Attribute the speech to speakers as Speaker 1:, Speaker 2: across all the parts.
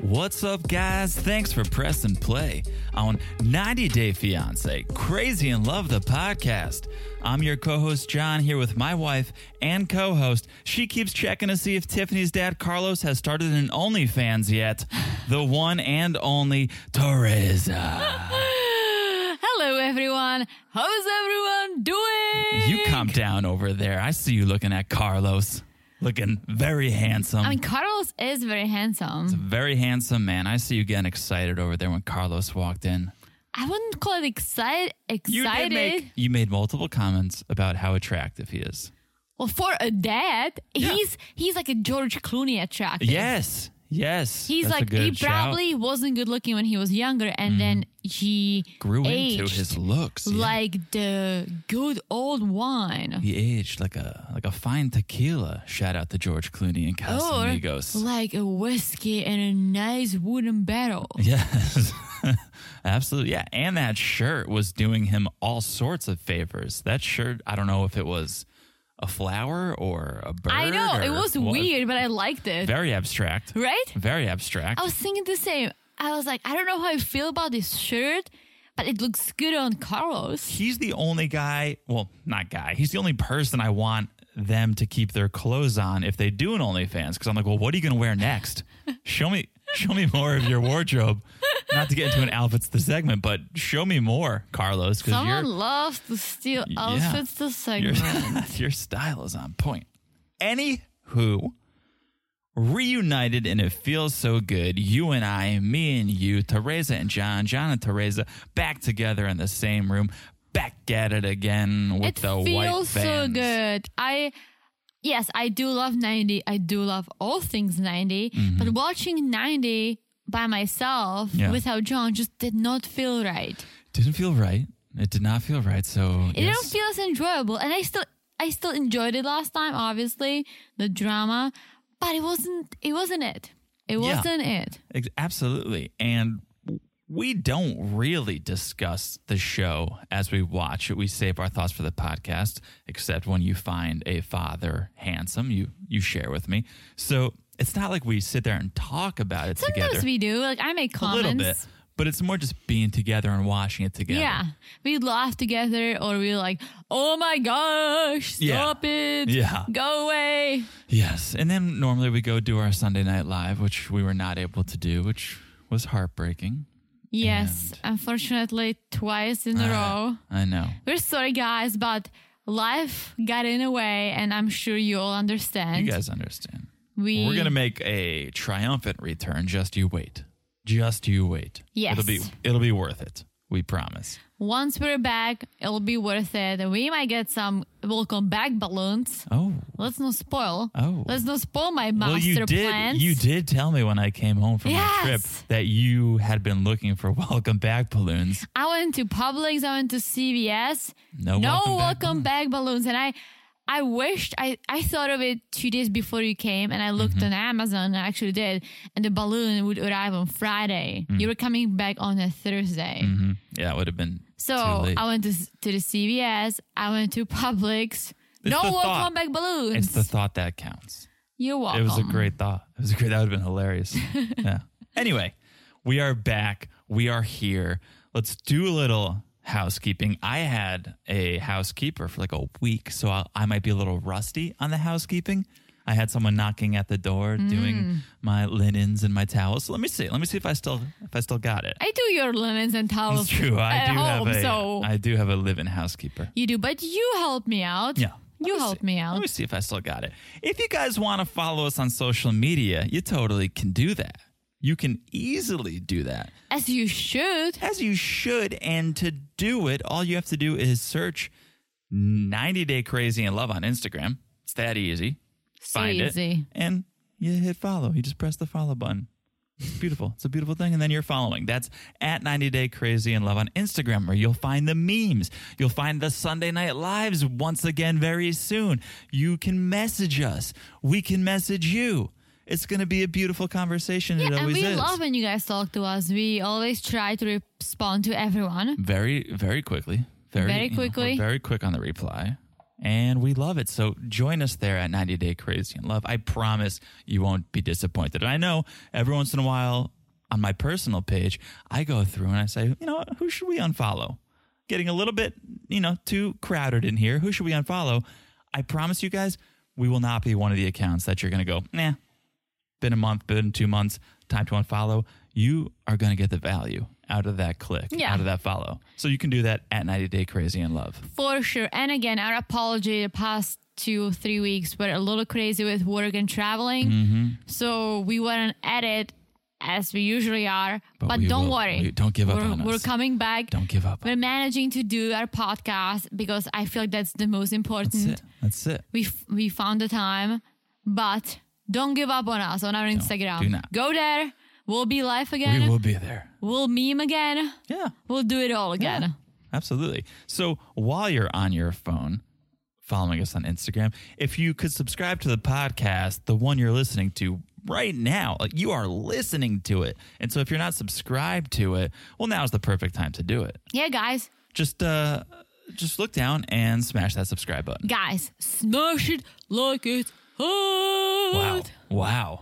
Speaker 1: What's up, guys? Thanks for pressing play on 90 Day Fiance Crazy in Love, the podcast. I'm your co host, John, here with my wife and co host. She keeps checking to see if Tiffany's dad, Carlos, has started an OnlyFans yet. The one and only Teresa.
Speaker 2: Hello, everyone. How's everyone doing?
Speaker 1: You calm down over there. I see you looking at Carlos, looking very handsome.
Speaker 2: I mean, Carlos is very handsome.
Speaker 1: very handsome man. I see you getting excited over there when Carlos walked in.
Speaker 2: I wouldn't call it excited.
Speaker 1: You
Speaker 2: Excited.
Speaker 1: did make you made multiple comments about how attractive he is.
Speaker 2: well, for a dad,
Speaker 1: Yeah.
Speaker 2: he's he's like a George Clooney attractive.
Speaker 1: Yes, yes.
Speaker 2: He's
Speaker 1: That's a
Speaker 2: like
Speaker 1: good
Speaker 2: he
Speaker 1: shout. Mm.
Speaker 2: probably wasn't good looking when he was younger, and then he
Speaker 1: grew
Speaker 2: aged
Speaker 1: into his looks. yeah.
Speaker 2: like the good old wine,
Speaker 1: he aged like a like a fine tequila. Shout out to George Clooney and Casamigos.
Speaker 2: or like a whiskey in a nice wooden barrel.
Speaker 1: Yes. Absolutely. Yeah. And that shirt was doing him all sorts of favors. That shirt, I don't know if it was a flower or a bird.
Speaker 2: I know it
Speaker 1: or
Speaker 2: was
Speaker 1: what-
Speaker 2: weird, but I liked it.
Speaker 1: Very abstract.
Speaker 2: right?
Speaker 1: Very abstract.
Speaker 2: I was thinking the same. I was like, I don't know how I feel about this shirt, but it looks good on Carlos.
Speaker 1: he's the only guy, well, not guy, he's the only person I want them to keep their clothes on if they do an OnlyFans. Cause I'm like, well, what are you gonna wear next? show me show me more of your wardrobe. Not to get into an outfits the segment, but show me more, Carlos, because
Speaker 2: Someone
Speaker 1: you're
Speaker 2: loves to steal
Speaker 1: Yeah.
Speaker 2: outfits to
Speaker 1: your,
Speaker 2: segment.
Speaker 1: your style is on point. Anywho, reunited and it feels so good. You and I, me and you, Teresa and John, John and Teresa, back together in the same room, back at it again with
Speaker 2: It
Speaker 1: the white
Speaker 2: feels so
Speaker 1: fans.
Speaker 2: good. I yes, I do love 90. I do love all things 90, but watching 90 by myself
Speaker 1: Mm-hmm. Yeah.
Speaker 2: without John just did not feel right.
Speaker 1: Didn't feel right. It did not feel right. So
Speaker 2: It
Speaker 1: yes.
Speaker 2: didn't feel as enjoyable, and I still I still enjoyed it last time. Obviously, the drama, but it wasn't it wasn't it. It
Speaker 1: Yeah.
Speaker 2: wasn't it.
Speaker 1: Ex- Absolutely. And we don't really discuss the show as we watch it. We save our thoughts for the podcast, except when you find a father handsome, you you share with me. So it's not like we sit there and talk about it
Speaker 2: Sometimes
Speaker 1: together
Speaker 2: we do. Like I make
Speaker 1: a
Speaker 2: comments.
Speaker 1: little bit, but it's more just being together and watching it together.
Speaker 2: Yeah. We laugh together or we're like, oh my gosh,
Speaker 1: Yeah.
Speaker 2: stop it.
Speaker 1: Yeah.
Speaker 2: Go away.
Speaker 1: Yes. And then normally we go do our Sunday night live, which we were not able to do, which was heartbreaking.
Speaker 2: Yes. unfortunately, twice in a
Speaker 1: Uh.
Speaker 2: row.
Speaker 1: I know.
Speaker 2: We're sorry, guys, but life got in the way, and I'm sure you all understand.
Speaker 1: you guys understand.
Speaker 2: we,
Speaker 1: We're gonna make a triumphant return. Just you wait. Just you wait.
Speaker 2: Yes.
Speaker 1: It'll be it'll be worth it. We promise.
Speaker 2: once we're back, it'll be worth it. We might get some welcome back balloons.
Speaker 1: Oh.
Speaker 2: Let's not spoil.
Speaker 1: Oh.
Speaker 2: Let's not spoil my
Speaker 1: Well,
Speaker 2: master
Speaker 1: you did.
Speaker 2: plans.
Speaker 1: You did tell me when I came home from my trip
Speaker 2: Yes.
Speaker 1: that you had been looking for welcome back balloons.
Speaker 2: I went to Publix, I went to CVS.
Speaker 1: No welcome
Speaker 2: welcome,
Speaker 1: back
Speaker 2: back, balloons. And I I wished I, I thought of it two days before you came and I looked
Speaker 1: Mm-hmm.
Speaker 2: on Amazon, I actually did, and the balloon would arrive on Friday.
Speaker 1: Mm.
Speaker 2: You were coming back on a Thursday.
Speaker 1: Mhm. Yeah, it would have been
Speaker 2: So
Speaker 1: too late.
Speaker 2: I went to, to the CVS, I went to Publix.
Speaker 1: It's
Speaker 2: no
Speaker 1: the
Speaker 2: welcome
Speaker 1: thought.
Speaker 2: back balloons.
Speaker 1: it's the thought that counts.
Speaker 2: You're welcome.
Speaker 1: It was a great thought. It was a great. That would have been hilarious. yeah. Anyway, we are back. We are here. Let's do a little housekeeping. I had a housekeeper for like a week, so i I might be a little rusty on the housekeeping. I had someone knocking at the door
Speaker 2: Hmm.
Speaker 1: doing my linens and my towels. So let me see. Let me see if I still if I still got it.
Speaker 2: I do your linens and towels
Speaker 1: It's true. I
Speaker 2: at
Speaker 1: do
Speaker 2: home,
Speaker 1: have a
Speaker 2: so
Speaker 1: I do have a live-in housekeeper.
Speaker 2: you do. But you help me out.
Speaker 1: Yeah. Let
Speaker 2: you
Speaker 1: me
Speaker 2: help
Speaker 1: see.
Speaker 2: me
Speaker 1: Let
Speaker 2: out.
Speaker 1: me see if I still got it. If you guys want to follow us on social media, you totally can do that. You can easily do that.
Speaker 2: As you should.
Speaker 1: As you should. And to do it, all you have to do is search 90 Day Crazy in Love on Instagram. It's that easy.
Speaker 2: So
Speaker 1: Find it.
Speaker 2: easy.
Speaker 1: And you hit follow. You just press the follow button. It's beautiful. It's a beautiful thing. And then you're following. That's at 90 Day Crazy in Love on Instagram, where you'll find the memes. You'll find the Sunday Night Lives once again very soon. You can message us. We can message you. It's going to be a beautiful conversation. it
Speaker 2: and
Speaker 1: always
Speaker 2: we
Speaker 1: is.
Speaker 2: love when you guys talk to us. We always try to respond to everyone.
Speaker 1: very very quickly very,
Speaker 2: Very
Speaker 1: you know, we're
Speaker 2: quickly.
Speaker 1: very quick on the reply and we love it so join us there at 90 day crazy in love i promise you won't be disappointed and i know every once in a while on my personal page i go through and i say you know what, who should we unfollow getting a little bit you know too crowded in here who should we unfollow i promise you guys we will not be one of the accounts that you're going to go nah been a month, been two months, time to unfollow, you are going to get the value out of that click,
Speaker 2: Yeah.
Speaker 1: out of that follow. So you can do that at 90 Day Crazy in Love.
Speaker 2: For sure. And again, our apology the past two, three weeks were a little crazy with work and traveling.
Speaker 1: Mm-hmm.
Speaker 2: So we weren't at it as we usually are. But,
Speaker 1: we
Speaker 2: don't
Speaker 1: will-
Speaker 2: worry.
Speaker 1: we- don't give up
Speaker 2: we're,
Speaker 1: on us.
Speaker 2: We're coming back.
Speaker 1: Don't give up.
Speaker 2: We're managing to do our podcast because I feel like that's the most
Speaker 1: That's
Speaker 2: important.
Speaker 1: it. That's it.
Speaker 2: We f- we found the time, but don't give up on us on our Instagram.
Speaker 1: do not.
Speaker 2: Go there. We'll be live
Speaker 1: We
Speaker 2: again.
Speaker 1: will be there.
Speaker 2: We'll meme again.
Speaker 1: Yeah,
Speaker 2: We'll do it all again.
Speaker 1: absolutely. So while you're on your phone, following us on Instagram, if you could subscribe to the podcast, the one you're listening to right now, like you are listening to it. And so if you're not subscribed to it, well, now's the perfect time to do it.
Speaker 2: Yeah, guys.
Speaker 1: Just, uh, just look down and smash that subscribe button.
Speaker 2: Guys, smash it like it's hot.
Speaker 1: Wow. Wow.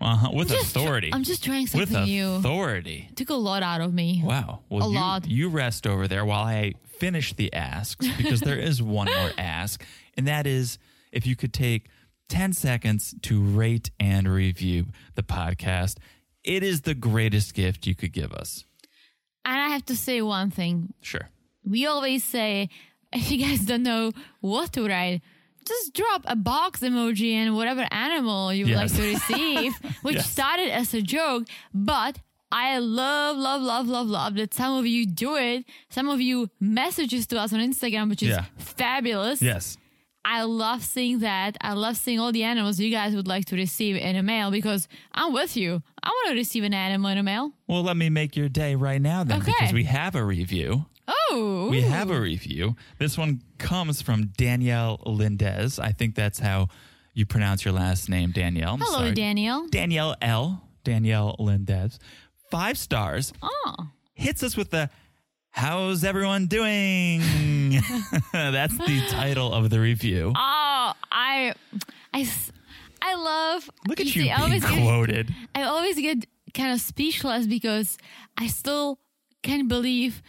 Speaker 1: Uh-huh. With
Speaker 2: Just tr-
Speaker 1: authority.
Speaker 2: I'm just trying
Speaker 1: With
Speaker 2: something new.
Speaker 1: authority.
Speaker 2: Took a lot out of me.
Speaker 1: Wow. Well,
Speaker 2: A
Speaker 1: you,
Speaker 2: lot.
Speaker 1: you rest over there while I finish the asks because there is one more ask, and that is if you could take 10 seconds to rate and review the podcast. It is the greatest gift you could give us.
Speaker 2: And I have to say one thing.
Speaker 1: Sure.
Speaker 2: We always say, if you guys don't know what to write, just drop a box emoji and whatever animal you would
Speaker 1: Yes.
Speaker 2: like to receive, which
Speaker 1: Yes.
Speaker 2: started as a joke, but I love, love, love, love, love that some of you do it. Some of you messages to us on Instagram, which is
Speaker 1: Yeah.
Speaker 2: fabulous.
Speaker 1: Yes.
Speaker 2: I love seeing that. I love seeing all the animals you guys would like to receive in a mail because I'm with you. I want to receive an animal in a mail.
Speaker 1: Well, let me make your day right now then
Speaker 2: Okay.
Speaker 1: because we have a review.
Speaker 2: Oh,
Speaker 1: We have a review. This one comes from Danielle Lindez. I think that's how you pronounce your last name, Danielle. I'm
Speaker 2: hello,
Speaker 1: sorry.
Speaker 2: Danielle.
Speaker 1: Danielle L. Danielle Lindez. Five stars.
Speaker 2: Oh,
Speaker 1: Hits us with the How's everyone doing? That's the title of the review.
Speaker 2: oh, I, I, s- I love.
Speaker 1: Look at
Speaker 2: see,
Speaker 1: you
Speaker 2: I
Speaker 1: being
Speaker 2: always get,
Speaker 1: quoted.
Speaker 2: I always get kind of speechless because I still can't believe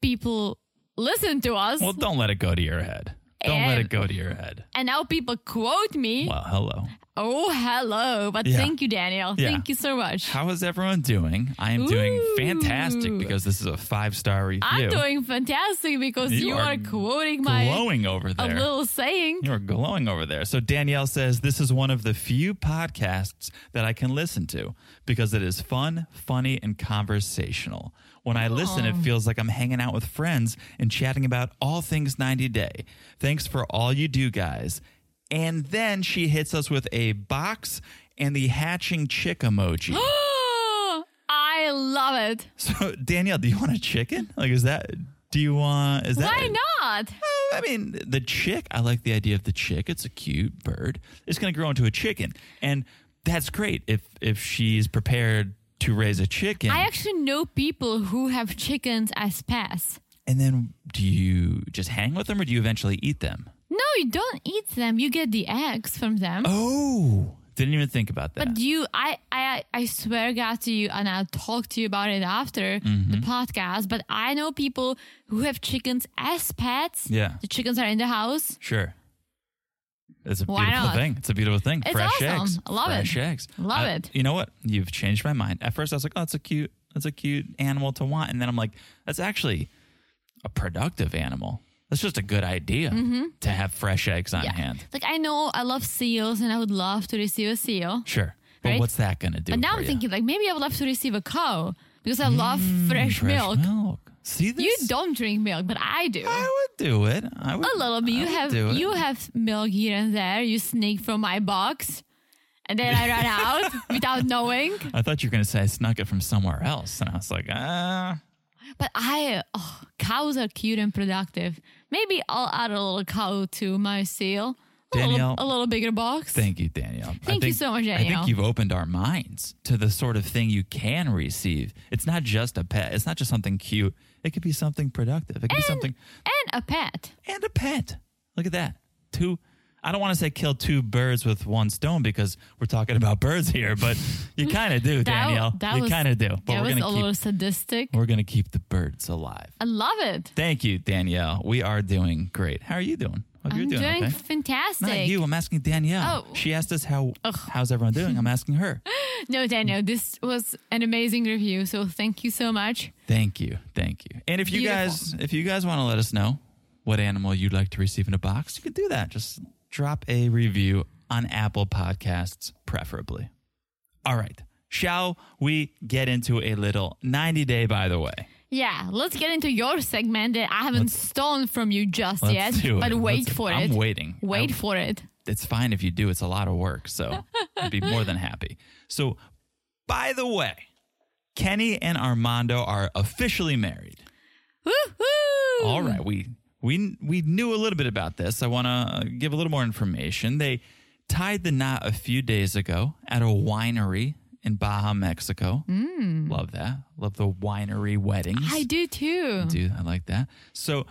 Speaker 2: people listen to us,
Speaker 1: Well, don't let it go to your head. Don't let
Speaker 2: And-
Speaker 1: it go to your head.
Speaker 2: and now people quote me.
Speaker 1: Well, hello.
Speaker 2: Oh, hello! But
Speaker 1: Yeah.
Speaker 2: thank you, Danielle.
Speaker 1: Yeah.
Speaker 2: Thank you so much.
Speaker 1: How is everyone doing? I am doing
Speaker 2: Ooh.
Speaker 1: fantastic because this is a five star review.
Speaker 2: I'm doing fantastic because
Speaker 1: You
Speaker 2: you,
Speaker 1: are
Speaker 2: are, quoting my
Speaker 1: glowing over
Speaker 2: a
Speaker 1: there.
Speaker 2: little saying.
Speaker 1: You're glowing over there. So Danielle says this is one of the few podcasts that I can listen to because it is fun, funny, and conversational. When I listen, it feels like I'm hanging out with friends and chatting about all things 90 Day. Thanks for all you do, guys. And then she hits us with a box and the hatching chick emoji.
Speaker 2: I love it.
Speaker 1: so Danielle, do you want a chicken? Like, is that? Do you want? Is that?
Speaker 2: Why not?
Speaker 1: Uh, I mean, the chick, I like the idea of the chick. It's a cute bird. It's going to grow into a chicken. And that's great if if she's prepared to raise a chicken.
Speaker 2: I actually know people who have chickens as pets.
Speaker 1: and then do you just hang with them or do you eventually eat them?
Speaker 2: No, you don't eat them. You get the eggs from them.
Speaker 1: Oh, didn't even think about that.
Speaker 2: Mm. But you, I, I, I swear, God to you, and I'll talk to you about it after the
Speaker 1: Mm-hmm.
Speaker 2: podcast. But I know people who have chickens as pets.
Speaker 1: Yeah.
Speaker 2: the chickens are in the house.
Speaker 1: sure. It's a
Speaker 2: Why
Speaker 1: beautiful
Speaker 2: not?
Speaker 1: thing. It's a beautiful thing.
Speaker 2: It's
Speaker 1: Fresh
Speaker 2: awesome.
Speaker 1: eggs.
Speaker 2: I love it.
Speaker 1: Fresh eggs.
Speaker 2: Love
Speaker 1: I-
Speaker 2: it.
Speaker 1: You know what? You've changed my mind. At first, I was like, "Oh, it's a cute, it's a cute animal to want," and then I'm like, "That's actually a productive animal. That's just a good idea
Speaker 2: Mm-hmm.
Speaker 1: to have fresh eggs on hand."
Speaker 2: Like I know I love seals and I would love to receive a seal.
Speaker 1: Sure, but
Speaker 2: Right?
Speaker 1: what's that going to do?
Speaker 2: But now
Speaker 1: for ya?
Speaker 2: I'm
Speaker 1: Hmm,
Speaker 2: thinking like maybe I would love to receive a cow because I love
Speaker 1: Mm,
Speaker 2: fresh,
Speaker 1: fresh
Speaker 2: milk.
Speaker 1: See this?
Speaker 2: You don't drink milk, but I do.
Speaker 1: I would do it. I would
Speaker 2: a little bit.
Speaker 1: I
Speaker 2: You
Speaker 1: would
Speaker 2: have
Speaker 1: do it.
Speaker 2: you have milk here and there. You sneak from my box, and then I run out without knowing.
Speaker 1: I thought you were going to say I snuck it from somewhere else, and I was like, ah.
Speaker 2: But I, oh, cows are cute and productive. Maybe I'll add a little cow to my seal. A
Speaker 1: Danielle,
Speaker 2: little, a little bigger box.
Speaker 1: Thank you, Danielle. I
Speaker 2: Thank you so much,
Speaker 1: I think
Speaker 2: Danielle.
Speaker 1: you've opened our minds to the sort of thing you can receive. It's not just a pet. It's not just something cute. It could be something productive. It could be something
Speaker 2: and a pet.
Speaker 1: and a pet. Look at that. Two. I don't want to say kill two birds with one stone because we're talking about birds here, but you kind of do,
Speaker 2: That-
Speaker 1: Danielle.
Speaker 2: that
Speaker 1: you
Speaker 2: was-
Speaker 1: kind of do. But
Speaker 2: that
Speaker 1: we're
Speaker 2: was
Speaker 1: gonna
Speaker 2: a
Speaker 1: keep
Speaker 2: little sadistic.
Speaker 1: we're gonna keep the birds alive.
Speaker 2: I love it.
Speaker 1: Thank you, Danielle. We are doing great. How are you doing? Hope
Speaker 2: I'm
Speaker 1: you're
Speaker 2: doing,
Speaker 1: doing, okay.
Speaker 2: fantastic.
Speaker 1: Not you. I'm asking Danielle.
Speaker 2: Oh.
Speaker 1: She asked us how how's everyone doing. I'm asking her.
Speaker 2: No, Daniel, this was an amazing review. So thank you so much.
Speaker 1: Thank you, thank you. And if you
Speaker 2: Beautiful.
Speaker 1: guys if you guys want to let us know what animal you'd like to receive in a box, you can do that. Just drop a review on Apple Podcasts, preferably. All right. Shall we get into a little 90 day, by the way?
Speaker 2: Yeah, let's get into your segment that I haven't stolen from you just
Speaker 1: let's
Speaker 2: yet.
Speaker 1: do it.
Speaker 2: But wait
Speaker 1: Let's-
Speaker 2: for
Speaker 1: I'm
Speaker 2: it.
Speaker 1: waiting.
Speaker 2: Wait
Speaker 1: I-
Speaker 2: for it.
Speaker 1: it's fine if you do. It's a lot of work. So I'd be more than happy. So, by the way, Kenny and Armando are officially married.
Speaker 2: Woohoo!
Speaker 1: All right, we we we knew a little bit about this. I want to give a little more information. They tied the knot a few days ago at a winery in Baja, Mexico. Love that. Love the winery weddings.
Speaker 2: I do too.
Speaker 1: Dude, I like that. So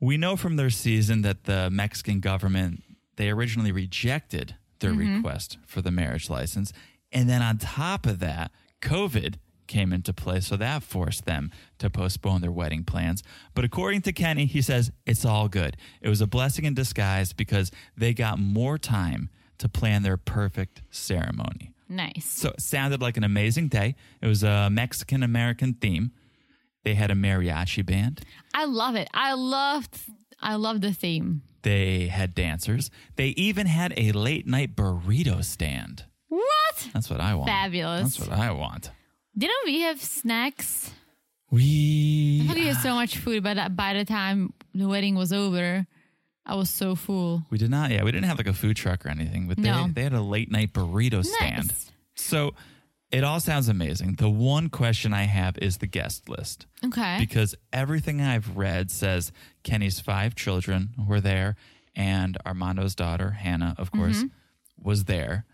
Speaker 1: we know from their season that the Mexican government they originally rejected their request for the marriage license, and then on top of that, COVID came into play, so that forced them to postpone their wedding plans. But according to Kenny, he says it's all good. It was a blessing in disguise because they got more time to plan their perfect ceremony.
Speaker 2: Nice.
Speaker 1: So it sounded like an amazing day. It was a Mexican American theme. They had a mariachi band.
Speaker 2: I love it. I loved I love the theme.
Speaker 1: They had dancers. They even had a late night burrito stand.
Speaker 2: What?
Speaker 1: That's what I want.
Speaker 2: Fabulous.
Speaker 1: That's what I want.
Speaker 2: Didn't we have snacks?
Speaker 1: We
Speaker 2: I thought we had so much food, but uh, by the time the wedding was over, I was so full.
Speaker 1: we did not. Yeah, we didn't have like a food truck or anything, but
Speaker 2: No.
Speaker 1: they they had a late night burrito stand.
Speaker 2: Nice.
Speaker 1: So it all sounds amazing. The one question I have is the guest list.
Speaker 2: Okay.
Speaker 1: because everything I've read says Kenny's five children were there, and Armando's daughter, Hannah, of
Speaker 2: Mm-hmm.
Speaker 1: course, was there.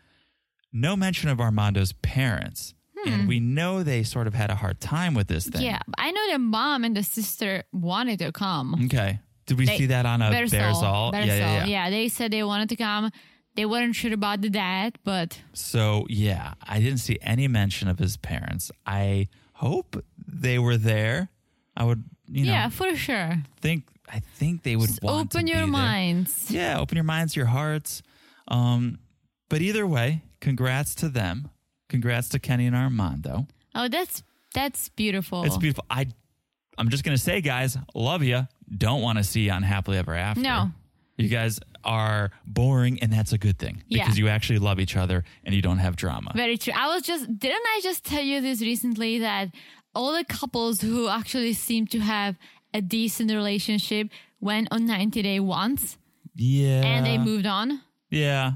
Speaker 1: No mention of Armando's parents. And we know they sort of had a hard time with this thing.
Speaker 2: Hmm. yeah, I know the mom and the sister wanted to come.
Speaker 1: Okay. Did we
Speaker 2: They-
Speaker 1: see that on a
Speaker 2: Better
Speaker 1: Bears all?
Speaker 2: Better
Speaker 1: Uh, Yeah, yeah, yeah.
Speaker 2: Sol. they said they wanted to come. They weren't sure about the dad, but
Speaker 1: So, yeah, I didn't see any mention of his parents. I hope they were there. I would, you know,
Speaker 2: yeah, for sure.
Speaker 1: think I think they would want to
Speaker 2: Open
Speaker 1: be
Speaker 2: your
Speaker 1: there.
Speaker 2: minds.
Speaker 1: Yeah, open your minds, your hearts. Um, but either way, congrats to them. Congrats to Kenny and Armando.
Speaker 2: Oh, that's that's beautiful.
Speaker 1: It's beautiful. I, I'm just gonna say, guys, love you. Don't want to see you on Happily Ever After.
Speaker 2: No.
Speaker 1: you guys are boring, and that's a good thing
Speaker 2: Yeah.
Speaker 1: because you actually love each other and you don't have drama.
Speaker 2: Very true. I was just didn't I just tell you this recently that all the couples who actually seem to have a decent relationship went on 90 day once
Speaker 1: yeah,
Speaker 2: and they moved on.
Speaker 1: Yeah,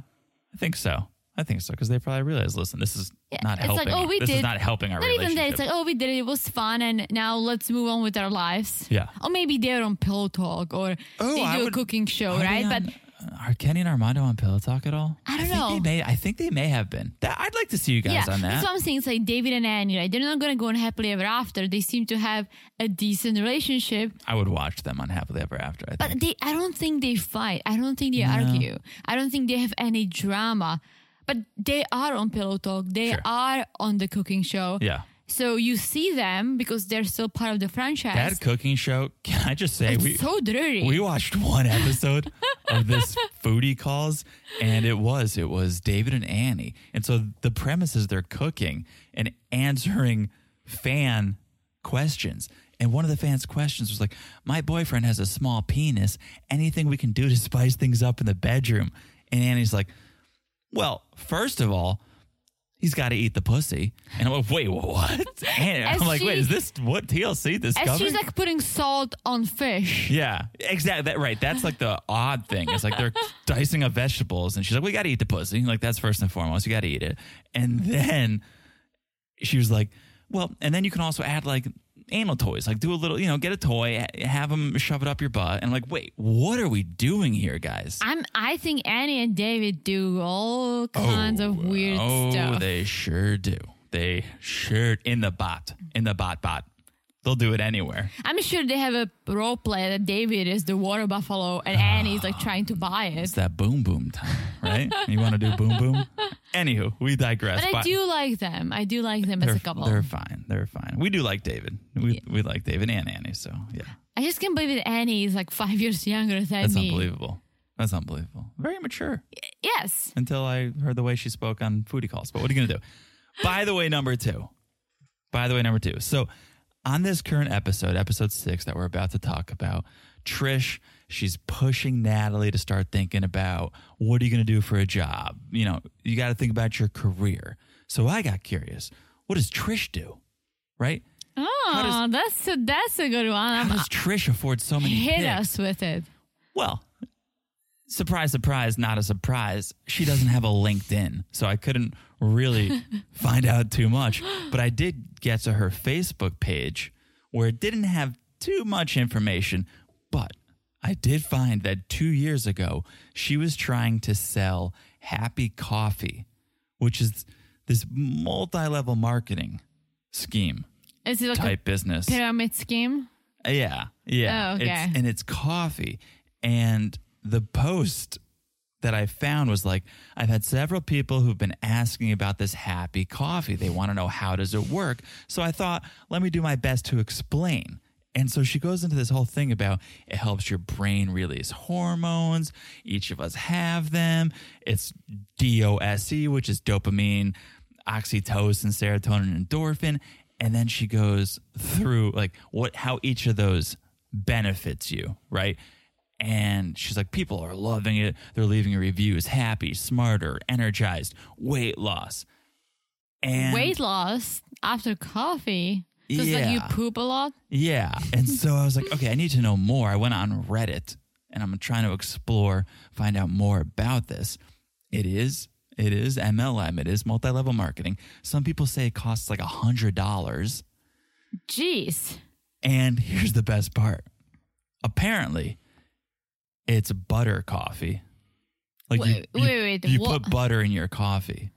Speaker 1: I think so. I think so because they probably realize, listen, this is not
Speaker 2: it's
Speaker 1: helping.
Speaker 2: like, oh, we
Speaker 1: this is
Speaker 2: did-
Speaker 1: not helping our
Speaker 2: Not even
Speaker 1: relationship.
Speaker 2: that. It's like, oh, we did it. It was fun. And now let's move on with our lives.
Speaker 1: Yeah.
Speaker 2: Or maybe they're on Pillow Talk or
Speaker 1: Oh,
Speaker 2: they
Speaker 1: I
Speaker 2: do a
Speaker 1: would-
Speaker 2: cooking show,
Speaker 1: Are they
Speaker 2: right?
Speaker 1: on- uh,
Speaker 2: but
Speaker 1: are Kenny and Armando on Pillow Talk at all?
Speaker 2: I don't
Speaker 1: think
Speaker 2: know.
Speaker 1: They may, I think they may have been. That, I'd like to see you guys
Speaker 2: yeah,
Speaker 1: on that.
Speaker 2: that's what I'm saying. It's like David and Annie, right? They're not going to go on happily ever after. They seem to have a decent relationship.
Speaker 1: I would watch them on Happily Ever After. I think.
Speaker 2: But they, I don't think they fight. I don't think they argue. I don't think they have any drama. But they are on Pillow Talk. They
Speaker 1: Sure.
Speaker 2: are on the cooking show.
Speaker 1: yeah.
Speaker 2: So you see them because they're still part of the franchise.
Speaker 1: That cooking show, can I just say
Speaker 2: it's
Speaker 1: we
Speaker 2: so dirty.
Speaker 1: we watched one episode of this foodie calls, and it was it was David and Annie, and so the premise is they're cooking and answering fan questions. And one of the fans' questions was like, "My boyfriend has a small penis. Anything we can do to spice things up in the bedroom?" And Annie's like, "Well, first of all." He's got to eat the pussy, and I'm like, wait, what? And I'm
Speaker 2: As
Speaker 1: like, wait,
Speaker 2: she-
Speaker 1: is this what TLC this?
Speaker 2: As
Speaker 1: covering?
Speaker 2: she's like putting salt on fish.
Speaker 1: Yeah, exactly. That, right. That's like the odd thing. It's like they're dicing up vegetables, and she's like, "We got to eat the pussy." Like that's first and foremost. You got to eat it. And then she was like, "Well," and then you can also add like anal toys. Like do a little, you know, get a toy, ha- have them shove it up your butt, and like, wait, what are we doing here, guys?
Speaker 2: I'm. I think Annie and David do all kinds of weird
Speaker 1: oh,
Speaker 2: stuff.
Speaker 1: they sure do. They sure in the bot, in the bot bot. They'll do it anywhere.
Speaker 2: I'm sure they have a role play that David is the water buffalo and Annie's like trying to buy it.
Speaker 1: It's that boom boom time, right? you want to do boom boom? Anywho, we digress.
Speaker 2: But I
Speaker 1: Bye.
Speaker 2: do like them. I do like them as
Speaker 1: they're,
Speaker 2: a couple.
Speaker 1: they're fine. They're fine. We do like David. We we like David and Annie. So yeah,
Speaker 2: I just can't believe that Annie is like five years younger than
Speaker 1: that's
Speaker 2: me.
Speaker 1: unbelievable. That's unbelievable. Very mature.
Speaker 2: Yes.
Speaker 1: Until I heard the way she spoke on foodie calls. But what are you gonna do? By the way, number two. By the way, number two. So on this current episode, episode six that we're about to talk about, Trish. She's pushing Natalie to start thinking about what are you going to do for a job? You know, you got to think about your career. So I got curious. What does Trish do? Right?
Speaker 2: Oh,
Speaker 1: does-
Speaker 2: that's a, that's a good one.
Speaker 1: How does Trish afford so many
Speaker 2: Um, uh, Hit
Speaker 1: picks?
Speaker 2: us with it.
Speaker 1: Well, surprise, surprise, not a surprise. She doesn't have a LinkedIn, so I couldn't really find out too much. But I did get to her Facebook page where it didn't have too much information, but I did find that two years ago, she was trying to sell Happy Coffee, which is this multi level marketing scheme
Speaker 2: Is it like
Speaker 1: type business.
Speaker 2: a pyramid scheme?
Speaker 1: Yeah. Yeah.
Speaker 2: Oh, okay.
Speaker 1: It's, and it's coffee. And the post that I found was like, I've had several people who've been asking about this happy coffee. They want to know how does it work. So I thought, let me do my best to explain. And so she goes into this whole thing about it helps your brain release hormones. Each of us have them. It's DOSE, E, which is dopamine, oxytocin, serotonin, and endorphin. And then she goes through like what how each of those benefits you, right? And she's like, people are loving it. They're leaving reviews, happy, smarter, energized, weight loss. And
Speaker 2: Weight loss after coffee. Just like you
Speaker 1: Yeah.
Speaker 2: poop a lot.
Speaker 1: yeah. And so I was like, okay, I need to know more. I went on Reddit and I'm trying to explore, find out more about this. It is, it is MLM. It is multi-level marketing. Some people say it costs like a hundred dollars.
Speaker 2: Jeez.
Speaker 1: And here's the best part. Apparently, it's butter coffee. Like
Speaker 2: Wait,
Speaker 1: you, you-
Speaker 2: wait, wait,
Speaker 1: you
Speaker 2: what?
Speaker 1: put butter in your coffee,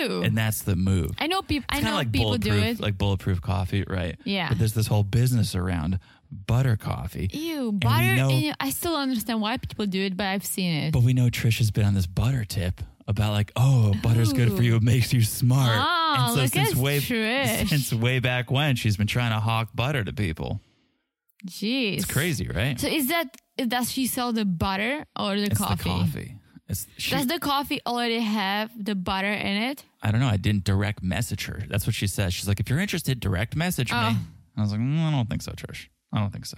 Speaker 2: Ew.
Speaker 1: and that's the move.
Speaker 2: I know people. I
Speaker 1: It's kinda
Speaker 2: know
Speaker 1: like
Speaker 2: people do
Speaker 1: bulletproof,
Speaker 2: it.
Speaker 1: like bulletproof coffee, right?
Speaker 2: Yeah.
Speaker 1: But there's this whole business around butter coffee.
Speaker 2: Ew,
Speaker 1: we
Speaker 2: butter.
Speaker 1: know-
Speaker 2: and I still don't understand why people do it, but I've seen it.
Speaker 1: But we know Trish has been on this butter tip about like, oh, butter's good for you. It makes you smart.
Speaker 2: Oh, look at
Speaker 1: way
Speaker 2: Trish.
Speaker 1: since way back when, she's been trying to hawk butter to people.
Speaker 2: Jeez,
Speaker 1: It's crazy, right?
Speaker 2: So is that does she sell the butter or the
Speaker 1: it's
Speaker 2: coffee?
Speaker 1: the coffee. It's she,
Speaker 2: Does the coffee already have the butter in it?
Speaker 1: I don't know. I didn't direct message her. That's what she says. She's like, if you're interested, direct message me.
Speaker 2: Oh.
Speaker 1: I was like, mm, I don't think so, Trish. I don't think so.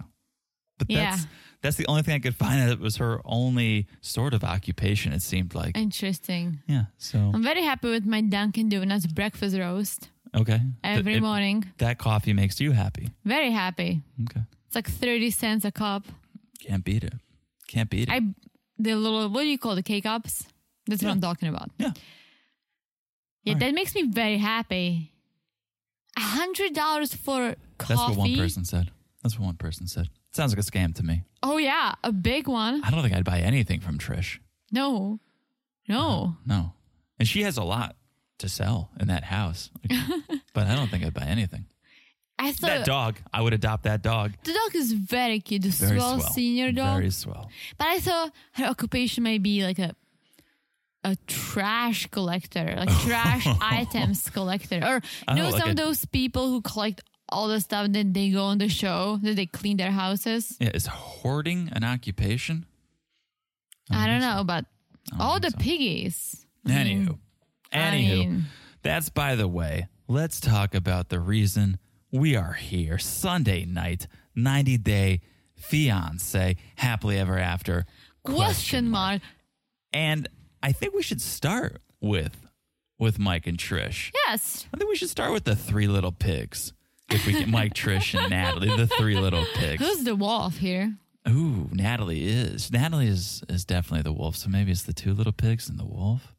Speaker 1: But
Speaker 2: Yeah.
Speaker 1: that's that's the only thing I could find that was her only sort of occupation. It seemed like.
Speaker 2: Interesting.
Speaker 1: yeah. So
Speaker 2: I'm very happy with my Dunkin' Donuts breakfast roast
Speaker 1: okay.
Speaker 2: every
Speaker 1: Th- it-
Speaker 2: morning.
Speaker 1: that coffee makes you happy.
Speaker 2: Very happy.
Speaker 1: Okay.
Speaker 2: It's like 30 cents a cup.
Speaker 1: Can't beat it. Can't beat it.
Speaker 2: I the little what do you call the K cups? That's what I'm talking about.
Speaker 1: yeah.
Speaker 2: Yeah, that makes me very happy. A hundred dollars for coffee.
Speaker 1: That's what one person said. That's what one person said. Sounds like a scam to me.
Speaker 2: Oh yeah, a big one.
Speaker 1: I don't think I'd buy anything from Trish.
Speaker 2: No, no.
Speaker 1: No. And she has a lot to sell in that house. Like, but I don't think I'd buy anything.
Speaker 2: I thought
Speaker 1: that dog. I would adopt that dog.
Speaker 2: the dog is very cute, the
Speaker 1: Very
Speaker 2: swell,
Speaker 1: swell.
Speaker 2: senior dog.
Speaker 1: Very swell.
Speaker 2: But I thought her occupation might be like a a trash collector, like trash items collector, or
Speaker 1: Oh,
Speaker 2: you know
Speaker 1: like
Speaker 2: some
Speaker 1: a-
Speaker 2: of those people who collect all the stuff, and then they go on the show, then they clean their houses.
Speaker 1: Yeah, is hoarding an occupation?
Speaker 2: I don't know, but all the piggies.
Speaker 1: Anywho,
Speaker 2: I
Speaker 1: anywho,
Speaker 2: mean-
Speaker 1: that's by the way. Let's talk about the reason we are here. Sunday night, 90 day fiance, happily ever after.
Speaker 2: Question mark.
Speaker 1: And I think we should start with with Mike and Trish.
Speaker 2: Yes.
Speaker 1: I think we should start with the three little pigs. If we get Mike, Trish, and Natalie, the three little pigs.
Speaker 2: Who's the wolf here?
Speaker 1: Ooh, Natalie is. Natalie is is definitely the wolf. So maybe it's the two little pigs and the wolf.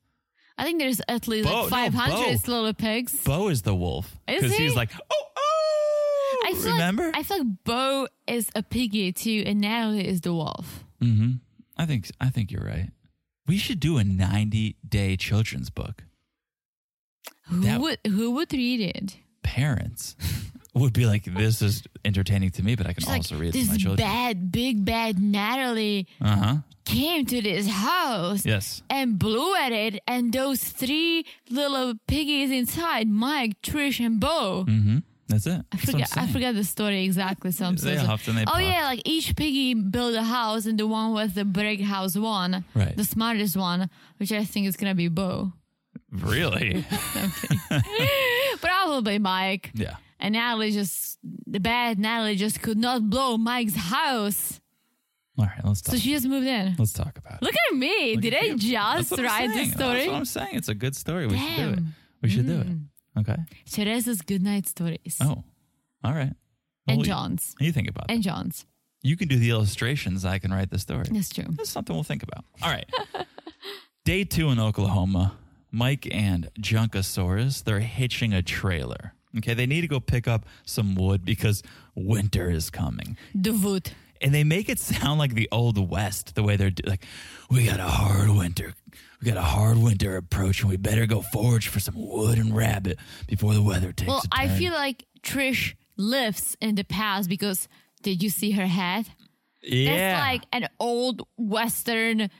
Speaker 2: I think there's at least
Speaker 1: Bo- no,
Speaker 2: like 500
Speaker 1: Bo.
Speaker 2: little pigs.
Speaker 1: Bo is the wolf
Speaker 2: Is
Speaker 1: because he's
Speaker 2: he?
Speaker 1: like, oh, oh.
Speaker 2: I feel
Speaker 1: remember?
Speaker 2: Like, I feel like Bo is a piggy too, and Natalie is the wolf.
Speaker 1: mm-hmm. I think I think you're right. We should do a 90 day children's book.
Speaker 2: Who
Speaker 1: That-
Speaker 2: would who would read it?
Speaker 1: Parents would be like, this is entertaining to me, but I can
Speaker 2: She's
Speaker 1: also
Speaker 2: like,
Speaker 1: read it
Speaker 2: this
Speaker 1: to my children.
Speaker 2: bad, big bad Natalie
Speaker 1: uh huh.
Speaker 2: came to this house
Speaker 1: Yes.
Speaker 2: and blew at it, and those three little piggies inside, Mike, Trish, and Bo.
Speaker 1: Mm-hmm. That's it.
Speaker 2: I forget, I forget the story exactly. So I'm so
Speaker 1: They
Speaker 2: sorry.
Speaker 1: huffed and they
Speaker 2: oh
Speaker 1: puffed.
Speaker 2: yeah, like each piggy built a house, and the one with the brick house won.
Speaker 1: Right.
Speaker 2: The smartest one, which I think is gonna be Bo,
Speaker 1: Really?
Speaker 2: probably Mike.
Speaker 1: yeah.
Speaker 2: And Natalie just the bad Natalie just could not blow Mike's house,
Speaker 1: All right. Let's talk.
Speaker 2: so she just moved in.
Speaker 1: let's talk about it.
Speaker 2: Look at me!
Speaker 1: Look
Speaker 2: Did
Speaker 1: at
Speaker 2: I
Speaker 1: you. That's
Speaker 2: just
Speaker 1: what I'm
Speaker 2: write the
Speaker 1: saying. That's
Speaker 2: story?
Speaker 1: what I'm saying. It's a good story. We should do it.
Speaker 2: Damn. Mm-hmm.
Speaker 1: We should do it. Okay.
Speaker 2: Teresa's goodnight stories
Speaker 1: Oh, all right.
Speaker 2: and
Speaker 1: Well,
Speaker 2: John's
Speaker 1: You, you think about it.
Speaker 2: and John's.
Speaker 1: You can do the illustrations. I can write the story.
Speaker 2: That's true.
Speaker 1: That's something we'll think about. All right. Day two in Oklahoma. Mike and Junkosaurus, they're hitching a trailer. Okay. They need to go pick up some wood because winter is coming.
Speaker 2: The wood.
Speaker 1: and they make it sound like the old west the way they're do- like we got a hard winter we got a hard winter approach and we better go forage for some wood and rabbit before the weather takes
Speaker 2: Well,
Speaker 1: a
Speaker 2: I
Speaker 1: turn.
Speaker 2: feel like Trish lives in the past because did you see her head?
Speaker 1: yeah
Speaker 2: That's like an old Western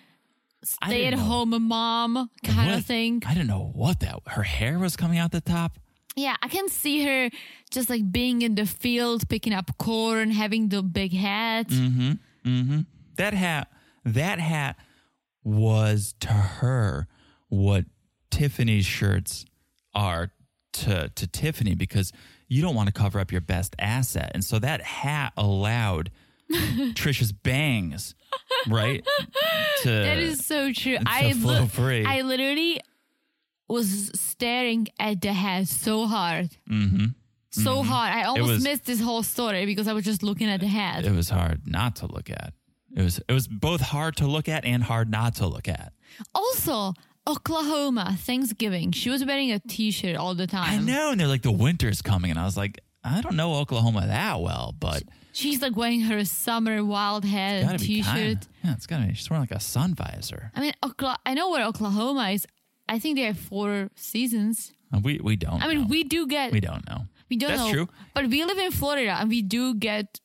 Speaker 1: I
Speaker 2: stay
Speaker 1: didn't
Speaker 2: at home mom kind
Speaker 1: What-
Speaker 2: of thing.
Speaker 1: i don't know what that her hair was coming out the top
Speaker 2: Yeah, I can see her just like being in the field, picking up corn, having the big head.
Speaker 1: Mm-hmm.
Speaker 2: Mm-hmm.
Speaker 1: that hat that hat was to her what tiffany's shirts are to to tiffany because you don't want to cover up your best asset and so that hat allowed trish's bangs right to
Speaker 2: That is so true.
Speaker 1: It's
Speaker 2: I
Speaker 1: a flow free.
Speaker 2: I literally was staring at the head so hard. Mm-hmm. So hard. I almost
Speaker 1: Mm-hmm. was-
Speaker 2: missed this whole story because I was just looking at the head.
Speaker 1: it was hard not to look at it was it was both hard to look at and hard not to look at
Speaker 2: Also, Oklahoma, Thanksgiving. She was wearing a t shirt all the
Speaker 1: i
Speaker 2: time.
Speaker 1: know and they're like the winter's coming and i was like i don't know oklahoma that well but
Speaker 2: She's like wearing her summer wild hat
Speaker 1: gotta
Speaker 2: and
Speaker 1: be
Speaker 2: t
Speaker 1: kind
Speaker 2: shirt.
Speaker 1: yeah it's gotta be she's wearing like a sun visor
Speaker 2: I mean, Okla- I know where Oklahoma is. I think they have four seasons.
Speaker 1: Uh, We we don't.
Speaker 2: I mean,
Speaker 1: know.
Speaker 2: we do get,
Speaker 1: we
Speaker 2: we,
Speaker 1: don't know.
Speaker 2: don't
Speaker 1: That's
Speaker 2: know.
Speaker 1: true.
Speaker 2: But we live in Florida and we do get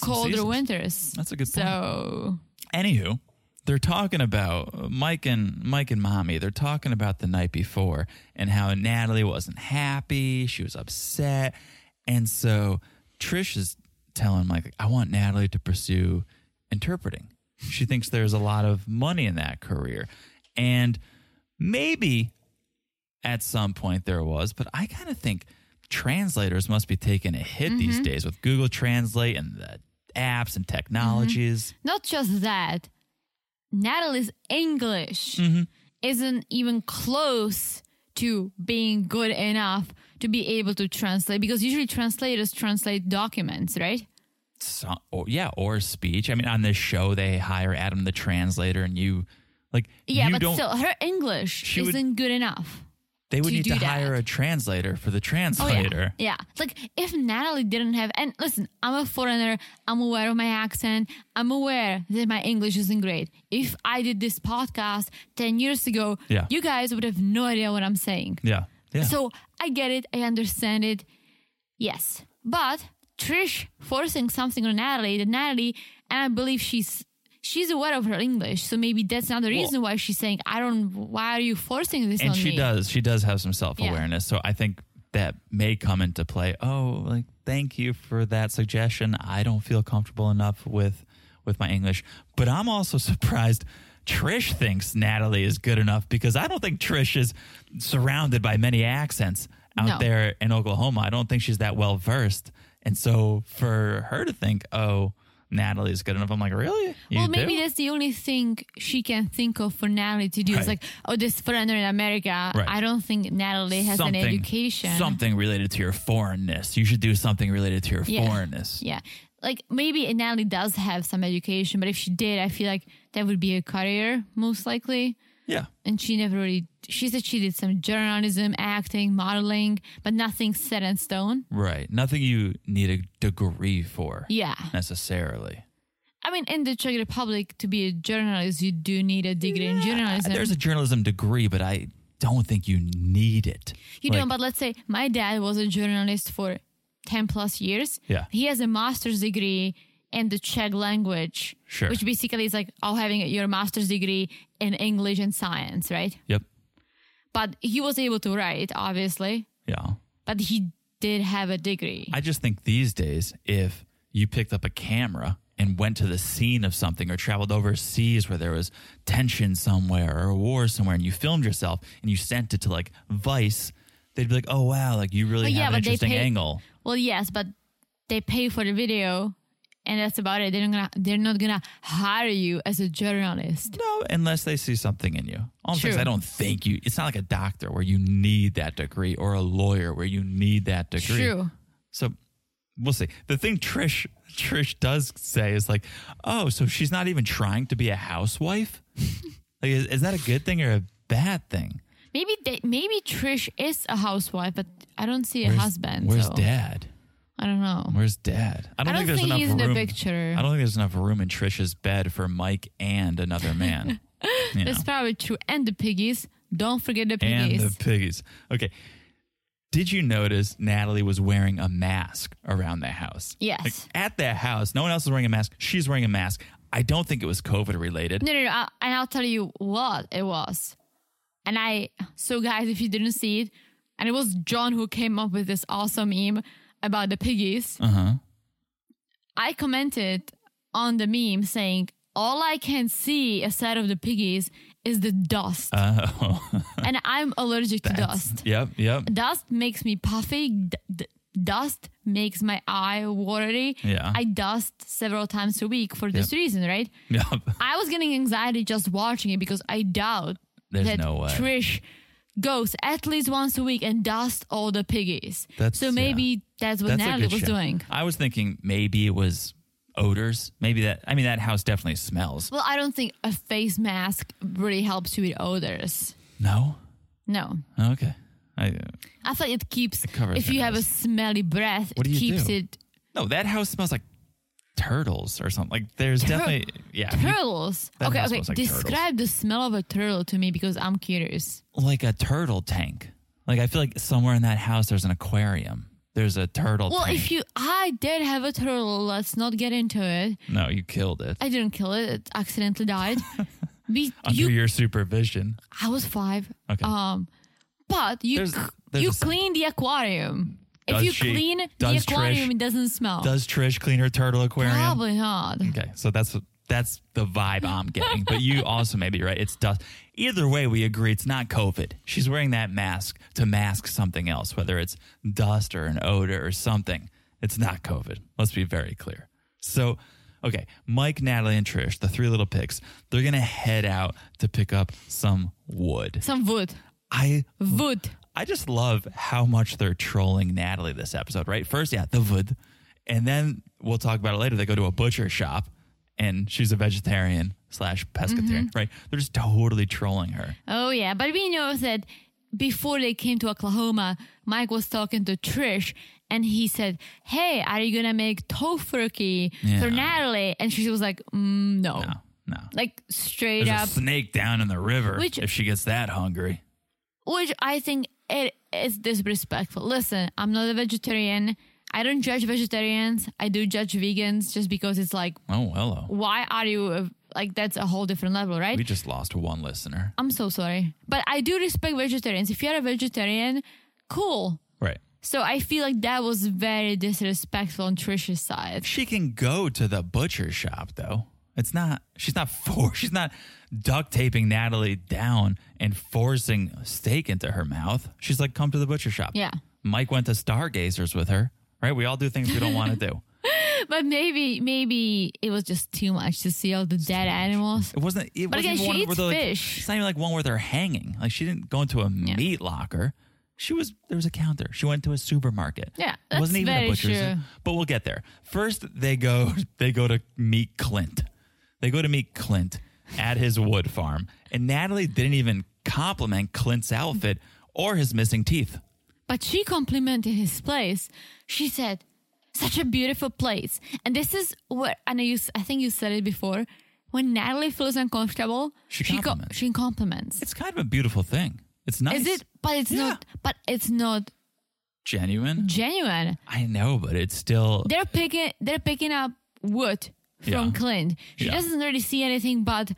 Speaker 2: colder
Speaker 1: seasons.
Speaker 2: winters.
Speaker 1: That's a good point.
Speaker 2: So,
Speaker 1: Anywho, they're talking about Mike and Mike and Mommy. They're talking about the night before and how Natalie wasn't happy. She was upset, and so Trish is telling Mike, "I want Natalie to pursue interpreting. She thinks there's a lot of money in that career, and maybe at some point there was, but I kind of think translators must be taking a hit these days with Google Translate and the apps and technologies."
Speaker 2: not just that, Natalie's English
Speaker 1: Mm. Mm-hmm.
Speaker 2: isn't even close to being good enough to be able to translate because usually translators translate documents, right?
Speaker 1: some, or, yeah, or speech. I mean, on this show, they hire Adam the translator, and you like
Speaker 2: Yeah,
Speaker 1: you
Speaker 2: but
Speaker 1: don't.
Speaker 2: still, her English
Speaker 1: She would-
Speaker 2: isn't good enough.
Speaker 1: they would
Speaker 2: to
Speaker 1: need to
Speaker 2: do that. Oh,
Speaker 1: hire a translator for the translator.
Speaker 2: Yeah. Like if Natalie didn't have and listen, I'm a foreigner, I'm aware of my accent, I'm aware that my English isn't great. If I did this podcast ten years ago,
Speaker 1: Yeah.
Speaker 2: you guys would have no idea what I'm saying.
Speaker 1: yeah, yeah.
Speaker 2: So I get it, I understand it. Yes. But Trish forcing something on Natalie, that Natalie and I believe she's she's aware of her English, so maybe that's another reason why she's saying, I don't why are you forcing this
Speaker 1: and
Speaker 2: on
Speaker 1: she
Speaker 2: me?
Speaker 1: does. She does have some self awareness. So I think that may come into play. Oh, like thank you for that suggestion. I don't feel comfortable enough with with my English, but I'm also surprised Trish thinks Natalie is good enough because I don't think Trish is surrounded by many accents out
Speaker 2: No.
Speaker 1: there in Oklahoma. I don't think she's that well versed. And so for her to think, oh, Natalie is good enough, I'm like, really? You
Speaker 2: well, maybe
Speaker 1: do?
Speaker 2: that's the only thing she can think of for Natalie to do. It's
Speaker 1: Right.
Speaker 2: like, oh, this foreigner in America.
Speaker 1: Right.
Speaker 2: I don't think Natalie has an education.
Speaker 1: Something related to your foreignness. You should do something related to your
Speaker 2: Yeah.
Speaker 1: foreignness.
Speaker 2: Yeah. Like maybe Natalie does have some education, but if she did, I feel like that would be a career most likely.
Speaker 1: Yeah.
Speaker 2: And she never really, she said she did some journalism, acting, modeling, but nothing set in stone.
Speaker 1: Right. Nothing you need a degree for
Speaker 2: Yeah.
Speaker 1: necessarily.
Speaker 2: I mean, in the Czech Republic, to be a journalist, you do need a degree in journalism.
Speaker 1: There's a journalism degree, but I don't think you need it.
Speaker 2: You
Speaker 1: Like,
Speaker 2: know, but let's say my dad was a journalist for 10 plus years.
Speaker 1: Yeah.
Speaker 2: He has a master's degree in the Czech language,
Speaker 1: Sure.
Speaker 2: which basically is like all having your master's degree in English and science, right?
Speaker 1: Yep.
Speaker 2: But he was able to write, obviously,
Speaker 1: Yeah.
Speaker 2: but he did have a degree.
Speaker 1: I just think these days, if you picked up a camera and went to the scene of something or traveled overseas where there was tension somewhere or a war somewhere and you filmed yourself and you sent it to like Vice, they'd be like, oh, wow, like you really
Speaker 2: Well, yeah,
Speaker 1: have an
Speaker 2: but they
Speaker 1: interesting
Speaker 2: pay-
Speaker 1: angle.
Speaker 2: well, yes, but they pay for the video. And that's about it. They're not gonna. They're not gonna hire you as a journalist.
Speaker 1: No, unless they see something in you. All I'm saying is
Speaker 2: True.
Speaker 1: I don't think you, it's not like a doctor where you need that degree or a lawyer where you need that degree.
Speaker 2: True.
Speaker 1: So we'll see. The thing Trish Trish does say is like, oh, so she's not even trying to be a housewife. like, is, is that a good thing or a bad thing?
Speaker 2: Maybe they, maybe Trish is a housewife, but I don't see a husband.
Speaker 1: Where's
Speaker 2: so
Speaker 1: dad?
Speaker 2: I don't know.
Speaker 1: Where's dad?
Speaker 2: I don't think he's in the
Speaker 1: room.
Speaker 2: picture.
Speaker 1: I don't think there's enough room in Trish's bed for Mike and another man. You know.
Speaker 2: That's probably true. And the piggies. Don't forget the
Speaker 1: and
Speaker 2: piggies.
Speaker 1: the piggies. Okay. Did you notice Natalie was wearing a mask around the house?
Speaker 2: Yes.
Speaker 1: Like, at that house, no one else is wearing a mask. She's wearing a mask. I don't think it was COVID related.
Speaker 2: no, no, no. I, and I'll tell you what it was. And I, so guys, if you didn't see it, and it was John who came up with this awesome meme about the piggies.
Speaker 1: Uh huh.
Speaker 2: I commented on the meme saying, all I can see aside of the piggies is the dust.
Speaker 1: Oh,
Speaker 2: and I'm allergic to dust.
Speaker 1: yep, yep.
Speaker 2: dust makes me puffy. D- d- dust makes my eye watery.
Speaker 1: Yeah.
Speaker 2: I dust several times a week for this
Speaker 1: Yep.
Speaker 2: reason, right?
Speaker 1: Yep.
Speaker 2: I was getting anxiety just watching it because I doubt
Speaker 1: There's
Speaker 2: that
Speaker 1: no way.
Speaker 2: Trish goes at least once a week and dust all the piggies.
Speaker 1: That's-
Speaker 2: so maybe
Speaker 1: yeah.
Speaker 2: that's what
Speaker 1: a
Speaker 2: Natalie
Speaker 1: good
Speaker 2: was
Speaker 1: shout.
Speaker 2: doing.
Speaker 1: I was thinking maybe it was odors. Maybe that, I mean, that house definitely smells.
Speaker 2: Well, I don't think a face mask really helps you with odors.
Speaker 1: No?
Speaker 2: No.
Speaker 1: Okay. I,
Speaker 2: I feel it keeps,
Speaker 1: covers
Speaker 2: if
Speaker 1: your
Speaker 2: you have a
Speaker 1: nose.
Speaker 2: smelly breath,
Speaker 1: What
Speaker 2: it
Speaker 1: do you
Speaker 2: keeps
Speaker 1: do?
Speaker 2: it.
Speaker 1: no, that house smells like turtles or something. Like there's
Speaker 2: Tur-
Speaker 1: definitely, yeah.
Speaker 2: Turtles.
Speaker 1: That
Speaker 2: okay,
Speaker 1: house
Speaker 2: okay.
Speaker 1: smells like turtles.
Speaker 2: Describe the smell of a turtle to me because I'm curious.
Speaker 1: like a turtle tank. Like I feel like somewhere in that house there's an aquarium. There's a turtle
Speaker 2: Well,
Speaker 1: tank.
Speaker 2: if you, I did have a turtle. Let's not get into it.
Speaker 1: no, you killed it.
Speaker 2: I didn't kill it. It accidentally died. we,
Speaker 1: Under
Speaker 2: you,
Speaker 1: your supervision.
Speaker 2: I was five.
Speaker 1: Okay.
Speaker 2: Um, but you,
Speaker 1: There's-
Speaker 2: c-
Speaker 1: there's
Speaker 2: you
Speaker 1: a scent.
Speaker 2: clean the aquarium.
Speaker 1: Does
Speaker 2: if you
Speaker 1: she-
Speaker 2: clean the
Speaker 1: does
Speaker 2: aquarium,
Speaker 1: Trish-
Speaker 2: it doesn't smell.
Speaker 1: Does Trish clean her turtle aquarium?
Speaker 2: Oh. Probably not.
Speaker 1: Okay, so that's that's the vibe I'm getting. But you also may be right. It's dust. Either way, we agree it's not COVID. She's wearing that mask to mask something else, whether it's dust or an odor or something. It's not COVID. Let's be very clear. So, okay, Mike, Natalie, and Trish, the three little pigs, they're gonna head out to pick up some wood.
Speaker 2: Some wood.
Speaker 1: I
Speaker 2: Wood.
Speaker 1: I just love how much they're trolling Natalie this episode, right? First, yeah, the wood. And then we'll talk about it later. They go to a butcher shop and she's a vegetarian slash pescatarian,
Speaker 2: Mm-hmm.
Speaker 1: right? They're just totally trolling her.
Speaker 2: Oh yeah, but we know that before they came to Oklahoma, Mike was talking to Trish and he said, "Hey, are you gonna make tofurkey
Speaker 1: Yeah.
Speaker 2: for Natalie?" And she was like, mm, no.
Speaker 1: No, no.
Speaker 2: like straight
Speaker 1: There's
Speaker 2: up."
Speaker 1: a snake down in the river
Speaker 2: Which-
Speaker 1: if she gets that hungry.
Speaker 2: which I think it is disrespectful. Listen, I'm not a vegetarian. I don't judge vegetarians. I do judge vegans just because it's like,
Speaker 1: Oh, hello.
Speaker 2: why are you a, like? That's a whole different level, right?
Speaker 1: We just lost one listener.
Speaker 2: I'm so sorry, but I do respect vegetarians. If you're a vegetarian, cool.
Speaker 1: Right.
Speaker 2: So I feel like that was very disrespectful on Trisha's side.
Speaker 1: She can go to the butcher shop, though. It's not. She's not for. She's not duct taping Natalie down and forcing steak into her mouth. She's like, come to the butcher shop.
Speaker 2: Yeah.
Speaker 1: Mike went to Stargazers with her. Right. We all do things we don't want to do.
Speaker 2: But maybe maybe it was just too much to see all the dead animals.
Speaker 1: It wasn't. It
Speaker 2: But
Speaker 1: wasn't
Speaker 2: again,
Speaker 1: even
Speaker 2: she
Speaker 1: one where
Speaker 2: eats
Speaker 1: they're like.
Speaker 2: fish.
Speaker 1: It's not even like one where they're hanging. Like she didn't go into a meat locker. She was there was a counter. She went to a supermarket.
Speaker 2: Yeah,
Speaker 1: it wasn't
Speaker 2: that's
Speaker 1: even a
Speaker 2: very
Speaker 1: butcher's.
Speaker 2: true.
Speaker 1: But we'll get there. First, they go they go to meet Clint. They go to meet Clint at his wood farm, and Natalie didn't even compliment Clint's outfit or his missing teeth.
Speaker 2: But she complimented his place. She said, "Such a beautiful place." And this is what I know. You, s- I think you said it before. When Natalie feels uncomfortable,
Speaker 1: She
Speaker 2: co-
Speaker 1: compliments.
Speaker 2: she compliments.
Speaker 1: It's kind of a beautiful thing. It's nice.
Speaker 2: Is it? But it's
Speaker 1: Yeah.
Speaker 2: not. But it's not
Speaker 1: genuine?
Speaker 2: genuine.
Speaker 1: I know, but it's still
Speaker 2: They're picking. They're picking up wood from
Speaker 1: Yeah.
Speaker 2: Clint. She
Speaker 1: Yeah.
Speaker 2: doesn't really see anything but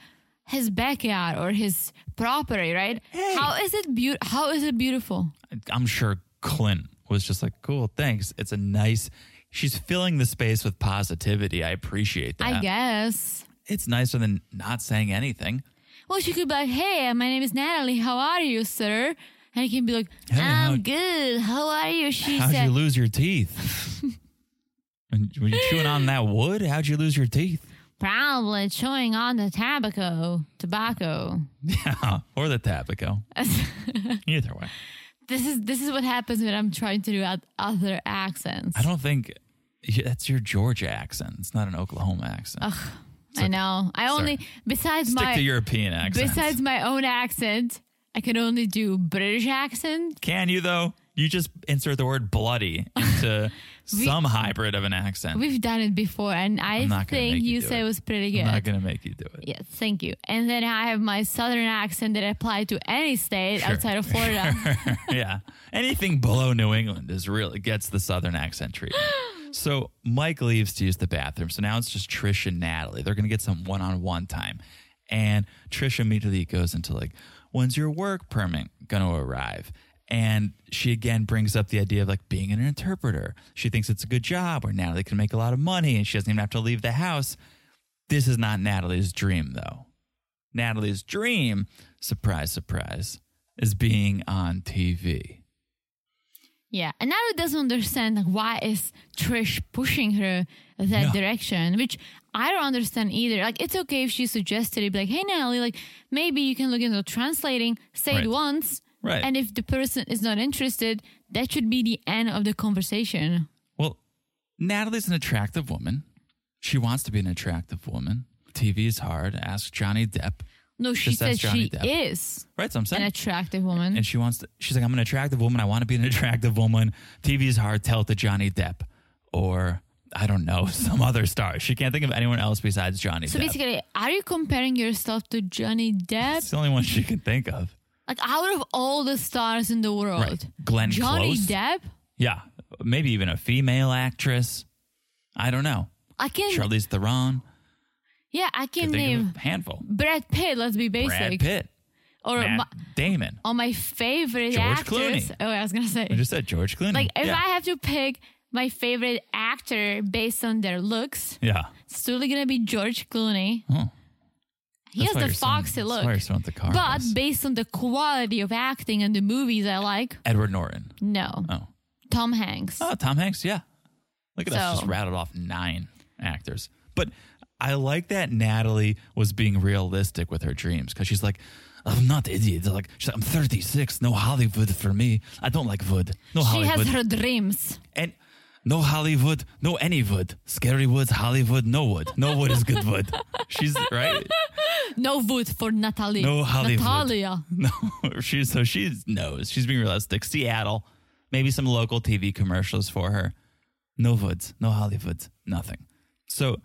Speaker 2: his backyard or his property, right? How is it beaut? How is it beautiful?
Speaker 1: I'm sure Clint was just like, cool, thanks. It's a nice, she's filling the space with positivity. I appreciate that.
Speaker 2: I guess.
Speaker 1: It's nicer than not saying anything.
Speaker 2: Well, she could be like, "Hey, my name is Natalie. How are you, sir?" And he can be like,
Speaker 1: Hey,
Speaker 2: "I'm
Speaker 1: how-
Speaker 2: good. How are you?" She
Speaker 1: How'd
Speaker 2: said,
Speaker 1: you lose your teeth? When- Were you chewing on that wood? How'd you lose your teeth?
Speaker 2: "Probably chewing on the tobacco, tobacco."
Speaker 1: Yeah, or the tobacco. Either way.
Speaker 2: This is this is what happens when I'm trying to do oth- other accents.
Speaker 1: I don't think that's your Georgia accent. It's not an Oklahoma accent.
Speaker 2: I know. I only besides
Speaker 1: Stick
Speaker 2: my
Speaker 1: to European accents.
Speaker 2: besides my own accent, I can only do British accent.
Speaker 1: Can you, though? You just insert the word bloody into some hybrid of an accent.
Speaker 2: We've done it before, and I
Speaker 1: I'm not gonna
Speaker 2: think
Speaker 1: make you
Speaker 2: you
Speaker 1: do
Speaker 2: say
Speaker 1: it.
Speaker 2: it was pretty
Speaker 1: I'm not
Speaker 2: good.
Speaker 1: going to make you do it.
Speaker 2: Yes, thank you. And then I have my southern accent that apply to any state outside of Florida.
Speaker 1: yeah. Anything below New England is really gets the Southern accent treatment. So Mike leaves to use the bathroom. So now it's just Trish and Natalie. They're going to get some one on one time. And Trish immediately goes into like, when's your work permit going to arrive? And she again brings up the idea of like being an interpreter. She thinks it's a good job where Natalie can make a lot of money and she doesn't even have to leave the house. This is not Natalie's dream though. Natalie's dream, surprise, surprise, is being on TV.
Speaker 2: Yeah, and Natalie doesn't understand like, why is Trish pushing her that
Speaker 1: Yeah.
Speaker 2: direction, which I don't understand either. Like, it's okay if she suggested it, be like, "Hey, Natalie, like maybe you can look into translating. Say
Speaker 1: Right.
Speaker 2: it once,
Speaker 1: Right.
Speaker 2: And if the person is not interested, that should be the end of the conversation.
Speaker 1: Well, Natalie's an attractive woman. She wants to be an attractive woman. TV is hard. Ask Johnny Depp.
Speaker 2: No, she
Speaker 1: Just ask
Speaker 2: says
Speaker 1: Johnny
Speaker 2: she
Speaker 1: Depp.
Speaker 2: is
Speaker 1: Right, so I'm
Speaker 2: an
Speaker 1: saying.
Speaker 2: attractive woman.
Speaker 1: and she wants to, she's like, I'm an attractive woman. I want to be an attractive woman. TV is hard. Tell it to Johnny Depp or I don't know, some other star. She can't think of anyone else besides Johnny
Speaker 2: So
Speaker 1: Depp.
Speaker 2: basically, are you comparing yourself to Johnny
Speaker 1: it's
Speaker 2: Depp?
Speaker 1: the only one she can think of.
Speaker 2: Like out of all the stars in the world,
Speaker 1: Right. Glenn
Speaker 2: Johnny
Speaker 1: Close.
Speaker 2: Depp.
Speaker 1: Yeah. Maybe even a female actress. I don't know.
Speaker 2: I can
Speaker 1: Charlize Theron.
Speaker 2: yeah, I can
Speaker 1: Could think
Speaker 2: name
Speaker 1: of a handful.
Speaker 2: Brad Pitt. Let's be basic.
Speaker 1: Brad Pitt,
Speaker 2: Or
Speaker 1: Matt
Speaker 2: my,
Speaker 1: Damon.
Speaker 2: or my favorite
Speaker 1: George
Speaker 2: actress.
Speaker 1: Clooney.
Speaker 2: Oh, I was gonna say
Speaker 1: I just said George Clooney.
Speaker 2: like if
Speaker 1: yeah.
Speaker 2: I have to pick my favorite actor based on their looks,
Speaker 1: yeah.
Speaker 2: it's totally gonna be George Clooney.
Speaker 1: Oh,
Speaker 2: He
Speaker 1: that's
Speaker 2: has
Speaker 1: why
Speaker 2: the
Speaker 1: you're selling-
Speaker 2: foxy
Speaker 1: That's why you're
Speaker 2: look.
Speaker 1: selling the car.
Speaker 2: But
Speaker 1: was.
Speaker 2: based on the quality of acting and the movies I like,
Speaker 1: Edward Norton.
Speaker 2: no.
Speaker 1: Oh,
Speaker 2: Tom Hanks.
Speaker 1: oh, Tom Hanks. Yeah, look at us
Speaker 2: So-
Speaker 1: just rattled off nine actors. But I like that Natalie was being realistic with her dreams because she's like. I'm not idiot. Like she's like, I'm 36. No Hollywood for me. I don't like wood. No
Speaker 2: she
Speaker 1: Hollywood.
Speaker 2: has her dreams.
Speaker 1: And no Hollywood, no any wood. Scary woods, Hollywood, no wood. No wood is good wood. She's right.
Speaker 2: No wood for Natalie.
Speaker 1: No Hollywood.
Speaker 2: Natalia.
Speaker 1: No, she's so she knows. She's being realistic. Seattle, maybe some local TV commercials for her. No woods, no Hollywoods, nothing. So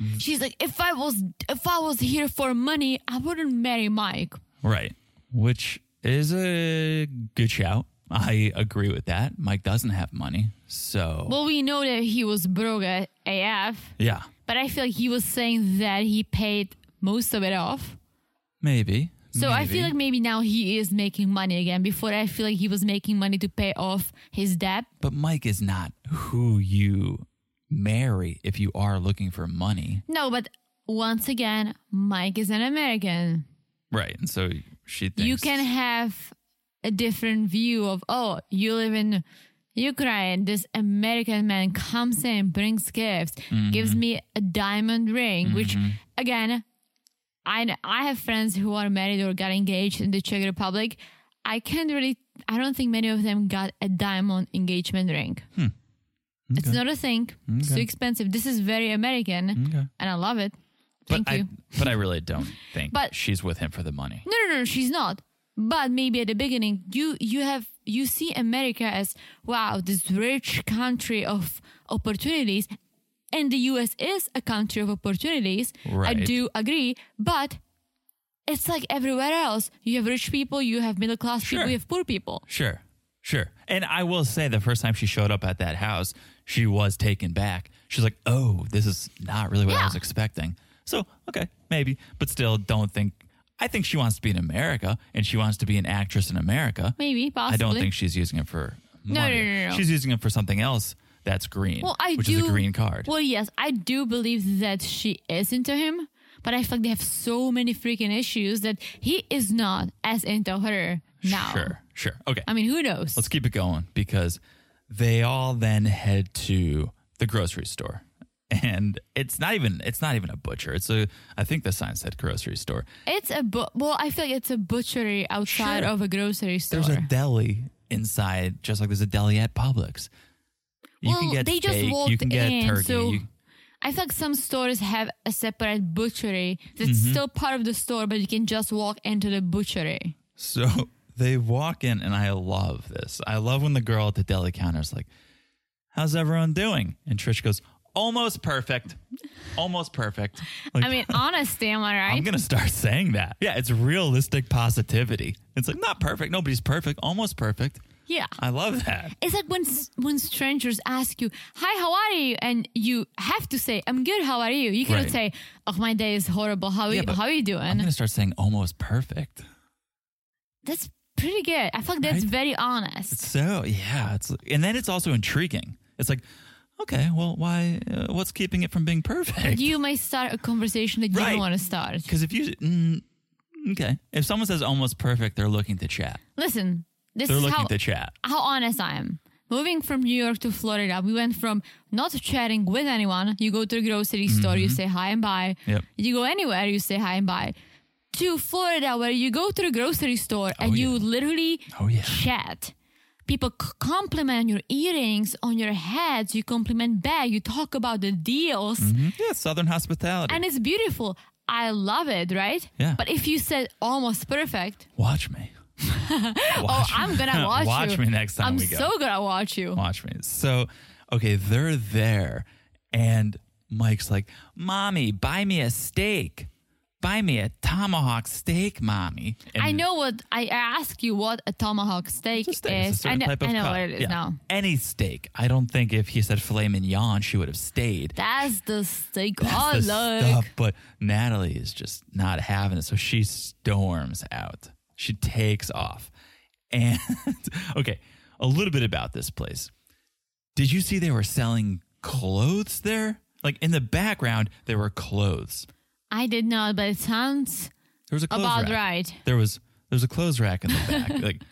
Speaker 1: Mm.
Speaker 2: She's like, if I was if I was here for money, I wouldn't marry Mike.
Speaker 1: right, which is a good shout. I agree with that. Mike doesn't have money, so
Speaker 2: Well, we know that he was broke at AF,
Speaker 1: yeah,
Speaker 2: but I feel like he was saying that he paid most of it off.
Speaker 1: maybe.
Speaker 2: So I
Speaker 1: maybe.
Speaker 2: feel like maybe now he is making money again. Before I feel like he was making money to pay off his debt.
Speaker 1: But Mike is not who you marry if you are looking for money.
Speaker 2: No, but once again, Mike is an American.
Speaker 1: Right. And so she thinks
Speaker 2: You can have a different view of, oh, you live in Ukraine. This American man comes in, brings gifts,
Speaker 1: Mm-hmm.
Speaker 2: gives me a diamond ring, which, again, I, I have friends who are married or got engaged in the Czech Republic. I can't really, I don't think many of them got a diamond engagement ring.
Speaker 1: Hmm.
Speaker 2: It's not a thing. It's too expensive. This is very American, and I love it.
Speaker 1: but
Speaker 2: Thank
Speaker 1: I
Speaker 2: you.
Speaker 1: but I really don't think
Speaker 2: But-
Speaker 1: she's with him for the money.
Speaker 2: No, no, no, she's not. But maybe at the beginning, you you have you see America as wow, this rich country of opportunities, and the U.S. is a country of opportunities. I
Speaker 1: Right.
Speaker 2: do agree, but it's like everywhere else. You have rich people, you have middle class
Speaker 1: Sure.
Speaker 2: people, you have poor people.
Speaker 1: Sure. Sure. And I will say the first time she showed up at that house, she was taken back. She's like, "Oh, this is not really what I
Speaker 2: Yeah.
Speaker 1: was expecting." So, okay, maybe, but still don't think I think she wants to be in America and she wants to be an actress in America.
Speaker 2: Maybe
Speaker 1: I
Speaker 2: possibly.
Speaker 1: don't think she's using it for
Speaker 2: No,
Speaker 1: money.
Speaker 2: no, no, no, no.
Speaker 1: She's using it for something else that's green,
Speaker 2: Well, I
Speaker 1: which
Speaker 2: do.
Speaker 1: is a green card.
Speaker 2: Well, yes, I do believe that she is into him, but I feel like they have so many freaking issues that he is not as into her now.
Speaker 1: Sure, sure. Okay.
Speaker 2: I mean, who knows?
Speaker 1: Let's keep it going because they all then head to the grocery store. And it's not even it's not even a butcher. It's a I think the sign said grocery store.
Speaker 2: It's a bu- well, I feel like it's a butchery outside
Speaker 1: Sure.
Speaker 2: of a grocery store.
Speaker 1: There's a deli inside, just like there's a deli at Publix. You
Speaker 2: well,
Speaker 1: can get
Speaker 2: they just
Speaker 1: steak,
Speaker 2: walked
Speaker 1: you can get
Speaker 2: in,
Speaker 1: turkey.
Speaker 2: so
Speaker 1: you-
Speaker 2: I feel like some stores have a separate butchery that's
Speaker 1: Mm-hmm.
Speaker 2: still part of the store, but you can just walk into the butchery.
Speaker 1: So they walk in, and I love this. I love when the girl at the deli counter is like, How's everyone doing? And Trish goes, Almost perfect. Almost perfect. Like,
Speaker 2: I mean, honestly, am I right?
Speaker 1: I'm going to start saying that. Yeah, it's realistic positivity. It's like, not perfect. Nobody's perfect. Almost perfect.
Speaker 2: yeah.
Speaker 1: I love that.
Speaker 2: It's like when s- when strangers ask you, "Hi, how are you?" and you have to say, "I'm good. How are you?" You cannot
Speaker 1: Right.
Speaker 2: say, "Oh, my day is horrible. How are
Speaker 1: Yeah,
Speaker 2: you,
Speaker 1: but
Speaker 2: how are you
Speaker 1: I'm
Speaker 2: doing?"
Speaker 1: going to start saying almost perfect.
Speaker 2: That's pretty good. I feel like that's
Speaker 1: Right?
Speaker 2: very honest.
Speaker 1: So, yeah. it's And then it's also intriguing. It's like, okay, well, why? Uh, what's keeping it from being perfect?
Speaker 2: you may start a conversation that you
Speaker 1: Right.
Speaker 2: don't want to start.
Speaker 1: Because if you, mm, okay, if someone says almost perfect, they're looking to chat.
Speaker 2: Listen, this
Speaker 1: They're
Speaker 2: is
Speaker 1: looking
Speaker 2: how
Speaker 1: to chat.
Speaker 2: how honest I am. Moving from New York to Florida, we went from not chatting with anyone. You go to a grocery store, you say hi and bye.
Speaker 1: Mm-hmm. Yep.
Speaker 2: You go anywhere, you say hi and bye. To Florida, where you go to the grocery store and you literally
Speaker 1: Oh, yeah.
Speaker 2: chat. People c- compliment your earrings on your heads. You compliment back. You talk about the deals,
Speaker 1: Mm-hmm. Yeah, Southern hospitality.
Speaker 2: and it's beautiful. I love it, right?
Speaker 1: Yeah.
Speaker 2: But if you said almost perfect,
Speaker 1: watch me.
Speaker 2: oh,
Speaker 1: Watch me.
Speaker 2: I'm gonna watch,
Speaker 1: watch
Speaker 2: you.
Speaker 1: me next time
Speaker 2: I'm
Speaker 1: we go.
Speaker 2: so gonna watch you.
Speaker 1: watch me. So, okay, they're there, and Mike's like, "Mommy, buy me a steak. Buy me a tomahawk steak, mommy." And
Speaker 2: I know what I ask you what a tomahawk steak,
Speaker 1: it's a steak. It's a
Speaker 2: is. I
Speaker 1: certain
Speaker 2: know,
Speaker 1: type of
Speaker 2: I know
Speaker 1: cut.
Speaker 2: what it is
Speaker 1: Yeah.
Speaker 2: now.
Speaker 1: Any steak. I don't think if he said filet mignon, she would have stayed.
Speaker 2: That's the steak Oh, I
Speaker 1: That's the
Speaker 2: like.
Speaker 1: stuff, but Natalie is just not having it. So she storms out. She takes off. And okay, a little bit about this place. Did you see they were selling clothes there? Like in the background, there were clothes.
Speaker 2: I did not, but it sounds
Speaker 1: There was a clothes
Speaker 2: about
Speaker 1: rack.
Speaker 2: right.
Speaker 1: There was there was a clothes rack in the back. like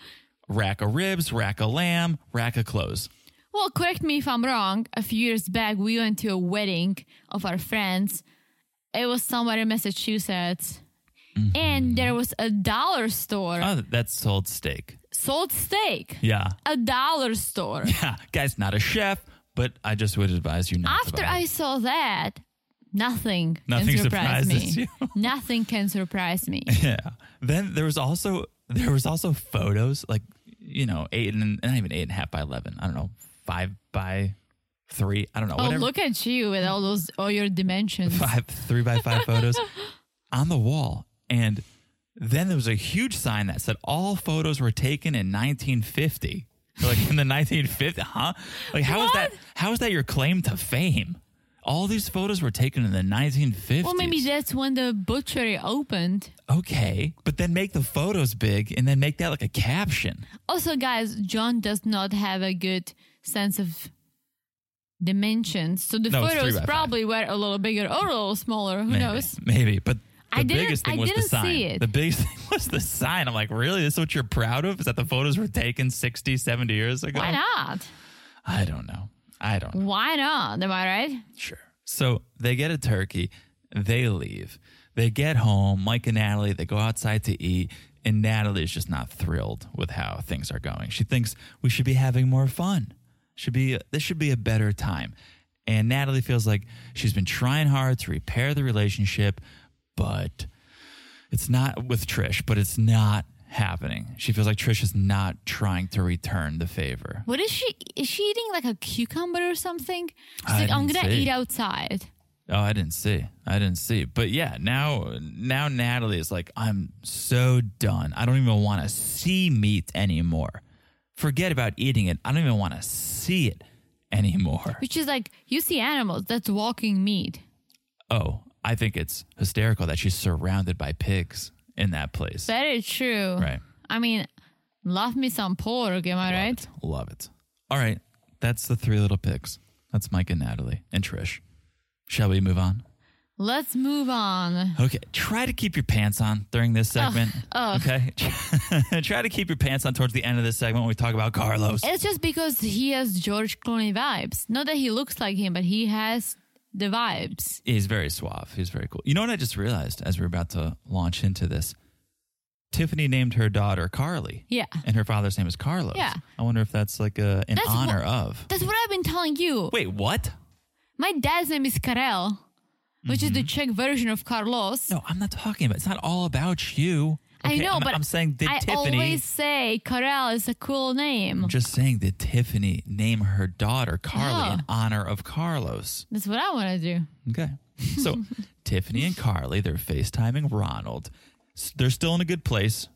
Speaker 1: rack of ribs, rack of lamb, rack of clothes.
Speaker 2: Well, correct me if I'm wrong. A few years back, we went to a wedding of our friends. It was somewhere in Massachusetts.
Speaker 1: Mm-hmm.
Speaker 2: And there was a dollar store
Speaker 1: Oh, that sold steak.
Speaker 2: sold steak.
Speaker 1: Yeah.
Speaker 2: A dollar store.
Speaker 1: Yeah. Guys, not a chef, but I just would advise you not to
Speaker 2: After
Speaker 1: buy it.
Speaker 2: I saw that, nothing,
Speaker 1: Nothing
Speaker 2: can surprise
Speaker 1: surprises
Speaker 2: me.
Speaker 1: you.
Speaker 2: nothing can surprise me.
Speaker 1: Yeah. Then there was also there was also photos like you know eight and not even eight and a half by eleven. I don't know five by three. I don't know
Speaker 2: Oh,
Speaker 1: whatever.
Speaker 2: look at you with all those all your dimensions.
Speaker 1: Five three by five photos on the wall, and then there was a huge sign that said all photos were taken in 1950. Like in the 1950s, huh? Like how is that? How is that your claim to fame? All these photos were taken in the 1950s.
Speaker 2: Well, maybe that's when the butchery opened.
Speaker 1: okay, but then make the photos big and then make that like a caption.
Speaker 2: Also, guys, John does not have a good sense of dimensions. So the
Speaker 1: No, it's three
Speaker 2: photos
Speaker 1: by five.
Speaker 2: probably were a little bigger or a little smaller. Who
Speaker 1: Maybe,
Speaker 2: knows?
Speaker 1: Maybe, but the
Speaker 2: I didn't-
Speaker 1: biggest
Speaker 2: I
Speaker 1: thing was the
Speaker 2: didn't see
Speaker 1: sign.
Speaker 2: it.
Speaker 1: The biggest thing was the sign. I'm like, really? This is what you're proud of? Is that the photos were taken 60, 70 years ago?
Speaker 2: Why not?
Speaker 1: I don't know. I don't know.
Speaker 2: Why not? Am I right?
Speaker 1: Sure. So they get a turkey, they leave, they get home. Mike and Natalie, they go outside to eat, and Natalie is just not thrilled with how things are going. She thinks we should be having more fun. Should be this should be a better time. And Natalie feels like she's been trying hard to repair the relationship, but it's not with Trish, but it's not happening. She feels like Trish is not trying to return the favor.
Speaker 2: What is she? Is she eating like a cucumber or something? She's
Speaker 1: I
Speaker 2: like, I'm
Speaker 1: didn't
Speaker 2: gonna
Speaker 1: see.
Speaker 2: eat outside.
Speaker 1: Oh, I didn't see. I didn't see. But yeah, now now Natalie is like, I'm so done. I don't even want to see meat anymore. Forget about eating it. I don't even want to see it anymore.
Speaker 2: Which is like, you see animals, that's walking meat.
Speaker 1: Oh, I think it's hysterical that she's surrounded by pigs in that place.
Speaker 2: That is true.
Speaker 1: Right.
Speaker 2: I mean, love me some pork, am I
Speaker 1: Love
Speaker 2: right?
Speaker 1: it. Love it. All right. That's the three little pigs. That's Mike and Natalie and Trish. Shall we move on?
Speaker 2: Let's move on.
Speaker 1: Okay. Try to keep your pants on during this segment.
Speaker 2: ugh.
Speaker 1: Okay. Try to keep your pants on towards the end of this segment when we talk about Carlos.
Speaker 2: It's just because he has George Clooney vibes. Not that he looks like him, but he has the vibes.
Speaker 1: He's very suave. He's very cool. You know what I just realized as we are about to launch into this? Tiffany named her daughter Carly.
Speaker 2: Yeah.
Speaker 1: And her father's name is Carlos.
Speaker 2: Yeah.
Speaker 1: I wonder if that's like a, in
Speaker 2: That's wha-
Speaker 1: honor of.
Speaker 2: That's what I've been telling you.
Speaker 1: Wait, what?
Speaker 2: My dad's name is Karel, which
Speaker 1: Mm-hmm.
Speaker 2: is the Czech version of Carlos.
Speaker 1: No, I'm not talking about. It's not all about you.
Speaker 2: I
Speaker 1: Okay,
Speaker 2: know,
Speaker 1: I'm,
Speaker 2: but
Speaker 1: I'm saying did
Speaker 2: I
Speaker 1: Tiffany.
Speaker 2: always say Karel is a cool name.
Speaker 1: I'm just saying did Tiffany name her daughter Carly
Speaker 2: Yeah.
Speaker 1: in honor of Carlos?
Speaker 2: That's what I want to do.
Speaker 1: Okay. So Tiffany and Carly, they're FaceTiming Ronald. S- They're still in a good place.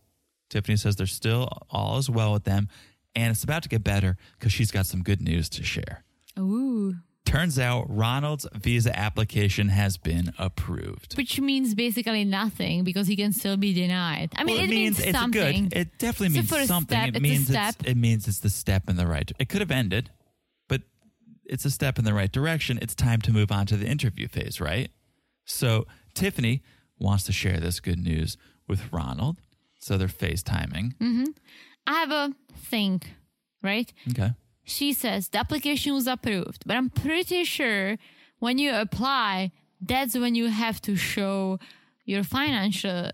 Speaker 1: Tiffany says they're still all is well with them. And it's about to get better because she's got some good news to share.
Speaker 2: Ooh.
Speaker 1: Turns out Ronald's visa application has been approved.
Speaker 2: Which means basically nothing because he can still be denied. I mean,
Speaker 1: Well,
Speaker 2: it, means,
Speaker 1: it's
Speaker 2: something.
Speaker 1: good. It definitely
Speaker 2: It's a
Speaker 1: means
Speaker 2: first
Speaker 1: something. It
Speaker 2: step. It's a
Speaker 1: means
Speaker 2: step.
Speaker 1: It's, it means it's the step in the right. It could have ended, but it's a step in the right direction. It's time to move on to the interview phase, right? So Tiffany wants to share this good news with Ronald. So they're FaceTiming.
Speaker 2: Mm. I have a thing, right?
Speaker 1: Okay.
Speaker 2: She says the application was approved, but I'm pretty sure when you apply, that's when you have to show your financial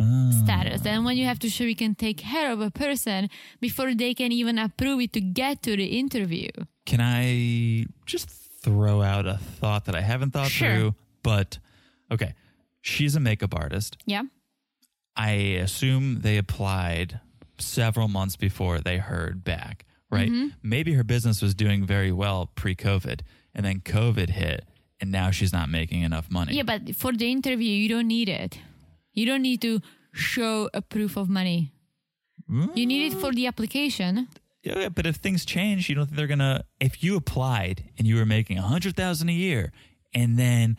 Speaker 1: Uh,
Speaker 2: status and when you have to show you can take care of a person before they can even approve it to get to the interview.
Speaker 1: Can I just throw out a thought that I haven't thought
Speaker 2: Sure.
Speaker 1: through? But okay. She's a makeup artist.
Speaker 2: Yeah.
Speaker 1: I assume they applied several months before they heard back, right?
Speaker 2: Mm-hmm.
Speaker 1: Maybe her business was doing very well pre COVID and then COVID hit and now she's not making enough money.
Speaker 2: Yeah, but for the interview, you don't need it. You don't need to show a proof of money. You need it for the application.
Speaker 1: Hmm? Yeah, yeah, but if things change, you don't think they're gonna. If you applied and you were making a hundred thousand a year, and then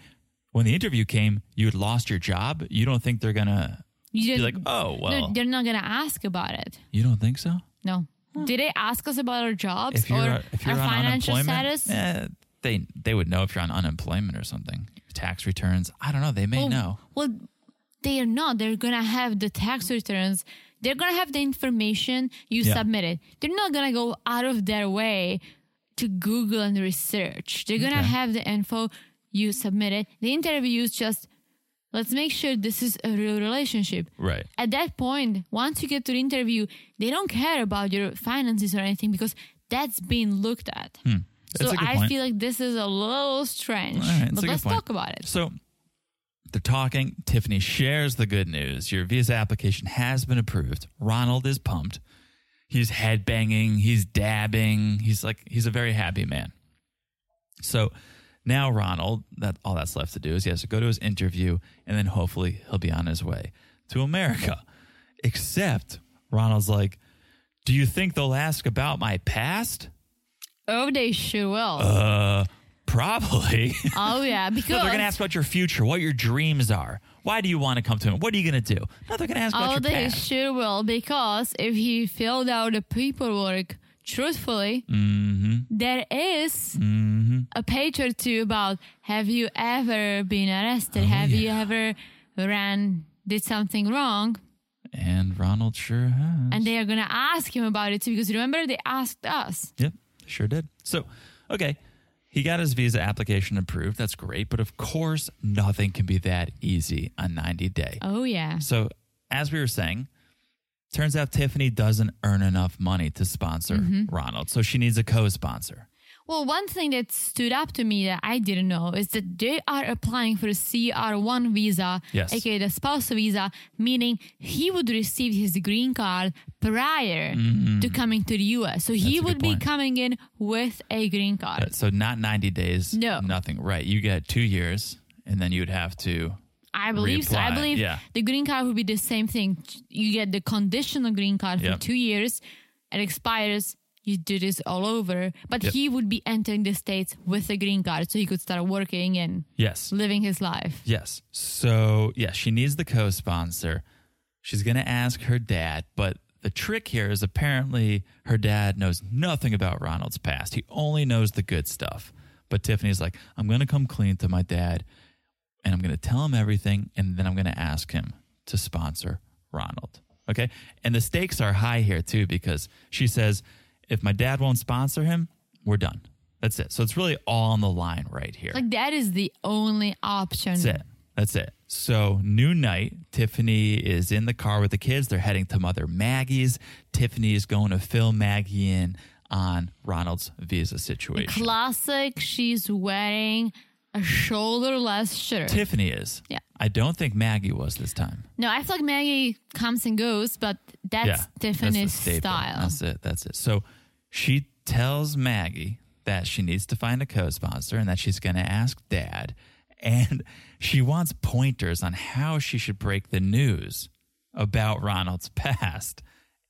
Speaker 1: when the interview came, you had lost your job, you don't think they're gonna
Speaker 2: You
Speaker 1: be
Speaker 2: don't,
Speaker 1: like, "Oh
Speaker 2: no,
Speaker 1: well."
Speaker 2: they're not gonna ask about it.
Speaker 1: You don't think so?
Speaker 2: No. Did they ask us about our jobs
Speaker 1: If you're
Speaker 2: or
Speaker 1: if you're
Speaker 2: our
Speaker 1: on
Speaker 2: financial
Speaker 1: unemployment,
Speaker 2: status?
Speaker 1: eh, they they would know if you're on unemployment or something, tax returns. I don't know. They may
Speaker 2: Well,
Speaker 1: know.
Speaker 2: Oh, Well, they are not. They're gonna have the tax returns. They're gonna have the information you
Speaker 1: Yeah.
Speaker 2: submitted. They're not gonna go out of their way to Google and research. They're gonna have the info you submitted. The interview is just let's make sure this is a real relationship.
Speaker 1: Right.
Speaker 2: At that point, once you get to the interview, they don't care about your finances or anything because that's being looked at.
Speaker 1: Hmm. That's
Speaker 2: So
Speaker 1: a good
Speaker 2: I
Speaker 1: point.
Speaker 2: feel like this is a little strange.
Speaker 1: All right, that's a
Speaker 2: but
Speaker 1: good
Speaker 2: let's
Speaker 1: point.
Speaker 2: talk about it.
Speaker 1: So they're talking. Tiffany shares the good news. Your visa application has been approved. Ronald is pumped. He's headbanging. He's dabbing. He's like he's a very happy man. So now Ronald, that all that's left to do is he has to go to his interview and then hopefully he'll be on his way to America. Except Ronald's like, "Do you think they'll ask about my past?"
Speaker 2: Oh, they sure will.
Speaker 1: Probably.
Speaker 2: oh yeah, because
Speaker 1: No, Uh. they're going to ask about your future, what your dreams are. Why do you want to come to him? What are you going to do? No, they're going to ask about
Speaker 2: oh
Speaker 1: your
Speaker 2: they
Speaker 1: past.
Speaker 2: sure will because if he filled out the paperwork truthfully,
Speaker 1: Mm-hmm.
Speaker 2: there is
Speaker 1: Mm-hmm.
Speaker 2: a page or two about have you ever been arrested?
Speaker 1: Oh,
Speaker 2: have you
Speaker 1: yeah.
Speaker 2: ever ran, did something wrong?
Speaker 1: And Ronald sure has.
Speaker 2: And they are going to ask him about it too, because remember, they asked us.
Speaker 1: Yep, sure did. So, okay, he got his visa application approved. That's great. But of course, nothing can be that easy on 90 day.
Speaker 2: Oh, yeah.
Speaker 1: So, as we were saying, turns out Tiffany doesn't earn enough money to sponsor Ronald. So, she needs a co sponsor.
Speaker 2: Well, one thing that stood up to me that I didn't know is that they are applying for a CR1 visa,
Speaker 1: Yes.
Speaker 2: aka the spouse visa, meaning he would receive his green card prior to coming to the US. So
Speaker 1: Mm-hmm. That's a
Speaker 2: he
Speaker 1: good
Speaker 2: would be
Speaker 1: point.
Speaker 2: coming in with a green card.
Speaker 1: So, not 90 days,
Speaker 2: No.
Speaker 1: nothing. Right. You get two years, and then you would have to.
Speaker 2: I believe so.
Speaker 1: reapply,
Speaker 2: I believe
Speaker 1: yeah.
Speaker 2: the green card would be the same thing. You get the conditional green card for
Speaker 1: Yep.
Speaker 2: two years, it expires. You do this all over, but
Speaker 1: Yep.
Speaker 2: he would be entering the states with a green card, so he could start working and
Speaker 1: Yes.
Speaker 2: living his life.
Speaker 1: Yes. So, yeah, she needs the co sponsor. She's going to ask her dad, but the trick here is apparently her dad knows nothing about Ronald's past. He only knows the good stuff. But Tiffany's like, I'm going to come clean to my dad and I'm going to tell him everything. And then I'm going to ask him to sponsor Ronald. Okay. And the stakes are high here, too, because she says, if my dad won't sponsor him, we're done. That's it. So it's really all on the line right here.
Speaker 2: Like that is the only option.
Speaker 1: That's it. That's it. So, new night. Tiffany is in the car with the kids. They're heading to Mother Maggie's. Tiffany is going to fill Maggie in on Ronald's visa situation.
Speaker 2: Classic. She's wearing a shoulderless shirt.
Speaker 1: Tiffany is.
Speaker 2: Yeah.
Speaker 1: I don't think Maggie was this time.
Speaker 2: no, I feel like Maggie comes and goes, but that's
Speaker 1: the
Speaker 2: Tiffany's
Speaker 1: staple.
Speaker 2: style.
Speaker 1: That's it. That's it. So, she tells Maggie that she needs to find a co sponsor and that she's going to ask dad. And she wants pointers on how she should break the news about Ronald's past.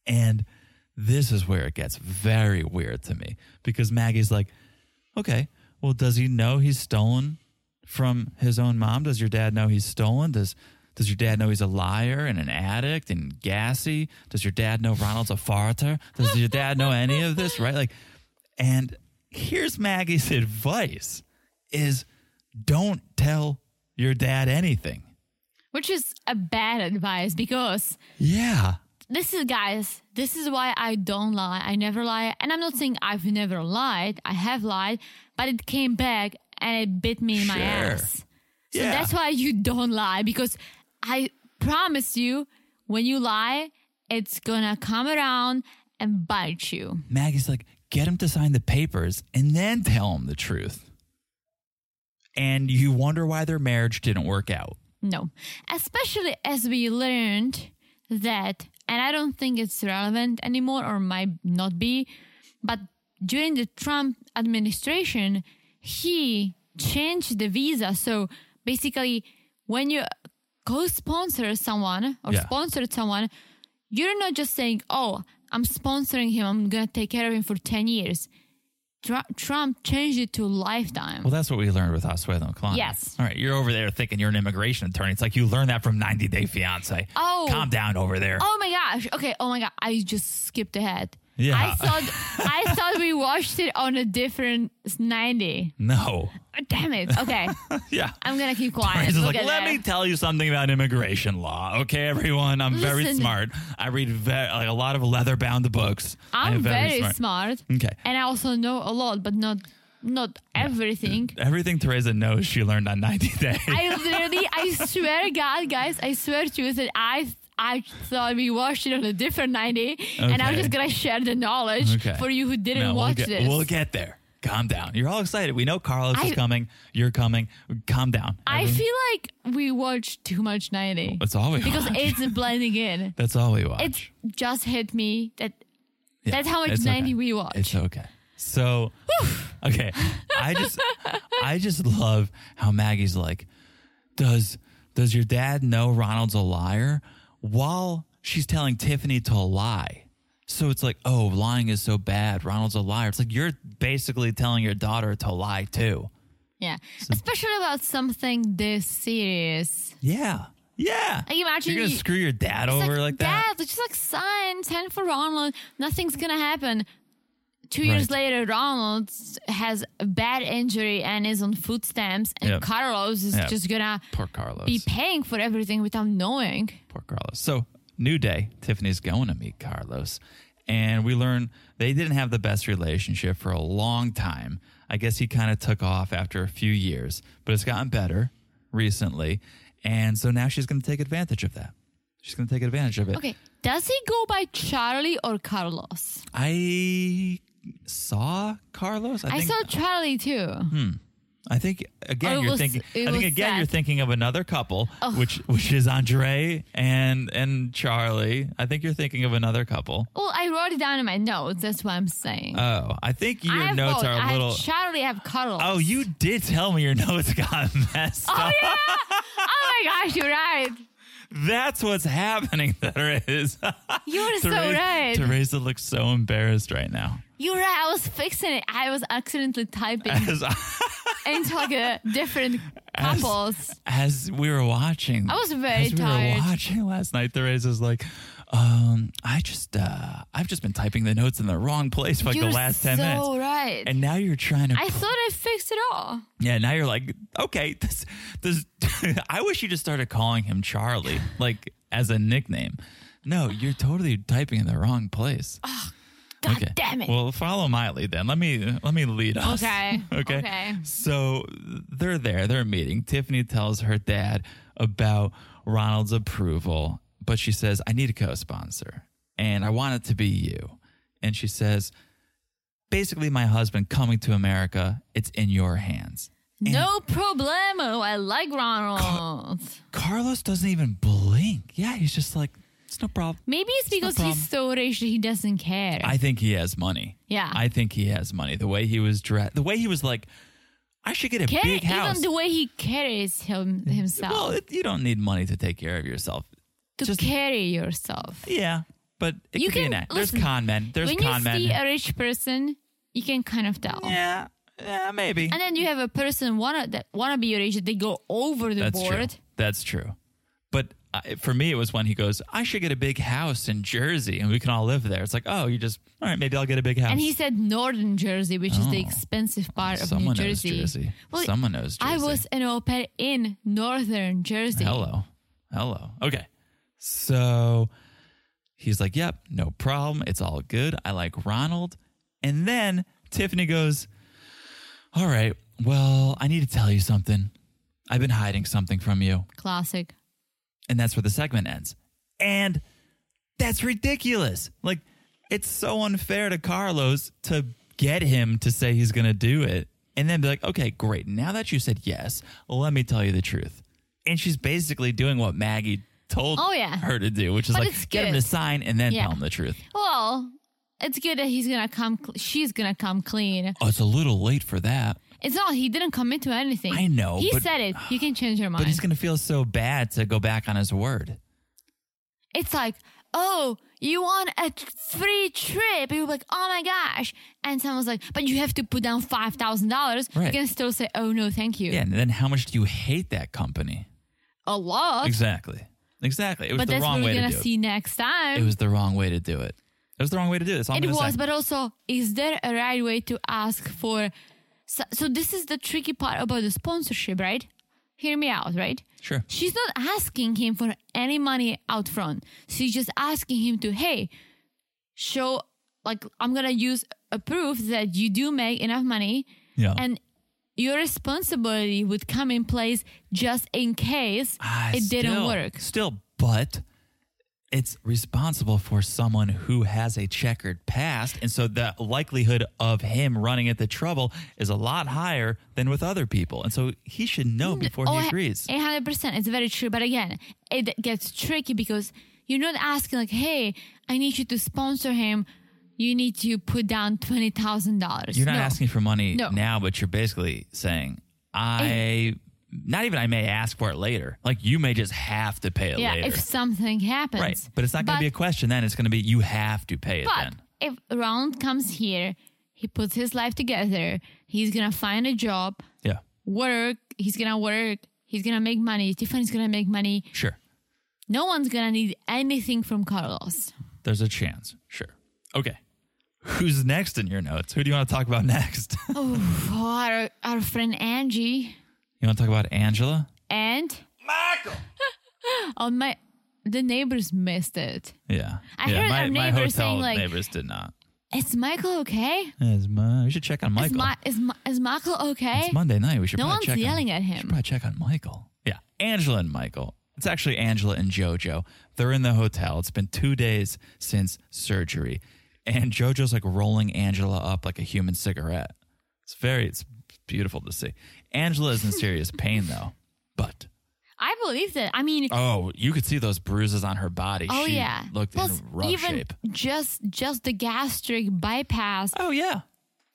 Speaker 1: And this is where it gets very weird to me because Maggie's like, okay, well, does he know he's stolen from his own mom? Does your dad know he's stolen? Does does your dad know he's a liar and an addict and gassy? Does your dad know Ronald's a farter? Does your dad know any of this? Right? Like, and here's Maggie's advice is don't tell your dad anything.
Speaker 2: Which is a bad advice because
Speaker 1: Yeah.
Speaker 2: this is guys this is why i don't lie i never lie and i'm not saying i've never lied i have lied but it came back and it bit me in my
Speaker 1: Sure.
Speaker 2: ass so
Speaker 1: Yeah.
Speaker 2: that's why you don't lie because i promise you when you lie it's gonna come around and bite you
Speaker 1: Maggie's like, get him to sign the papers and then tell him the truth. And you wonder why their marriage didn't work out.
Speaker 2: no especially as we learned that and i don't think it's relevant anymore or might not be but during the Trump administration, he changed the visa. So basically, when you co sponsor someone or
Speaker 1: Yeah.
Speaker 2: sponsored someone, you're not just saying, oh, I'm sponsoring him, I'm going to take care of him for 10 years. Tru- Trump changed it to lifetime.
Speaker 1: Well, that's what we learned with Oswego Klein.
Speaker 2: Yes.
Speaker 1: All right, you're over there thinking you're an immigration attorney. It's like you learned that from 90 Day Fiance.
Speaker 2: Oh.
Speaker 1: Calm down over there.
Speaker 2: Oh my gosh. Okay. Oh my god. I just skipped ahead.
Speaker 1: Yeah.
Speaker 2: I thought I thought we watched it on a different 90.
Speaker 1: No.
Speaker 2: Damn it. Okay.
Speaker 1: Yeah.
Speaker 2: I'm going to keep quiet.
Speaker 1: He's just
Speaker 2: We'll
Speaker 1: like,
Speaker 2: get
Speaker 1: let
Speaker 2: there."
Speaker 1: me tell you something about immigration law. Okay, everyone, I'm very
Speaker 2: Listen.
Speaker 1: smart. I read ve- like a lot of leather bound books. I
Speaker 2: I'm
Speaker 1: am
Speaker 2: very, smart.
Speaker 1: Okay.
Speaker 2: And I also know a lot, but not not everything.
Speaker 1: Everything Teresa knows she learned on 90 Day.
Speaker 2: I literally, I swear to God, guys, I swear to you that I I thought we watched it on a different 90, and I'm
Speaker 1: Okay.
Speaker 2: just gonna share the knowledge for you who didn't
Speaker 1: No,
Speaker 2: watch
Speaker 1: we'll get,
Speaker 2: this.
Speaker 1: We'll get there. Calm down. You're all excited. We know Carlos is
Speaker 2: I-
Speaker 1: coming. You're coming. Calm down.
Speaker 2: I
Speaker 1: Everyone-
Speaker 2: feel like we watched too much 90
Speaker 1: That's all we
Speaker 2: because
Speaker 1: watch.
Speaker 2: it's blending in.
Speaker 1: That's all we watch.
Speaker 2: It just hit me that
Speaker 1: Yeah,
Speaker 2: that's how much
Speaker 1: it's
Speaker 2: 90
Speaker 1: okay.
Speaker 2: we watch.
Speaker 1: It's okay. So okay, I just I just love how Maggie's like, does does your dad know Ronald's a liar? While she's telling Tiffany to lie. So it's like, oh, lying is so bad. Ronald's a liar. It's like you're basically telling your daughter to lie too.
Speaker 2: yeah, especially about something this serious.
Speaker 1: Yeah. Yeah.
Speaker 2: Like, imagine
Speaker 1: you're gonna
Speaker 2: you-
Speaker 1: screw your dad
Speaker 2: It's
Speaker 1: over like, that.
Speaker 2: Dad, it's just like sign, ten for Ronald. Nothing's gonna happen. Two years
Speaker 1: Right.
Speaker 2: later, Ronald has a bad injury and is on food stamps, and
Speaker 1: Yep.
Speaker 2: Carlos is
Speaker 1: Yep.
Speaker 2: just gonna
Speaker 1: Poor Carlos.
Speaker 2: be paying for everything without knowing.
Speaker 1: Poor Carlos. So, new day. Tiffany's going to meet Carlos. And we learn they didn't have the best relationship for a long time. I guess he kind of took off after a few years, but it's gotten better recently. And so now she's going to take advantage of that. She's going to take advantage of it.
Speaker 2: Okay, does he go by Charlie or Carlos?
Speaker 1: I saw Carlos. I,
Speaker 2: I,
Speaker 1: think,
Speaker 2: saw Charlie too.
Speaker 1: I think
Speaker 2: Oh,
Speaker 1: again
Speaker 2: it
Speaker 1: you're
Speaker 2: was-
Speaker 1: thinking.
Speaker 2: it
Speaker 1: I think
Speaker 2: was
Speaker 1: again
Speaker 2: that.
Speaker 1: you're thinking of another couple, which which is Andre and and Charlie. I think you're thinking of another couple.
Speaker 2: Well, I wrote it down in my notes. That's what I'm saying.
Speaker 1: Oh, I think your
Speaker 2: I have
Speaker 1: notes
Speaker 2: both.
Speaker 1: are
Speaker 2: I
Speaker 1: a
Speaker 2: have
Speaker 1: little.
Speaker 2: Charlie. I have Carlos.
Speaker 1: oh, you did tell me your notes got messed
Speaker 2: Oh
Speaker 1: up.
Speaker 2: yeah! oh my gosh, you're right.
Speaker 1: That's what's happening. There is.
Speaker 2: You're so
Speaker 1: Teresa,
Speaker 2: right.
Speaker 1: Teresa looks so embarrassed right now.
Speaker 2: You're right. I was fixing it. I was accidentally typing
Speaker 1: As
Speaker 2: into like a different
Speaker 1: As-
Speaker 2: couples.
Speaker 1: as we were watching,
Speaker 2: I was very
Speaker 1: as we
Speaker 2: tired.
Speaker 1: were watching last night, Theresa's like, um, I just, uh, I've just been typing the notes in the wrong place for like
Speaker 2: you're
Speaker 1: the last ten
Speaker 2: so
Speaker 1: minutes,
Speaker 2: right.
Speaker 1: and now you're trying to,
Speaker 2: I thought I fixed it all.
Speaker 1: yeah, now you're like, okay, this, this, I wish you just started calling him Charlie, like as a nickname. No, you're totally typing in the wrong place.
Speaker 2: God Ah, damn it.
Speaker 1: Well, follow my lead then. Let me let me lead us.
Speaker 2: Okay.
Speaker 1: okay.
Speaker 2: Okay.
Speaker 1: So they're there. They're meeting. Tiffany tells her dad about Ronald's approval, but she says, "I need a co-sponsor, and I want it to be you." And she says, "Basically, my husband coming to America. It's in your hands."
Speaker 2: no problemo. I like Ronald.
Speaker 1: Carlos doesn't even blink. Yeah, he's just like, "It's no problem."
Speaker 2: Maybe it's
Speaker 1: no
Speaker 2: because
Speaker 1: problem.
Speaker 2: he's so rich that he doesn't care.
Speaker 1: I think he has money.
Speaker 2: Yeah.
Speaker 1: I think he has money. The way he was dressed, the way he was like, I should get a
Speaker 2: Care-
Speaker 1: big house.
Speaker 2: Even the way he carries him, himself.
Speaker 1: well, it, you don't need money to take care of yourself.
Speaker 2: to
Speaker 1: just-
Speaker 2: carry yourself.
Speaker 1: Yeah, but it
Speaker 2: You
Speaker 1: could be
Speaker 2: can-
Speaker 1: an act. There's
Speaker 2: listen,
Speaker 1: con men. There's
Speaker 2: when
Speaker 1: con
Speaker 2: you
Speaker 1: men.
Speaker 2: see a rich person, you can kind of tell.
Speaker 1: yeah, yeah, maybe.
Speaker 2: And then you have a person wanna that wanna be your age. They go over the
Speaker 1: That's
Speaker 2: board.
Speaker 1: true. That's true. But I, for me, it was when he goes, I should get a big house in Jersey, and we can all live there. It's like, oh, you just all right. Maybe I'll get a big house.
Speaker 2: And he said Northern Jersey, which is the
Speaker 1: Oh.
Speaker 2: expensive part of
Speaker 1: Someone
Speaker 2: New
Speaker 1: knows
Speaker 2: Jersey.
Speaker 1: Jersey.
Speaker 2: Well,
Speaker 1: Someone knows Jersey.
Speaker 2: I was an au pair in Northern Jersey.
Speaker 1: Hello. Hello. Okay. So he's like, yep, no problem. It's all good. I like Ronald. And then Tiffany goes, all right, well, I need to tell you something. I've been hiding something from you.
Speaker 2: Classic.
Speaker 1: And that's where the segment ends. And that's ridiculous. Like, it's so unfair to Carlos to get him to say he's going to do it and then be like, okay, great. Now that you said yes, let me tell you the truth. And she's basically doing what Maggie told
Speaker 2: Oh, yeah.
Speaker 1: her to do, which is
Speaker 2: But
Speaker 1: like,
Speaker 2: it's
Speaker 1: get him
Speaker 2: good.
Speaker 1: to sign and then
Speaker 2: Yeah.
Speaker 1: tell him the truth.
Speaker 2: Well, it's good that he's gonna come. Cl- she's gonna come clean.
Speaker 1: Oh, it's a little late for that.
Speaker 2: It's not. He didn't commit to anything.
Speaker 1: I know,
Speaker 2: He
Speaker 1: but-
Speaker 2: said it. You can change your mind.
Speaker 1: But he's going to feel so bad to go back on his word.
Speaker 2: it's like, oh, you want a t- free trip? You're like, oh my gosh. And someone's like, but you have to put down five thousand dollars. You
Speaker 1: Right.
Speaker 2: can still say, oh no, thank you.
Speaker 1: Yeah. And then how much do you hate that company?
Speaker 2: A lot.
Speaker 1: Exactly. Exactly. It was
Speaker 2: Oh, But
Speaker 1: the
Speaker 2: that's what
Speaker 1: wrong
Speaker 2: we're
Speaker 1: way to
Speaker 2: gonna
Speaker 1: do it.
Speaker 2: see next time.
Speaker 1: It was the wrong way to do it. It was the wrong way to do it. That's all I'm
Speaker 2: It
Speaker 1: gonna
Speaker 2: was,
Speaker 1: say.
Speaker 2: but also, is there a right way to ask for? So, so this is the tricky part about the sponsorship, right? Hear me out, right?
Speaker 1: sure.
Speaker 2: She's not asking him for any money out front. She's just asking him to, hey, show like I'm gonna use a proof that you do make enough money,
Speaker 1: Yeah.
Speaker 2: and your responsibility would come in place just in case
Speaker 1: Ah,
Speaker 2: it didn't
Speaker 1: still-
Speaker 2: work.
Speaker 1: Still, but it's responsible for someone who has a checkered past, and so the likelihood of him running into trouble is a lot higher than with other people, and so he should know before
Speaker 2: oh,
Speaker 1: he agrees.
Speaker 2: Eight hundred percent. It's very true. But again, it gets tricky because you're not asking like, "Hey, I need you to sponsor him. You need to put down twenty thousand dollars."
Speaker 1: You're not asking for money
Speaker 2: No. Eh.
Speaker 1: now, but you're basically saying, I. Not even I may ask for it later. Like you may just have to pay it
Speaker 2: Yeah,
Speaker 1: later.
Speaker 2: if something happens,
Speaker 1: Right. But it's not going to be a question then. It's going to be you have to pay it
Speaker 2: But
Speaker 1: then.
Speaker 2: if Ronald comes here, he puts his life together. He's gonna find a job,
Speaker 1: Yeah.
Speaker 2: work. He's gonna work. He's gonna make money. Tiffany's gonna make money.
Speaker 1: Sure.
Speaker 2: No one's gonna need anything from Carlos.
Speaker 1: There's a chance. Sure. Okay. Who's next in your notes? Who do you want to talk about next?
Speaker 2: Oh, our, our friend Angie
Speaker 1: you want to talk about Angela?
Speaker 2: and
Speaker 3: Michael.
Speaker 2: oh my, the neighbors missed it.
Speaker 1: Yeah.
Speaker 2: I
Speaker 1: yeah,
Speaker 2: heard
Speaker 1: my,
Speaker 2: our
Speaker 1: my hotel
Speaker 2: neighbors saying, like-
Speaker 1: neighbors did not.
Speaker 2: Is Michael okay?
Speaker 1: Is my, we should check on
Speaker 2: Is,
Speaker 1: Michael.
Speaker 2: Ma- is, Ma- is Michael okay?
Speaker 1: It's Monday night. We should
Speaker 2: No
Speaker 1: probably
Speaker 2: one's
Speaker 1: check
Speaker 2: yelling
Speaker 1: on,
Speaker 2: at
Speaker 1: we should
Speaker 2: him.
Speaker 1: probably check on Michael. Yeah. Angela and Michael. It's actually Angela and JoJo. They're in the hotel. It's been two days since surgery. And JoJo's like rolling Angela up like a human cigarette. It's very, it's beautiful to see. Angela is in serious pain though. But,
Speaker 2: I believe that. I mean,
Speaker 1: oh, you could see those bruises on her body.
Speaker 2: oh
Speaker 1: she
Speaker 2: yeah.
Speaker 1: Looked
Speaker 2: Plus,
Speaker 1: in rough
Speaker 2: even
Speaker 1: shape.
Speaker 2: just just the gastric bypass
Speaker 1: Oh, yeah.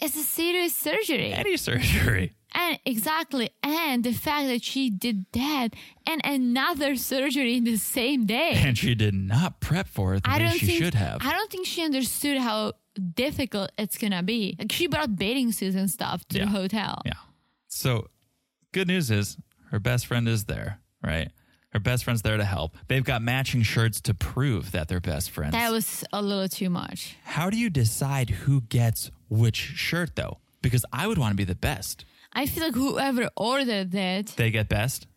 Speaker 2: is a serious surgery.
Speaker 1: Any surgery.
Speaker 2: And exactly, and the fact that she did that and another surgery in the same day.
Speaker 1: And she did not prep for it the
Speaker 2: I
Speaker 1: way
Speaker 2: don't
Speaker 1: she
Speaker 2: think
Speaker 1: should have.
Speaker 2: I don't think she understood how difficult it's gonna be. Like she brought bathing suits and stuff to
Speaker 1: Yeah.
Speaker 2: the hotel.
Speaker 1: Yeah. So, good news is her best friend is there, right? Her best friend's there to help. They've got matching shirts to prove that they're best friends.
Speaker 2: That was a little too much.
Speaker 1: How do you decide who gets which shirt, though? Because I would want to be the best.
Speaker 2: I feel like whoever ordered that.
Speaker 1: They get best.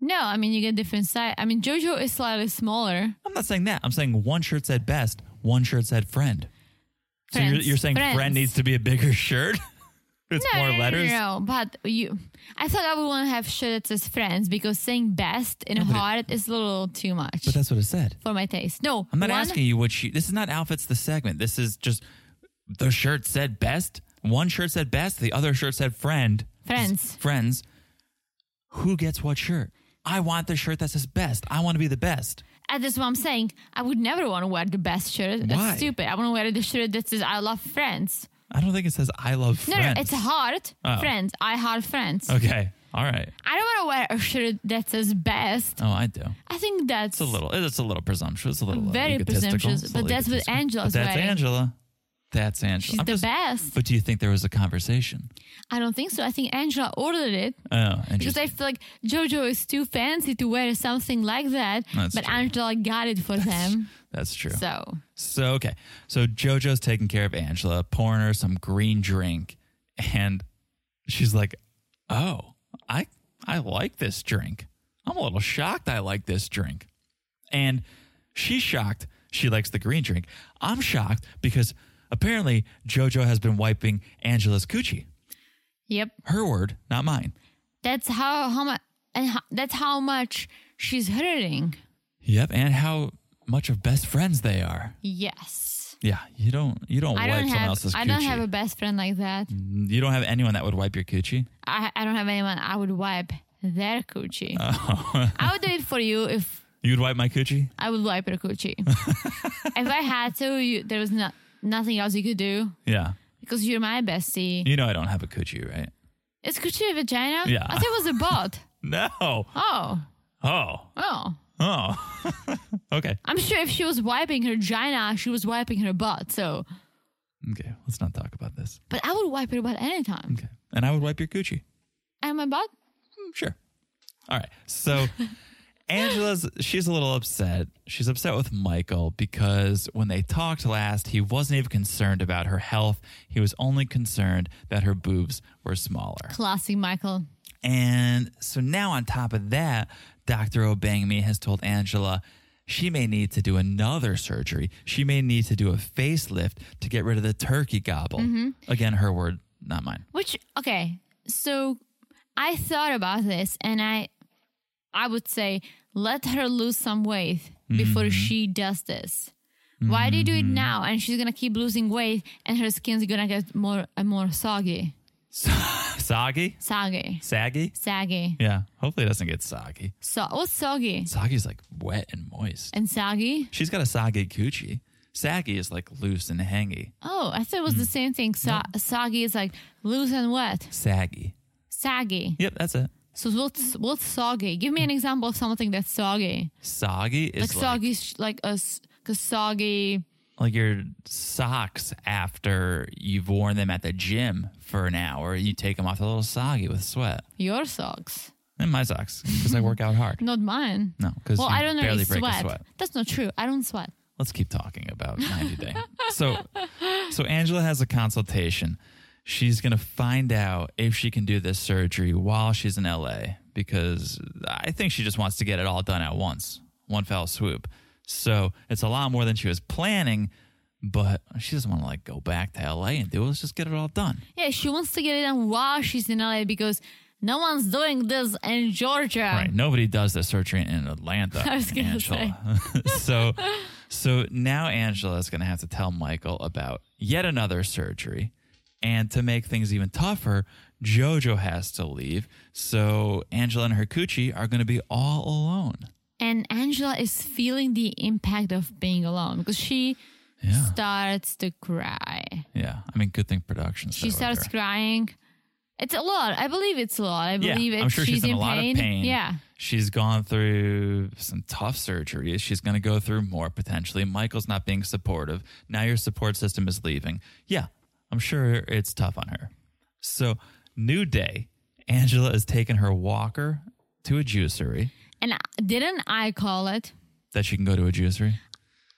Speaker 2: No, I mean you get different size. I mean Jojo is slightly smaller.
Speaker 1: I'm not saying that. I'm saying one shirt said best, one shirt said friend. So you're,
Speaker 2: Friends.
Speaker 1: you're saying friend
Speaker 2: Friends.
Speaker 1: needs to be a bigger shirt? it's
Speaker 2: No,
Speaker 1: more
Speaker 2: no, no,
Speaker 1: letters.
Speaker 2: No, no, but you, I thought I would want to have shirt that says friends because saying best in
Speaker 1: but it-
Speaker 2: heart is a little too much
Speaker 1: But that's what it said.
Speaker 2: for my taste. No,
Speaker 1: I'm not
Speaker 2: one-
Speaker 1: asking you what you. This is not outfits. The segment. This is just the shirt said best. One shirt said best. The other shirt said friend.
Speaker 2: Friends.
Speaker 1: Friends. Who gets what shirt? I want the shirt that says best. I want to be the best.
Speaker 2: Uh, That's what I'm saying. I would never want to wear the best shirt. That's
Speaker 1: Why?
Speaker 2: stupid. I want to wear the shirt that says I love friends.
Speaker 1: I don't think it says I love
Speaker 2: No,
Speaker 1: friends.
Speaker 2: no, it's heart
Speaker 1: Oh.
Speaker 2: friends. I heart friends.
Speaker 1: Okay. All right.
Speaker 2: I don't want to wear a shirt that says best.
Speaker 1: Oh, I do.
Speaker 2: I think that's
Speaker 1: It's a little. It's a little presumptuous. A little. uh,
Speaker 2: Very
Speaker 1: egotistical.
Speaker 2: presumptuous,
Speaker 1: It's a
Speaker 2: but
Speaker 1: little
Speaker 2: that's what
Speaker 1: egotistical.
Speaker 2: Angela's
Speaker 1: But that's
Speaker 2: wearing.
Speaker 1: Angela. That's Angela.
Speaker 2: She's
Speaker 1: I'm
Speaker 2: the
Speaker 1: just-
Speaker 2: best.
Speaker 1: But do you think there was a conversation?
Speaker 2: I don't think so. I think Angela ordered it
Speaker 1: Oh, and
Speaker 2: because
Speaker 1: just-
Speaker 2: I feel like JoJo is too fancy to wear something like that.
Speaker 1: That's
Speaker 2: but
Speaker 1: true.
Speaker 2: Angela got it for them.
Speaker 1: that's true.
Speaker 2: So
Speaker 1: So okay, so JoJo's taking care of Angela, pouring her some green drink, and she's like, "Oh, I I like this drink. I'm a little shocked. I like this drink." And she's shocked. She likes the green drink. I'm shocked because apparently JoJo has been wiping Angela's coochie.
Speaker 2: yep,
Speaker 1: Her word, not mine.
Speaker 2: that's how how much and how, that's how much she's hurting.
Speaker 1: Yep, and how much of best friends they are.
Speaker 2: Yes.
Speaker 1: Yeah, you don't you don't
Speaker 2: I
Speaker 1: wipe
Speaker 2: don't
Speaker 1: someone
Speaker 2: have
Speaker 1: else's coochie. Mm.
Speaker 2: I don't have a best friend like that.
Speaker 1: you don't have anyone that would wipe your coochie.
Speaker 2: I I don't have anyone I would wipe their coochie.
Speaker 1: Oh.
Speaker 2: I would do it for you if
Speaker 1: You'd wipe my coochie?
Speaker 2: I would wipe your coochie. if I had to, you, there was not nothing else you could do
Speaker 1: Yeah.
Speaker 2: because you're my bestie.
Speaker 1: You know I don't have a coochie, right?
Speaker 2: It's coochie a vagina.
Speaker 1: Yeah.
Speaker 2: I thought it was a bot.
Speaker 1: No.
Speaker 2: Oh,
Speaker 1: Oh.
Speaker 2: oh.
Speaker 1: Oh. okay.
Speaker 2: I'm sure if she was wiping her vagina, she was wiping her butt. So,
Speaker 1: Okay. Let's not talk about this.
Speaker 2: but I would wipe her butt anytime.
Speaker 1: Okay. And I would wipe your coochie.
Speaker 2: And my butt.
Speaker 1: Mm, Sure. All right. So Angela's she's a little upset. She's upset with Michael because when they talked last, he wasn't even concerned about her health. He was only concerned that her boobs were smaller.
Speaker 2: Classic Michael.
Speaker 1: And so now, on top of that, Dr. Obangme has told Angela she may need to do another surgery. She may need to do a facelift to get rid of the turkey gobble.
Speaker 2: Mm-hmm.
Speaker 1: Again, her word, not mine.
Speaker 2: Which okay, so I thought about this, and I, I would say let her lose some weight before she does this. Why do you do it now? And she's gonna keep losing weight, and her skin's gonna get more and more soggy,
Speaker 1: Soggy?
Speaker 2: soggy,
Speaker 1: Saggy?
Speaker 2: saggy.
Speaker 1: Yeah. Hopefully, it doesn't get soggy.
Speaker 2: So what's soggy
Speaker 1: Soggy's like wet and moist.
Speaker 2: and soggy?
Speaker 1: She's got a soggy coochie. Saggy is like loose and hangy.
Speaker 2: Oh, I thought it
Speaker 1: Mm.
Speaker 2: was the same thing. So- Soggy is like loose and wet,
Speaker 1: Saggy.
Speaker 2: saggy.
Speaker 1: Yep, that's it.
Speaker 2: So what's what's soggy? Give
Speaker 1: Mm.
Speaker 2: me an example of something that's soggy.
Speaker 1: Soggy is
Speaker 2: Like soggy, sh- like a, s- like a soggy.
Speaker 1: like your socks after you've worn them at the gym for an hour. You take them off, they're a little soggy with sweat.
Speaker 2: Your socks,
Speaker 1: And my socks, because I work out hard.
Speaker 2: not mine.
Speaker 1: No, because
Speaker 2: Well, I don't
Speaker 1: barely
Speaker 2: really
Speaker 1: break a
Speaker 2: sweat.
Speaker 1: sweat.
Speaker 2: That's not true. I don't sweat.
Speaker 1: let's keep talking about 90 Day. so, so Angela has a consultation. She's going to find out if she can do this surgery while she's in LA because I think she just wants to get it all done at once, one fell swoop. So it's a lot more than she was planning, but she doesn't want to like go back to LA and do it. Let's just get it all done.
Speaker 2: Yeah, she wants to get it done while she's in LA because no one's doing this in Georgia.
Speaker 1: Right. Nobody does the surgery in Atlanta.
Speaker 2: Um, I was gonna
Speaker 1: Angela. so so now Angela's gonna have to tell Michael about yet another surgery. And to make things even tougher, Jojo has to leave. So Angela and her coochie are gonna be all alone.
Speaker 2: And Angela is feeling the impact of being alone because she
Speaker 1: Yeah.
Speaker 2: starts to cry.
Speaker 1: Yeah. I mean good thing production's
Speaker 2: She
Speaker 1: there with
Speaker 2: starts
Speaker 1: her.
Speaker 2: crying. It's a lot. I believe it's a lot. I
Speaker 1: Yeah,
Speaker 2: believe it.
Speaker 1: I'm sure she's, in, a lot of pain.
Speaker 2: Yeah.
Speaker 1: She's gone through some tough surgeries. She's going to go through more potentially. Michael's not being supportive. Now your support system is leaving. Yeah, I'm sure it's tough on her. So, new day. Angela is taking her walker to a juicery
Speaker 2: And I- didn't I call it?
Speaker 1: that she can go to a juicery.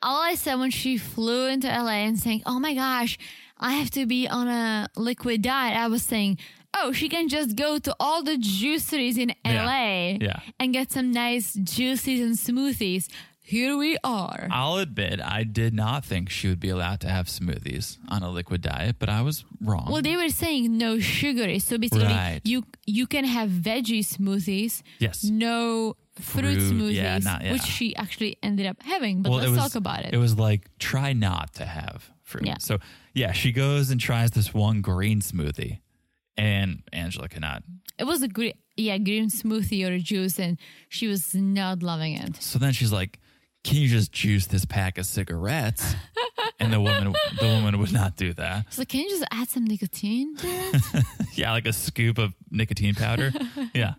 Speaker 2: All I said when she flew into LA and saying, "Oh my gosh, I have to be on a liquid diet," I was saying, "Oh, she can just go to all the juiceries in
Speaker 1: Yeah.
Speaker 2: LA
Speaker 1: Yeah.
Speaker 2: and get some nice juices and smoothies." Here we are.
Speaker 1: I'll admit, I did not think she would be allowed to have smoothies on a liquid diet, but I was wrong.
Speaker 2: Well, they were saying no sugary. So basically,
Speaker 1: Right.
Speaker 2: you you can have veggie smoothies.
Speaker 1: Yes.
Speaker 2: No fruit,
Speaker 1: Fruit,
Speaker 2: smoothies,
Speaker 1: yeah, not- yeah.
Speaker 2: which she actually ended up having. But let's
Speaker 1: was,
Speaker 2: talk about it.
Speaker 1: It was like try not to have fruit.
Speaker 2: Yeah.
Speaker 1: So yeah, she goes and tries this one green smoothie, and Angela cannot.
Speaker 2: It was a green, yeah, green smoothie or a juice, and she was not loving it.
Speaker 1: So then she's like, "Can you just juice this pack of cigarettes?" and the woman, the woman would not do that.
Speaker 2: So can you just add some nicotine? to it?
Speaker 1: yeah, like a scoop of nicotine powder. yeah.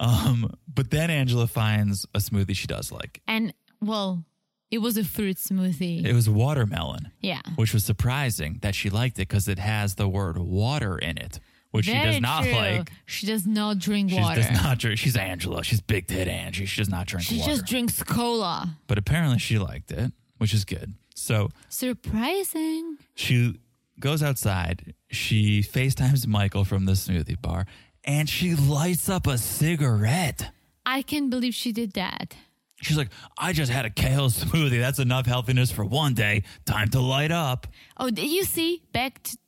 Speaker 1: Um, but then Angela finds a smoothie she does like.
Speaker 2: and well, it was a fruit smoothie.
Speaker 1: It was watermelon,
Speaker 2: yeah,
Speaker 1: which was surprising that she liked it because it has the word water in it, which she
Speaker 2: Very
Speaker 1: does not
Speaker 2: true.
Speaker 1: like.
Speaker 2: She does not drink
Speaker 1: She
Speaker 2: water.
Speaker 1: does not drink. She's Angela. She's big tit Angie. She does not drink
Speaker 2: she
Speaker 1: water.
Speaker 2: just drinks cola.
Speaker 1: but apparently she liked it, which is good. So
Speaker 2: Surprising.
Speaker 1: she goes outside. She FaceTimes Michael from the smoothie bar and she lights up a cigarette.
Speaker 2: I can't believe she did that.
Speaker 1: She's like, I just had a kale smoothie. That's enough healthiness for one day. Time to light up.
Speaker 2: Oh, did you see? Back t-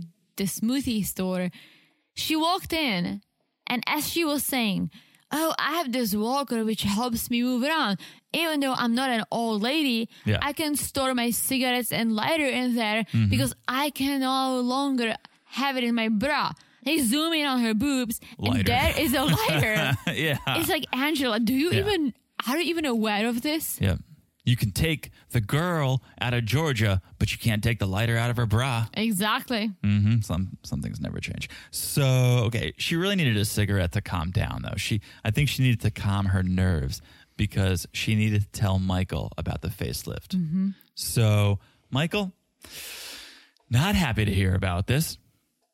Speaker 2: to the smoothie store. She walked in, and as she was saying, Oh, I have this walker which helps me move around. Even though I'm not an old lady,
Speaker 1: Yeah. Mm-hmm.
Speaker 2: I can store my cigarettes and lighter in there because I can no longer have it in my bra. They zoom in on her boobs,
Speaker 1: Lighter.
Speaker 2: and there is a lighter.
Speaker 1: yeah.
Speaker 2: it's like, Angela, do you
Speaker 1: Yeah.
Speaker 2: even, are you even aware of this?
Speaker 1: yeah. You can take the girl out of Georgia, but you can't take the lighter out of her bra.
Speaker 2: Exactly.
Speaker 1: hmm Some some things never change. So okay, she really needed a cigarette to calm down, though. She I think she needed to calm her nerves because she needed to tell Michael about the facelift.
Speaker 2: Mm-hmm.
Speaker 1: So Michael, not happy to hear about this.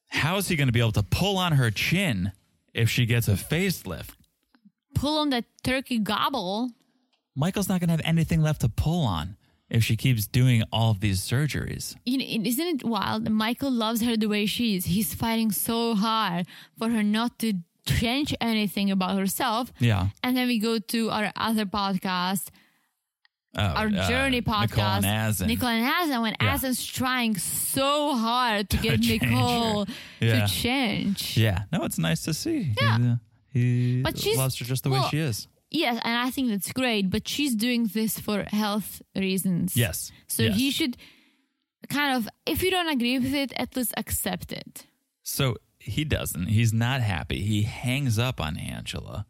Speaker 1: How is he going to be able to pull on her chin if she gets a facelift?
Speaker 2: Pull on that turkey gobble.
Speaker 1: Michael's not going to have anything left to pull on if she keeps doing all of these surgeries.
Speaker 2: you know, isn't it wild? that Michael loves her the way she is. He's fighting so hard for her not to change anything about herself.
Speaker 1: Yeah.
Speaker 2: And then we go to our other podcast,
Speaker 1: Oh,
Speaker 2: our
Speaker 1: uh,
Speaker 2: Journey podcast.
Speaker 1: Nicole and Asin.
Speaker 2: Nicole and Hazen, when
Speaker 1: Yeah.
Speaker 2: Asin's trying so hard to get
Speaker 1: change her.
Speaker 2: Nicole
Speaker 1: Yeah.
Speaker 2: to change.
Speaker 1: Yeah. No, it's nice to see.
Speaker 2: Yeah.
Speaker 1: He, uh, he
Speaker 2: But she's-
Speaker 1: loves her just the way
Speaker 2: well-
Speaker 1: she is.
Speaker 2: Yes, and I think that's great, but she's doing this for health reasons.
Speaker 1: Yes.
Speaker 2: So
Speaker 1: Yes.
Speaker 2: he should kind of, if you don't agree with it, at least accept it.
Speaker 1: So he doesn't. He's not happy. He hangs up on Angela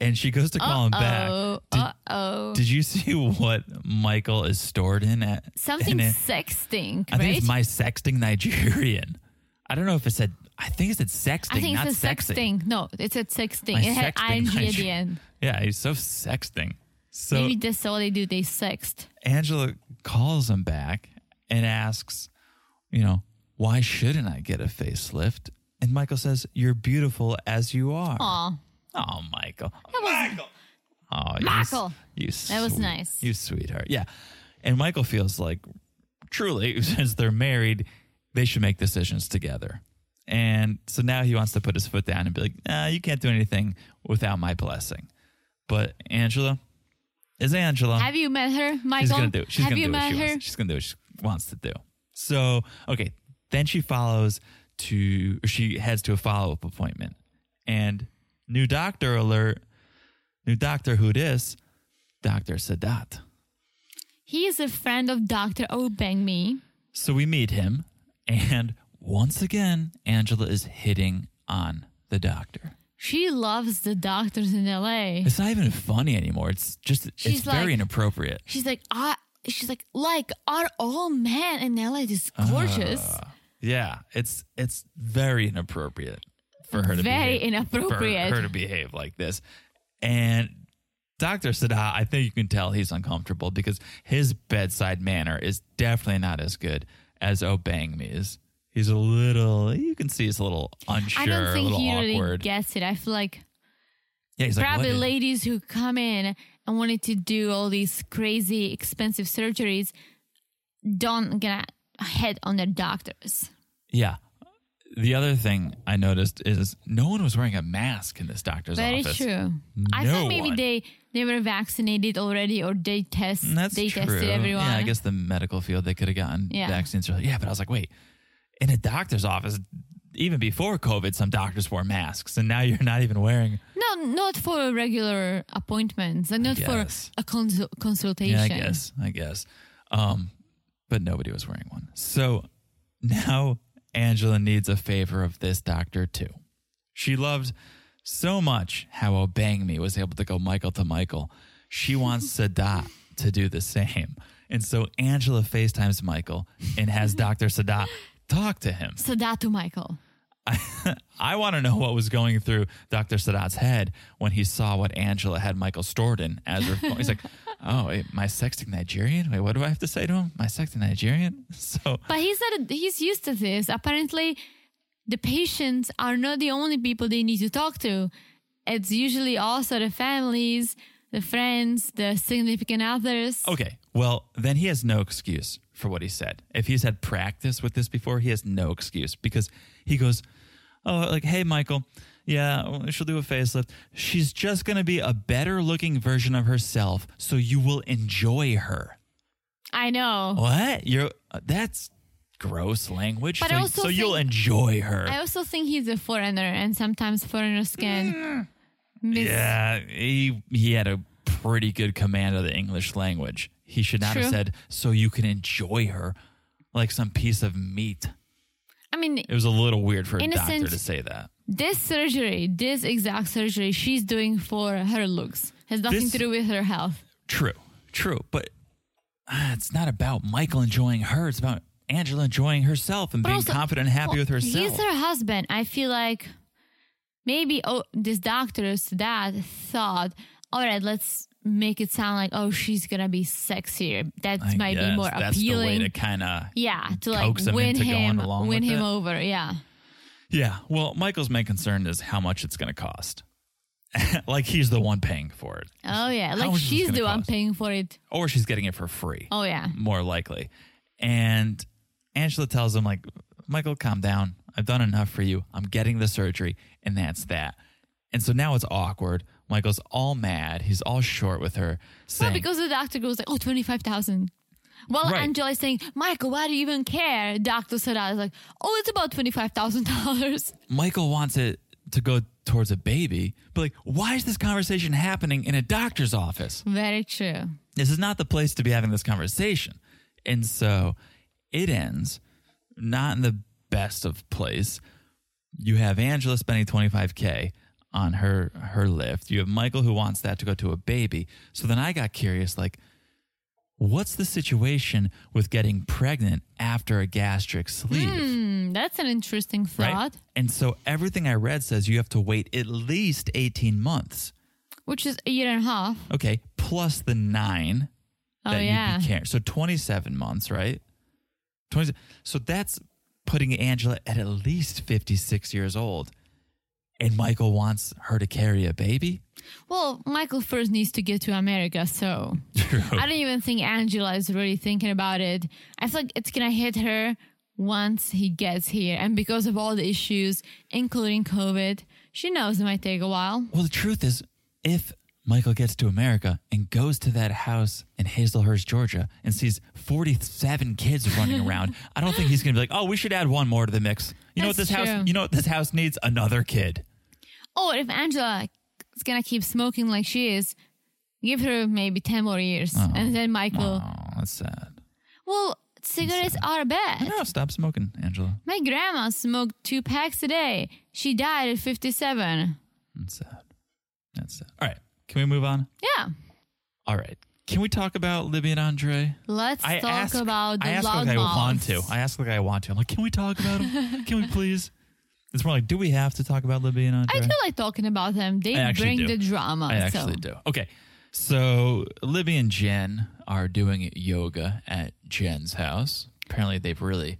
Speaker 1: and she goes to call him
Speaker 2: Oh,
Speaker 1: back. Did,
Speaker 2: uh oh.
Speaker 1: did you see what Michael is stored in? At,
Speaker 2: something
Speaker 1: in it?
Speaker 2: sexting,
Speaker 1: I
Speaker 2: right?
Speaker 1: think it's my sexting Nigerian. I don't know if it said, I think it said sexting,
Speaker 2: I think
Speaker 1: not
Speaker 2: it's a
Speaker 1: sexing.
Speaker 2: sexting. No, it's a sexting.
Speaker 1: My
Speaker 2: it had
Speaker 1: sexting
Speaker 2: ing at the
Speaker 1: Nigerian.
Speaker 2: end.
Speaker 1: Yeah, he's so sexting. So
Speaker 2: Maybe that's all they do. They sext.
Speaker 1: Angela calls him back and asks, you know, why shouldn't I get a facelift? And Michael says, You're beautiful as you are.
Speaker 2: Aw,
Speaker 1: Oh, Michael.
Speaker 2: that was
Speaker 1: Oh,
Speaker 2: Michael.
Speaker 1: You, s- you
Speaker 2: That was
Speaker 1: sweet-
Speaker 2: nice.
Speaker 1: You sweetheart. Yeah. And Michael feels like truly, since they're married, they should make decisions together. And so now he wants to put his foot down and be like, nah, you can't do anything without my blessing. But Angela is Angela.
Speaker 2: Have you met her, Michael?
Speaker 1: She's gonna do it. She's
Speaker 2: Have
Speaker 1: gonna
Speaker 2: you
Speaker 1: do what
Speaker 2: met
Speaker 1: she
Speaker 2: her?
Speaker 1: wants. She's gonna do what she wants to do. So okay, then she follows to or she heads to a follow up appointment, and new doctor alert, new doctor who this, Doctor Sadat.
Speaker 2: He is a friend of Dr. Obangme.
Speaker 1: So we meet him, and once again, Angela is hitting on the doctor.
Speaker 2: She loves the doctors in LA.
Speaker 1: It's not even funny anymore. It's just
Speaker 2: She's
Speaker 1: it's very
Speaker 2: like-
Speaker 1: inappropriate.
Speaker 2: She's like, ah, she's like, like, are all men in LA just gorgeous?
Speaker 1: Ah, Yeah, it's it's very inappropriate for her to
Speaker 2: Very
Speaker 1: behave,
Speaker 2: inappropriate.
Speaker 1: for her to behave like this. And Dr. Sadat, I think you can tell he's uncomfortable because his bedside manner is definitely not as good as obeying me is. He's a little you can see he's a little unsure,
Speaker 2: I don't
Speaker 1: a
Speaker 2: think
Speaker 1: little
Speaker 2: he really
Speaker 1: awkward.
Speaker 2: gets it. I feel like
Speaker 1: yeah, he's like,
Speaker 2: probably
Speaker 1: "What is-"
Speaker 2: ladies who come in and wanted to do all these crazy expensive surgeries don't gonna head on their doctors.
Speaker 1: Yeah. The other thing I noticed is no one was wearing a mask in this doctor's
Speaker 2: Very
Speaker 1: office.
Speaker 2: true. I
Speaker 1: No
Speaker 2: thought maybe
Speaker 1: one.
Speaker 2: they they were vaccinated already or they test
Speaker 1: Mm, That's
Speaker 2: they
Speaker 1: true.
Speaker 2: tested everyone.
Speaker 1: Yeah, I guess the medical field they could have gotten
Speaker 2: Yeah.
Speaker 1: vaccines early. Yeah, but I was like, wait, in a doctor's office, even before COVID, some doctors wore masks, and now you're not even wearing.
Speaker 2: No, not for regular appointments and not for
Speaker 1: guess.
Speaker 2: a consul- consultation.
Speaker 1: Yeah, I guess, I guess. Um, but nobody was wearing one. So now Angela needs a favor of this doctor too. She loved so much how obeying me was able to go Michael to Michael. She wants Sadat to do the same. And so Angela FaceTimes Michael and has Dr. Sadat talk to him.
Speaker 2: So that to Michael.
Speaker 1: I want to know what was going through Dr. Sadat's head when he saw what Angela had Michael stored in as her phone. He's like, oh, wait, my sexting Nigerian? Wait, what do I have to say to him? My sexting Nigerian? So,
Speaker 2: But he's not. He's used to this. Apparently, the patients are not the only people they need to talk to. It's usually also the families, the friends, the significant others.
Speaker 1: okay. Well, then he has no excuse for what he said. If he's had practice with this before, he has no excuse because he goes, oh, like, hey, Michael, yeah, well, she'll do a facelift. She's just going to be a better looking version of herself. So you will enjoy her.
Speaker 2: I
Speaker 1: Oh,
Speaker 2: know.
Speaker 1: What? You're uh, that's gross language.
Speaker 2: But
Speaker 1: so
Speaker 2: I also
Speaker 1: so you'll
Speaker 2: think-
Speaker 1: enjoy her.
Speaker 2: I also think he's a foreigner, and sometimes foreigners
Speaker 1: Mm.
Speaker 2: can. miss-
Speaker 1: yeah, he he had a pretty good command of the English language. He should not have
Speaker 2: True.
Speaker 1: said so you can enjoy her like some piece of meat.
Speaker 2: I mean,
Speaker 1: It was a little weird for a
Speaker 2: In a
Speaker 1: doctor
Speaker 2: sense-
Speaker 1: to say that.
Speaker 2: this surgery, this exact surgery, she's doing for her looks has nothing
Speaker 1: This-
Speaker 2: to do with her health.
Speaker 1: True. True, but ah, it's not about Michael enjoying her. It's about Angela enjoying herself and
Speaker 2: But
Speaker 1: being
Speaker 2: also-
Speaker 1: confident and happy
Speaker 2: Well,
Speaker 1: with herself.
Speaker 2: He's her husband. I feel like maybe oh, this doctor's dad thought, all right, let's make it sound like oh she's gonna be sexier. That
Speaker 1: I
Speaker 2: might be
Speaker 1: guess
Speaker 2: more
Speaker 1: that's
Speaker 2: appealing.
Speaker 1: the way to kind of
Speaker 2: yeah, to like
Speaker 1: coax him
Speaker 2: win
Speaker 1: into going
Speaker 2: him,
Speaker 1: along
Speaker 2: win
Speaker 1: with
Speaker 2: him
Speaker 1: it.
Speaker 2: over. Yeah,
Speaker 1: Yeah. Well, Michael's main concern is how much it's going to cost. like he's the one paying for it,
Speaker 2: oh yeah,
Speaker 1: much
Speaker 2: like
Speaker 1: is this
Speaker 2: she's
Speaker 1: gonna
Speaker 2: the one
Speaker 1: cost?
Speaker 2: paying for it.
Speaker 1: or she's getting it for free,
Speaker 2: Oh yeah,
Speaker 1: more likely. And Angela tells him, like, Michael, calm down. I've done enough for you. I'm getting the surgery, and that's that. And so now it's awkward. Michael's all mad. He's all short with her. Saying,
Speaker 2: well because the doctor goes like oh twenty five thousand. Well,
Speaker 1: Right.
Speaker 2: Angela's saying, Michael, why do you even care? Doctor Sarah is like, oh, it's about twenty five thousand dollars.
Speaker 1: Michael wants it to go towards a baby, but like, why is this conversation happening in a doctor's office?
Speaker 2: Very true.
Speaker 1: this is not the place to be having this conversation. And so it ends not in the best of place. You have Angela spending 25k on her her lift. You have Michael who wants that to go to a baby. So then I got curious like what's the situation with getting pregnant after a gastric sleeve?
Speaker 2: Hmm, that's an interesting Hmm, thought.
Speaker 1: Right? And so everything I read says you have to wait at least 18 months.
Speaker 2: which is a year and a half.
Speaker 1: Okay, plus the 9
Speaker 2: Oh
Speaker 1: that
Speaker 2: yeah,
Speaker 1: you'd be carrying. So 27 months, right? 20, so that's putting Angela at at least 56 years old. and Michael wants her to carry a baby.
Speaker 2: Well, Michael first needs to get to America, so
Speaker 1: True.
Speaker 2: I don't even think Angela is really thinking about it. I feel like it's gonna hit her once he gets here, and because of all the issues, including COVID, she knows it might take a while.
Speaker 1: Well, the truth is, if Michael gets to America and goes to that house in Hazelhurst, Georgia, and sees 47 kids running around, I don't think he's going to be like, "Oh, we should add one more to the mix." You know what this
Speaker 2: That's true.
Speaker 1: house? You know what this house needs? Another kid.
Speaker 2: Or if Angela is gonna keep smoking like she is, give her maybe ten more years, and then Michael.
Speaker 1: Oh, that's sad.
Speaker 2: Well, cigarettes are bad.
Speaker 1: No, stop smoking, Angela.
Speaker 2: My grandma smoked two packs a day. She died at fifty-seven.
Speaker 1: That's sad. That's sad. All right, can we move on?
Speaker 2: Yeah.
Speaker 1: All right, can we talk about Libby and Andre?
Speaker 2: Let's
Speaker 1: I
Speaker 2: talk
Speaker 1: ask,
Speaker 2: about the
Speaker 1: I ask
Speaker 2: loudmouths.
Speaker 1: like I want to. I ask like I want to. I'm like, can we talk about them? can we please? It's more like, do we have to talk about Libby and Andre?
Speaker 2: I do like talking about them. They
Speaker 1: I actually
Speaker 2: bring
Speaker 1: do.
Speaker 2: the drama.
Speaker 1: I
Speaker 2: so.
Speaker 1: actually do. Okay. So Libby and Jen are doing yoga at Jen's house. Apparently, they've really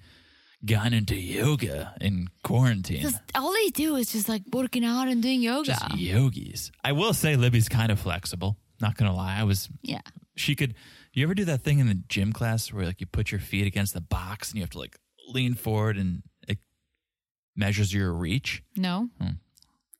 Speaker 1: gone into yoga in quarantine.
Speaker 2: Because all they do is just like working out and doing yoga.
Speaker 1: Just yogis. I will say Libby's kind of flexible. Not gonna lie, I was.
Speaker 2: yeah.
Speaker 1: She could. You ever do that thing in the gym class where like you put your feet against the box and you have to like lean forward and it measures your reach?
Speaker 2: No.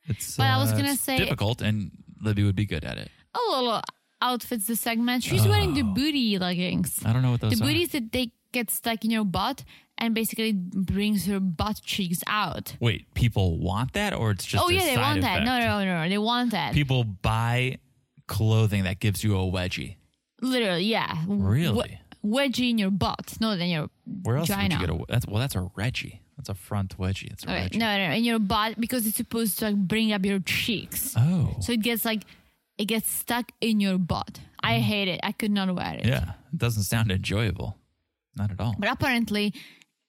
Speaker 1: It's.
Speaker 2: But I was
Speaker 1: uh,
Speaker 2: gonna
Speaker 1: it's
Speaker 2: say-
Speaker 1: difficult, and Libby would be good at it.
Speaker 2: A little outfits the segment. She's wearing the booty leggings.
Speaker 1: I don't know what
Speaker 2: The
Speaker 1: Oh. Uh, those are.
Speaker 2: booties that they get stuck in your butt and basically brings her butt cheeks out.
Speaker 1: Wait, people want that, or it's just
Speaker 2: oh
Speaker 1: a
Speaker 2: yeah, they
Speaker 1: side
Speaker 2: want that. No,
Speaker 1: effect?
Speaker 2: no, no, no, they want that.
Speaker 1: People buy clothing that gives you a wedgie.
Speaker 2: Literally, yeah.
Speaker 1: Really?
Speaker 2: wedgie in your butt, not in your
Speaker 1: Where else
Speaker 2: vagina.
Speaker 1: would you get a? That's well, that's a reggie. That's a front wedgie. That's a
Speaker 2: Okay,
Speaker 1: wedgie.
Speaker 2: no, no, in your butt because it's supposed to like bring up your cheeks.
Speaker 1: Oh,
Speaker 2: So it gets like it gets stuck in your butt. I hate it. I could not wear it.
Speaker 1: Mm. yeah. It doesn't sound enjoyable, not at all.
Speaker 2: But apparently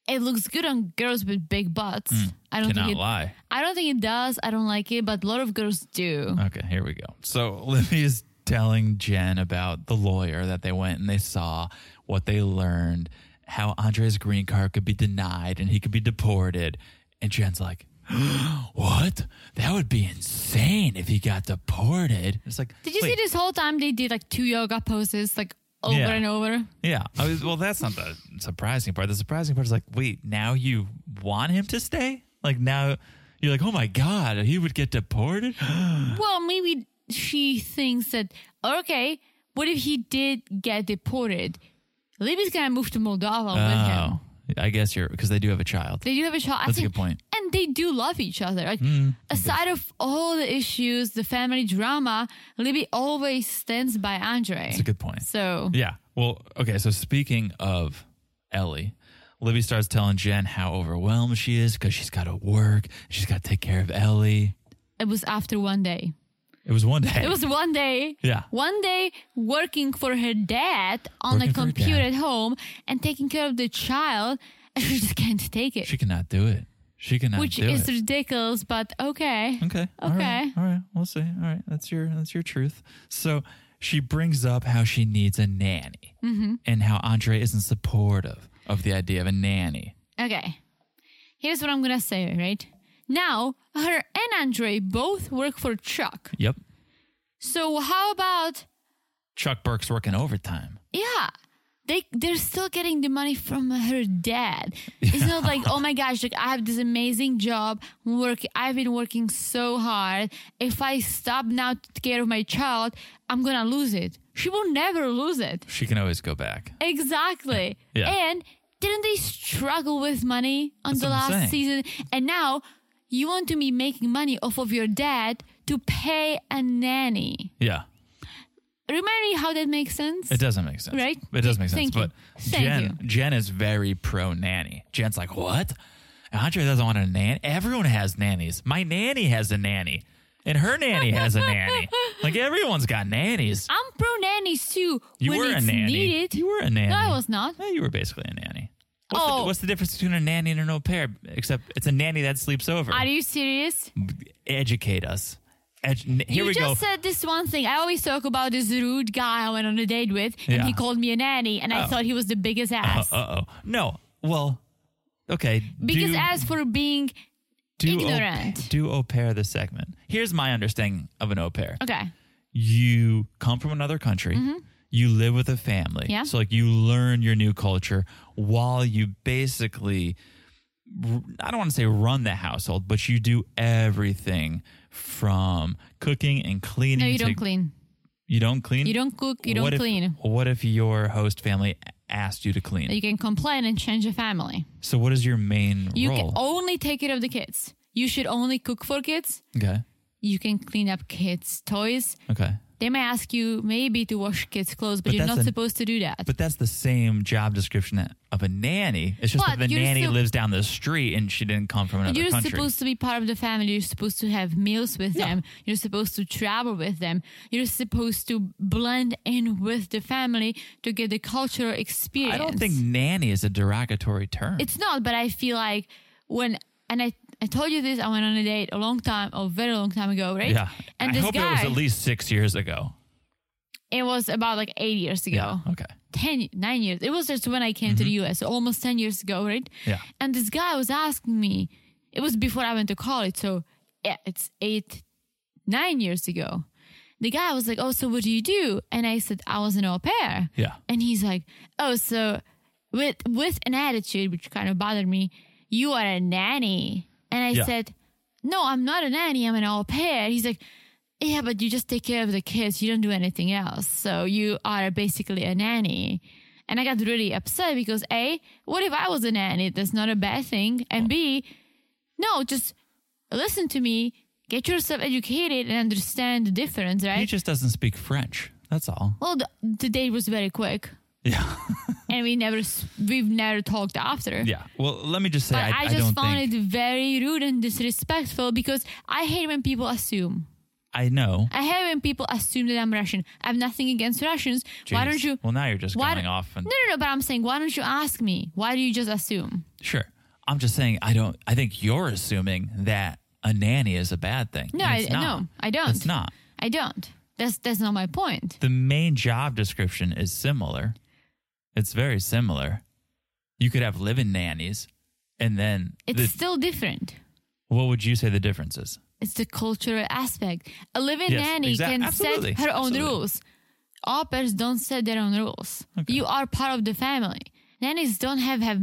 Speaker 2: it looks good on girls with big butts. I don't
Speaker 1: Mm. Cannot
Speaker 2: think it,
Speaker 1: lie.
Speaker 2: I don't think it does. I don't like it, but a lot of girls do.
Speaker 1: Okay, here we go. So Libby is telling Jen about the lawyer that they went and they saw, what they learned, how Andre's green card could be denied and he could be deported. And Jen's like, What? That would be insane if he got deported. It's like,
Speaker 2: Did you
Speaker 1: wait,
Speaker 2: see this whole time they did like two yoga poses like over
Speaker 1: Yeah.
Speaker 2: and over?
Speaker 1: Yeah. I was, well, that's not the surprising part. The surprising part is like, wait, now you want him to stay? Like, now you're like, Oh my God, he would get deported?
Speaker 2: Well, maybe she thinks that okay, what if he did get deported? Libby's gonna move to Moldova with him.
Speaker 1: Oh, I guess you're because they do have a child.
Speaker 2: They do have a child. I
Speaker 1: That's a
Speaker 2: think-
Speaker 1: good point. Mm,
Speaker 2: And they do love each other. Like, aside of all the issues, the family drama, Libby always stands by Andre.
Speaker 1: That's a good point.
Speaker 2: So
Speaker 1: Yeah. Well, okay. So speaking of Ellie, Libby starts telling Jen how overwhelmed she is because she's got to work. She's got to take care of Ellie.
Speaker 2: it was after one day.
Speaker 1: It was one day.
Speaker 2: It was one day.
Speaker 1: Yeah.
Speaker 2: One day working for her dad on
Speaker 1: Working
Speaker 2: a
Speaker 1: for her
Speaker 2: computer
Speaker 1: dad.
Speaker 2: at home and taking care of the child. And she just can't take it,
Speaker 1: She cannot do it. She cannot
Speaker 2: which
Speaker 1: do
Speaker 2: is
Speaker 1: it.
Speaker 2: ridiculous, but okay.
Speaker 1: Okay. All right.
Speaker 2: Okay.
Speaker 1: All right. We'll see. All right. That's your that's your truth. So she brings up how she needs a nanny
Speaker 2: Mm-hmm.
Speaker 1: and how Andre isn't supportive of the idea of a nanny.
Speaker 2: Okay. Here's what I'm going to say, right? Now, her and Andre both work for Chuck.
Speaker 1: Yep.
Speaker 2: So how about
Speaker 1: Chuck Burke's working overtime.
Speaker 2: yeah? They they're still getting the money from her dad. It's not like oh my gosh, like I have this amazing job. Work I've been working so hard. If I stop now to take care of my child, I'm gonna lose it. She will never lose it.
Speaker 1: She can always go back.
Speaker 2: Exactly.
Speaker 1: Yeah.
Speaker 2: And didn't they struggle with money on
Speaker 1: That's
Speaker 2: the
Speaker 1: what I'm
Speaker 2: last
Speaker 1: saying.
Speaker 2: season? And now you want to be making money off of your dad to pay a nanny.
Speaker 1: Yeah.
Speaker 2: Remind me how that makes sense.
Speaker 1: It doesn't make sense,
Speaker 2: Right?
Speaker 1: It does make sense,
Speaker 2: Thank
Speaker 1: but
Speaker 2: you. Thank
Speaker 1: Jen Jen is very pro nanny. Jen's like, what? Andre doesn't want a nanny. Everyone has nannies. My nanny has a nanny, and her nanny has a nanny. Like everyone's got nannies.
Speaker 2: I'm pro nannies too.
Speaker 1: You
Speaker 2: when
Speaker 1: were
Speaker 2: it's
Speaker 1: a nanny.
Speaker 2: Needed.
Speaker 1: You were a nanny.
Speaker 2: No, I was not.
Speaker 1: Yeah, you were basically a nanny. What's, the,
Speaker 2: Oh.
Speaker 1: what's the difference between a nanny and an au pair? Except it's a nanny that sleeps over.
Speaker 2: Are you serious?
Speaker 1: Educate us. Edu- n- Here
Speaker 2: you
Speaker 1: we go.
Speaker 2: just said this one thing. I always talk about this rude guy I went on a date with, and
Speaker 1: Yeah. Oh. Uh-huh.
Speaker 2: he called me a nanny, and I thought he was the biggest ass.
Speaker 1: uh oh. No. Well. Okay.
Speaker 2: biggest
Speaker 1: do-
Speaker 2: ass for being
Speaker 1: do au-
Speaker 2: Ignorant.
Speaker 1: do au pair the segment. Here's my understanding of an au pair.
Speaker 2: Okay.
Speaker 1: You come from another country. You live with a family.
Speaker 2: Mm-hmm. Yeah.
Speaker 1: So like you learn your new culture while you basically r- I don't want to say run the household, but you do everything from cooking and cleaning.
Speaker 2: No, you
Speaker 1: to-
Speaker 2: don't clean.
Speaker 1: You don't clean.
Speaker 2: You don't cook. You don't
Speaker 1: What if-
Speaker 2: clean.
Speaker 1: What if your host family asked you to clean?
Speaker 2: You can complain and change the family.
Speaker 1: so what is your main
Speaker 2: You oh
Speaker 1: role?
Speaker 2: can only take care of the kids. You should only cook for kids.
Speaker 1: okay.
Speaker 2: You can clean up kids' toys.
Speaker 1: Okay.
Speaker 2: They may ask you maybe to wash kids' clothes, but,
Speaker 1: But
Speaker 2: you're
Speaker 1: that's an-
Speaker 2: not supposed to do that.
Speaker 1: But that's the same job description of a nanny. It's just
Speaker 2: But
Speaker 1: that the
Speaker 2: you're
Speaker 1: nanny
Speaker 2: still-
Speaker 1: lives down the street and she didn't come from another
Speaker 2: you're
Speaker 1: country.
Speaker 2: supposed to be part of the family. You're supposed to have meals with them. You're supposed to travel with them. You're supposed to blend in with the family to get the cultural experience.
Speaker 1: I don't think nanny is a derogatory term.
Speaker 2: it's not, but I feel like when and I I told you this. I went on a date a long time, a very long time ago, right?
Speaker 1: yeah.
Speaker 2: And
Speaker 1: I
Speaker 2: this
Speaker 1: hope
Speaker 2: guy,
Speaker 1: it was at least six years ago.
Speaker 2: it was about like eight years ago.
Speaker 1: Yeah. Okay.
Speaker 2: 10 9 years it was just when i came to the us so almost 10 years ago right
Speaker 1: Yeah.
Speaker 2: and this guy was asking me it was before i went to college so yeah, it's 8 9 years ago the guy was like oh so what do you do and i said i was an au pair
Speaker 1: Yeah.
Speaker 2: and he's like oh so with with an attitude which kind of bothered me you are a nanny and i
Speaker 1: Yeah.
Speaker 2: said no i'm not a nanny i'm an au pair he's like yeah, but you just take care of the kids. You don't do anything else. So you are basically a nanny. And I got really upset because A, what if I was a nanny? That's not a bad thing. And B, no, just listen to me, get yourself educated and understand the difference,
Speaker 1: He
Speaker 2: right?
Speaker 1: just doesn't speak French. That's all.
Speaker 2: well, the, the date was very quick
Speaker 1: Yeah.
Speaker 2: and we never, s- we've never talked after.
Speaker 1: yeah. Well, let me just say
Speaker 2: But
Speaker 1: I,
Speaker 2: I,
Speaker 1: I
Speaker 2: just
Speaker 1: don't
Speaker 2: found
Speaker 1: think
Speaker 2: it very rude and disrespectful because I hate when people assume.
Speaker 1: I know.
Speaker 2: I hate when people assume that I'm Russian. I have nothing against Russians. Why
Speaker 1: Jeez.
Speaker 2: don't you?
Speaker 1: Well, now you're just
Speaker 2: why
Speaker 1: going
Speaker 2: don't-
Speaker 1: off and
Speaker 2: No, no, no. But I'm saying, why don't you ask me? Why do you just assume?
Speaker 1: Sure. I'm just saying I don't I think you're assuming that a nanny is a bad thing.
Speaker 2: No,
Speaker 1: And
Speaker 2: I
Speaker 1: it's not.
Speaker 2: no, I don't.
Speaker 1: It's not.
Speaker 2: I don't. That's that's not my point.
Speaker 1: The main job description is similar. It's very similar. You could have live-in nannies and then
Speaker 2: It's
Speaker 1: the-
Speaker 2: still different.
Speaker 1: what would you say the difference is?
Speaker 2: It's the cultural aspect. A living
Speaker 1: Yes,
Speaker 2: nanny
Speaker 1: exact-
Speaker 2: can
Speaker 1: absolutely,
Speaker 2: set her own
Speaker 1: absolutely.
Speaker 2: rules. Au pairs don't set their own rules.
Speaker 1: Okay.
Speaker 2: You are part of the family. Nannies don't have have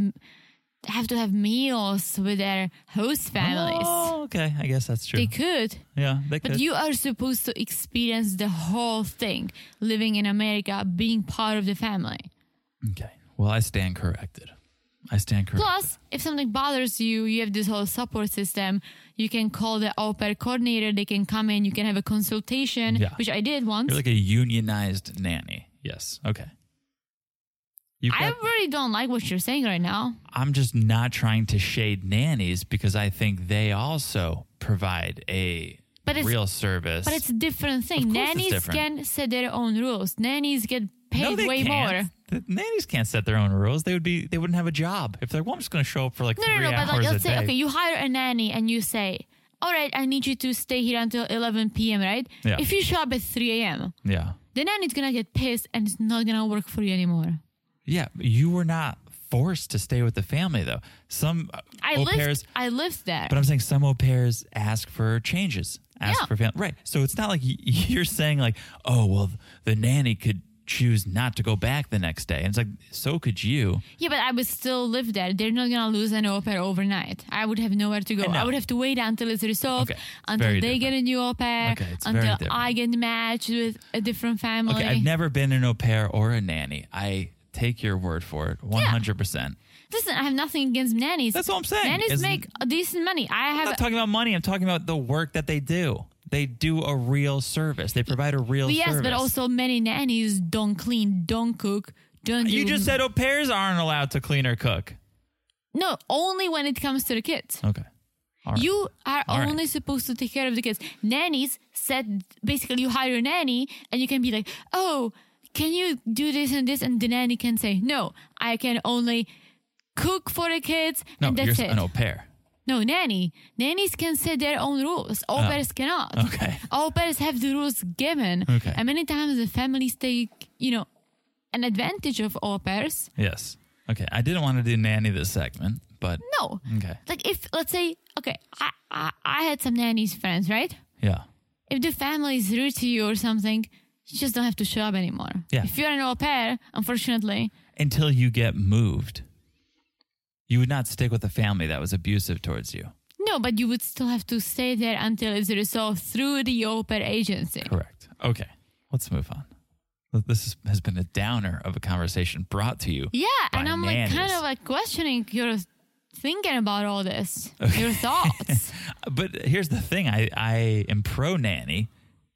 Speaker 2: have to have meals with their host families.
Speaker 1: Oh, okay. I guess that's true.
Speaker 2: They could.
Speaker 1: yeah, they could.
Speaker 2: But you are supposed to experience the whole thing living in America, being part of the family.
Speaker 1: okay. Well, I stand corrected. I stand corrected.
Speaker 2: Plus, if something bothers you, you have this whole support system. You can call the au pair coordinator, they can come in, you can have a consultation,
Speaker 1: Yeah.
Speaker 2: which I did once.
Speaker 1: you're like a unionized nanny. Yes. Okay. You've
Speaker 2: I
Speaker 1: got-
Speaker 2: really don't like what you're saying right now.
Speaker 1: I'm just not trying to shade nannies because I think they also provide a
Speaker 2: But it's-
Speaker 1: real service.
Speaker 2: But it's a different
Speaker 1: Of
Speaker 2: thing.
Speaker 1: course it's
Speaker 2: Nannies
Speaker 1: different.
Speaker 2: can set their own rules. Nannies get paid
Speaker 1: no, they
Speaker 2: way
Speaker 1: can't.
Speaker 2: more.
Speaker 1: The nannies can't set their own rules. They would be they wouldn't have a job if they're well, I'm just going to show up for like
Speaker 2: No,
Speaker 1: three
Speaker 2: no, no.
Speaker 1: hours
Speaker 2: But like,
Speaker 1: a
Speaker 2: let's say,
Speaker 1: day.
Speaker 2: okay, you hire a nanny and you say, all right, I need you to stay here until 11 p.m., right?
Speaker 1: Yeah.
Speaker 2: If you show up at 3 a.m.,
Speaker 1: yeah,
Speaker 2: the nanny's gonna get pissed and it's not gonna work for you anymore.
Speaker 1: yeah. You were not forced to stay with the family though. Some uh,
Speaker 2: I
Speaker 1: au
Speaker 2: lived,
Speaker 1: pairs,
Speaker 2: I lived there.
Speaker 1: but I'm saying some au pairs ask for changes, ask
Speaker 2: Yeah.
Speaker 1: for family. Right. So it's not like y- you're saying like, oh well, the nanny could choose not to go back the next day, and it's like so could you.
Speaker 2: yeah, but I would still live there. They're not gonna lose an au pair overnight. I would have nowhere to go.
Speaker 1: I know.
Speaker 2: I would have to wait until it's resolved,
Speaker 1: Okay, it's
Speaker 2: until
Speaker 1: very
Speaker 2: they get a new au pair,
Speaker 1: Okay, it's very
Speaker 2: until
Speaker 1: different.
Speaker 2: I get matched with a different family.
Speaker 1: Okay, I've never been an au pair or a nanny. I take your word for it, one hundred percent.
Speaker 2: Listen, I have nothing against nannies.
Speaker 1: That's what I'm saying.
Speaker 2: Nannies
Speaker 1: Isn't-
Speaker 2: make decent money. I
Speaker 1: I'm
Speaker 2: have
Speaker 1: not talking about money. I'm talking about the work that they do. They do a real service. They provide a real
Speaker 2: But yes,
Speaker 1: service.
Speaker 2: but also many nannies don't clean, don't cook, don't.
Speaker 1: you
Speaker 2: do-
Speaker 1: just said au pairs aren't allowed to clean or cook.
Speaker 2: no. Only when it comes to the kids,
Speaker 1: Okay. All right.
Speaker 2: you are
Speaker 1: All right.
Speaker 2: only supposed to take care of the kids. Nannies said basically you hire a nanny and you can be like, oh, can you do this and this, and the nanny can say, no, I can only cook for the kids,
Speaker 1: no,
Speaker 2: and
Speaker 1: you're
Speaker 2: that's it.
Speaker 1: an au pair.
Speaker 2: No, nanny. Nannies can set their own rules. Au pairs cannot.
Speaker 1: Oh. okay.
Speaker 2: Au pairs have the rules given.
Speaker 1: Okay.
Speaker 2: And many times the families take, you know, an advantage of au pairs.
Speaker 1: Yes. Okay. I didn't want to do nanny this segment, but
Speaker 2: No.
Speaker 1: okay.
Speaker 2: Like if let's say okay, I I, I had some nannies friends, right?
Speaker 1: Yeah.
Speaker 2: If the family is rude to you or something, you just don't have to show up anymore.
Speaker 1: Yeah.
Speaker 2: If you're an au pair, unfortunately,
Speaker 1: Until you get moved, you would not stick with a family that was abusive towards you.
Speaker 2: no, but you would still have to stay there until it's resolved through the au pair agency.
Speaker 1: Correct. Okay. Let's move on. This is, has been a downer of a conversation brought to you.
Speaker 2: Yeah,
Speaker 1: by
Speaker 2: and I'm like kind
Speaker 1: nannies.
Speaker 2: of like questioning your thinking about all this, your thoughts.
Speaker 1: But here's the thing: I I am pro nanny,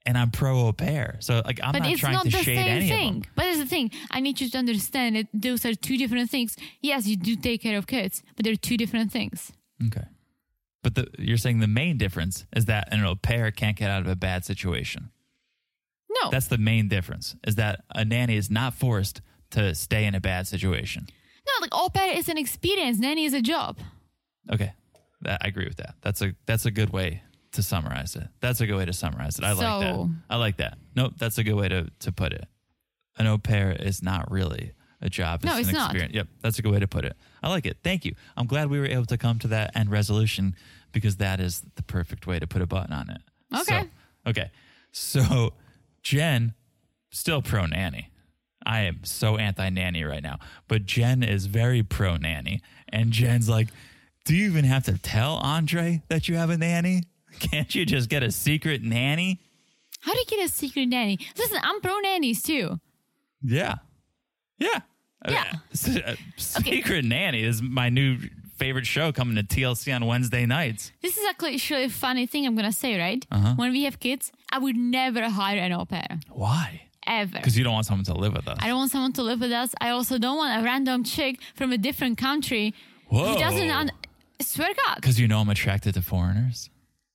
Speaker 1: and I'm pro au pair. So like I'm
Speaker 2: but
Speaker 1: not
Speaker 2: it's
Speaker 1: trying
Speaker 2: not
Speaker 1: to
Speaker 2: the
Speaker 1: shade
Speaker 2: same
Speaker 1: any of
Speaker 2: thing.
Speaker 1: them.
Speaker 2: But it's the thing. I need you to understand that those are two different things. Yes, you do take care of kids, but they're two different things.
Speaker 1: Okay. But the, you're saying the main difference is that an au pair can't get out of a bad situation.
Speaker 2: No,
Speaker 1: That's the main difference: is that a nanny is not forced to stay in a bad situation.
Speaker 2: no. Like au pair is an experience. Nanny is a job.
Speaker 1: Okay, that, I agree with that. That's a that's a good way to summarize it. That's a good way to summarize it. I like that.
Speaker 2: So-
Speaker 1: I like that. Nope, that's a good way to to put it. An au pair is not really a job.
Speaker 2: No, it's
Speaker 1: an
Speaker 2: not.
Speaker 1: Experience. Yep, that's a good way to put it. I like it. Thank you. I'm glad we were able to come to that end resolution because that is the perfect way to put a button on it.
Speaker 2: Okay.
Speaker 1: So, okay. So, Jen, still pro nanny. I am so anti nanny right now, but Jen is very pro nanny, and Jen's like, "Do you even have to tell Andre that you have a nanny? Can't you just get a secret nanny?"
Speaker 2: How do you get a secret nanny? Listen, I'm pro nannies too.
Speaker 1: Yeah, yeah,
Speaker 2: Yeah.
Speaker 1: Uh, secret nanny is my new favorite show coming to TLC on Wednesday nights.
Speaker 2: This is actually a funny thing I'm gonna say, right?
Speaker 1: Uh-huh.
Speaker 2: When we have kids, I would never hire an au pair
Speaker 1: Why?
Speaker 2: ever.
Speaker 1: Because you don't want someone to live with us.
Speaker 2: I don't want someone to live with us. I also don't want a random chick from a different country
Speaker 1: Whoa.
Speaker 2: who doesn't. Un- swear to God,
Speaker 1: Because you know I'm attracted to foreigners.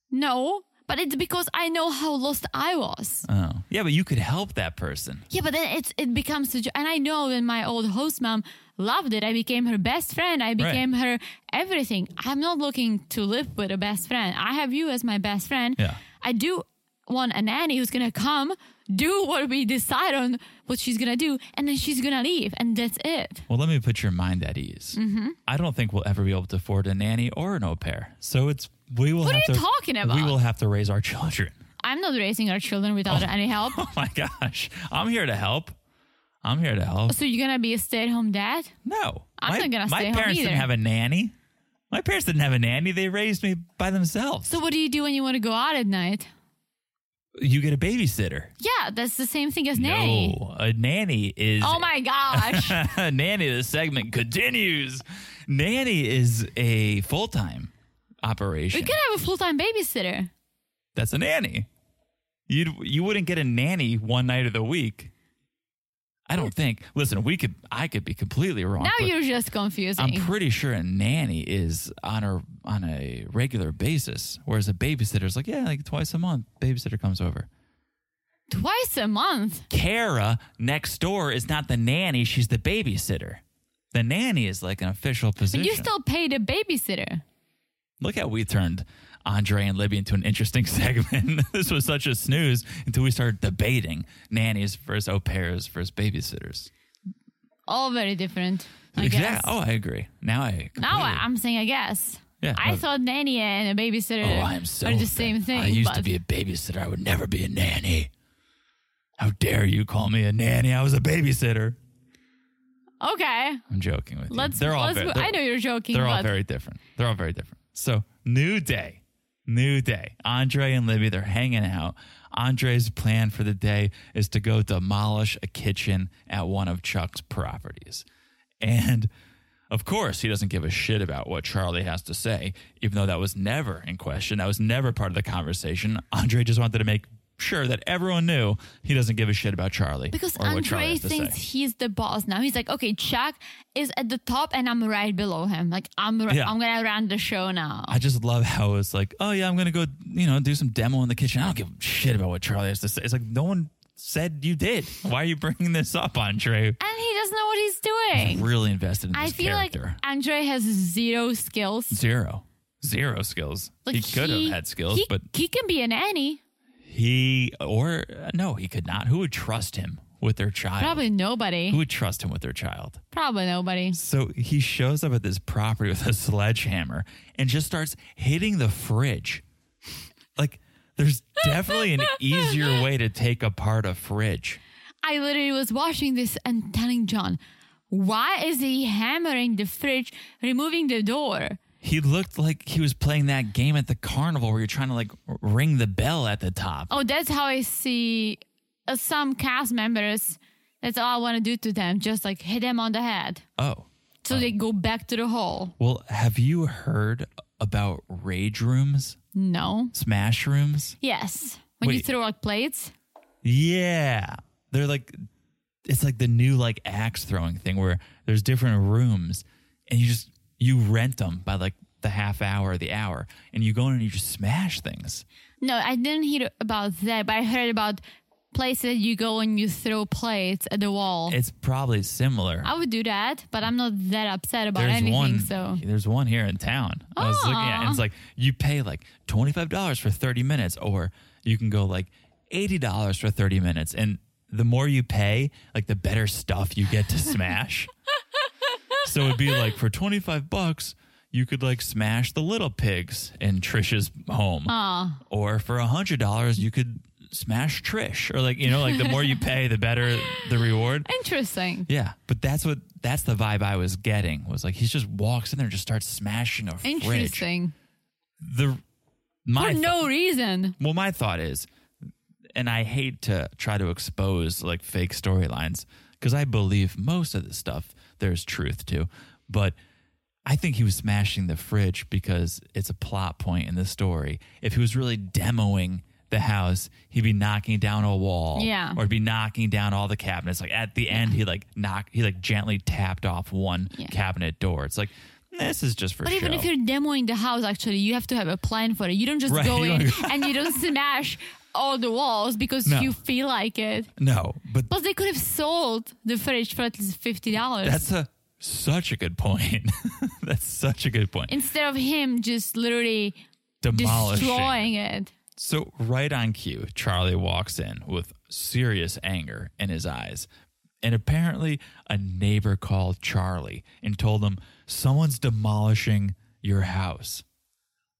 Speaker 2: no. But it's because I know how lost I was.
Speaker 1: Oh, yeah, but you could help that person.
Speaker 2: Yeah, but then it's it becomes a jo- and I know when my old host mom loved it. I became her best friend. I became her everything. I'm not looking to live with a best friend. I have you as my best friend.
Speaker 1: Yeah.
Speaker 2: I do want a nanny who's gonna come do what we decide on what she's gonna do, and then she's gonna leave, and that's it.
Speaker 1: Well, let me put your mind at ease.
Speaker 2: Mm-hmm.
Speaker 1: I don't think we'll ever be able to afford a nanny or an au pair. So it's we will.
Speaker 2: What are
Speaker 1: have
Speaker 2: you
Speaker 1: to,
Speaker 2: talking about?
Speaker 1: We will have to raise our children.
Speaker 2: I'm not raising our children without any help.
Speaker 1: Oh my gosh! I'm here to help. I'm here to help.
Speaker 2: So you're gonna be a stay-at-home dad?
Speaker 1: No,
Speaker 2: I'm
Speaker 1: my,
Speaker 2: not gonna
Speaker 1: My
Speaker 2: stay home
Speaker 1: parents didn't
Speaker 2: either.
Speaker 1: have a nanny. My parents didn't have a nanny. They raised me by themselves.
Speaker 2: So what do you do when you want to go out at night?
Speaker 1: you get a babysitter.
Speaker 2: Yeah, that's the same thing as nanny.
Speaker 1: No, a nanny is.
Speaker 2: Oh my gosh.
Speaker 1: nanny, the segment continues. Nanny is a full time operation.
Speaker 2: We could have a full time babysitter.
Speaker 1: That's a nanny. You'd you wouldn't get a nanny one night of the week. I don't think. Listen, we could. I could be completely wrong.
Speaker 2: Now
Speaker 1: but
Speaker 2: you're just
Speaker 1: I'm
Speaker 2: confusing.
Speaker 1: pretty sure a nanny is on a on a regular basis, whereas a babysitter's like yeah, like twice a month. Babysitter comes over.
Speaker 2: Twice a month.
Speaker 1: Kara next door is not the nanny; she's the babysitter. The nanny is like an official position.
Speaker 2: But you still pay the babysitter.
Speaker 1: Look how we turned Andre and Libby into an interesting segment. this was such a snooze until we started debating nannies versus au pairs versus babysitters.
Speaker 2: All very different. I
Speaker 1: Exact-
Speaker 2: guess.
Speaker 1: Oh, I agree. Now I.
Speaker 2: now I,
Speaker 1: completely-
Speaker 2: I'm saying I guess.
Speaker 1: Yeah,
Speaker 2: I
Speaker 1: no.
Speaker 2: thought nanny and a babysitter
Speaker 1: Oh, I'm so.
Speaker 2: are the
Speaker 1: offended.
Speaker 2: same thing.
Speaker 1: I used to
Speaker 2: but-
Speaker 1: be a babysitter. I would never be a nanny. How dare you call me a nanny? I was a babysitter.
Speaker 2: Okay.
Speaker 1: I'm joking with you.
Speaker 2: Let's.
Speaker 1: They're all.
Speaker 2: let's
Speaker 1: ve-
Speaker 2: I know you're joking,
Speaker 1: They're
Speaker 2: but
Speaker 1: all very different. They're all very different. So, new day, new day. Andre and Libby, they're hanging out. Andre's plan for the day is to go demolish a kitchen at one of Chuck's properties. And of course, he doesn't give a shit about what Charlie has to say, even though that was never in question. That was never part of the conversation. Andre just wanted to make sure that everyone knew he doesn't give a shit about Charlie.
Speaker 2: because
Speaker 1: or what Charlie
Speaker 2: Andre
Speaker 1: has to
Speaker 2: thinks
Speaker 1: say.
Speaker 2: he's the boss now. He's like, okay, Chuck is at the top, and I'm right below him. Like I'm. r
Speaker 1: Yeah.
Speaker 2: I'm gonna run the show now.
Speaker 1: I just love how it's like, oh yeah, I'm gonna go, you know, do some demo in the kitchen. I don't give a shit about what Charlie has to say. It's like no one said you did. Why are you bringing this up, Andre?
Speaker 2: and he doesn't know what he's doing.
Speaker 1: Really invested in this
Speaker 2: I feel
Speaker 1: character.
Speaker 2: like Andre has zero skills.
Speaker 1: Zero, zero skills.
Speaker 2: Like
Speaker 1: he could have had skills,
Speaker 2: he-
Speaker 1: but
Speaker 2: he can be a nanny.
Speaker 1: uh, he or no, he could not. Who would trust him with their child?
Speaker 2: Probably nobody.
Speaker 1: Who would trust him with their child?
Speaker 2: Probably nobody.
Speaker 1: So he shows up at this property with a sledgehammer and just starts hitting the fridge. Like, there's definitely an easier way to take apart a fridge.
Speaker 2: I literally was watching this and telling John, why is he hammering the fridge, removing the door?
Speaker 1: He looked like he was playing that game at the carnival where you're trying to like r- ring the bell at the top.
Speaker 2: Oh, that's how I see uh, some cast members. That's all I want to do to them, just like hit them on the head.
Speaker 1: Oh.
Speaker 2: So they go back to the hole.
Speaker 1: Well, have you heard about rage rooms,
Speaker 2: No.
Speaker 1: smash rooms?
Speaker 2: Yes. When you
Speaker 1: Wait.
Speaker 2: throw like plates.
Speaker 1: Yeah. They're like it's like the new like axe throwing thing where there's different rooms and you just you rent them by like the half hour, the hour, and you go in and you just smash things.
Speaker 2: No, I didn't hear about that, but I heard about places that you go and you throw plates at the wall.
Speaker 1: It's probably similar.
Speaker 2: I would do that, but I'm not that upset about
Speaker 1: there's
Speaker 2: anything.
Speaker 1: one
Speaker 2: so Ah.
Speaker 1: there's one here in town. I was looking at it, and it's like you pay like twenty five dollars for thirty minutes, or you can go like eighty dollars for thirty minutes. And the more you pay, like the better stuff you get to smash. so it'd be like for twenty five bucks, you could like smash the little pigs in Trish's home.
Speaker 2: Ah.
Speaker 1: Or for a hundred dollars you could smash Trish. Or like, you know, like the more you pay, the better the reward.
Speaker 2: interesting.
Speaker 1: Yeah, but that's what that's the vibe I was getting was like he just walks in there and just starts smashing a fridge.
Speaker 2: Interesting.
Speaker 1: The my
Speaker 2: For
Speaker 1: th-
Speaker 2: no reason.
Speaker 1: well, my thought is, and I hate to try to expose like fake storylines because I believe most of the stuff there's truth to, but I think he was smashing the fridge because it's a plot point in the story. If he was really demoing the house, he'd be knocking down a wall,
Speaker 2: Yeah.
Speaker 1: or he'd be knocking down all the cabinets. Like at the end, he like knock, he like gently tapped off one
Speaker 2: Yeah.
Speaker 1: cabinet door. It's like this is just for
Speaker 2: But
Speaker 1: show.
Speaker 2: even if you're demoing the house, actually, you have to have a plan for it. You don't just
Speaker 1: Right,
Speaker 2: go
Speaker 1: you
Speaker 2: in
Speaker 1: don't-
Speaker 2: and you don't smash all the walls because
Speaker 1: No.
Speaker 2: you feel like it.
Speaker 1: no, but
Speaker 2: Plus, they could have sold the fridge for at least fifty dollars
Speaker 1: That's a such a good point. That's such a good point.
Speaker 2: instead of him just literally
Speaker 1: Demolishing.
Speaker 2: destroying it.
Speaker 1: So right on cue, Charlie walks in with serious anger in his eyes. And apparently a neighbor called Charlie and told him someone's demolishing your house,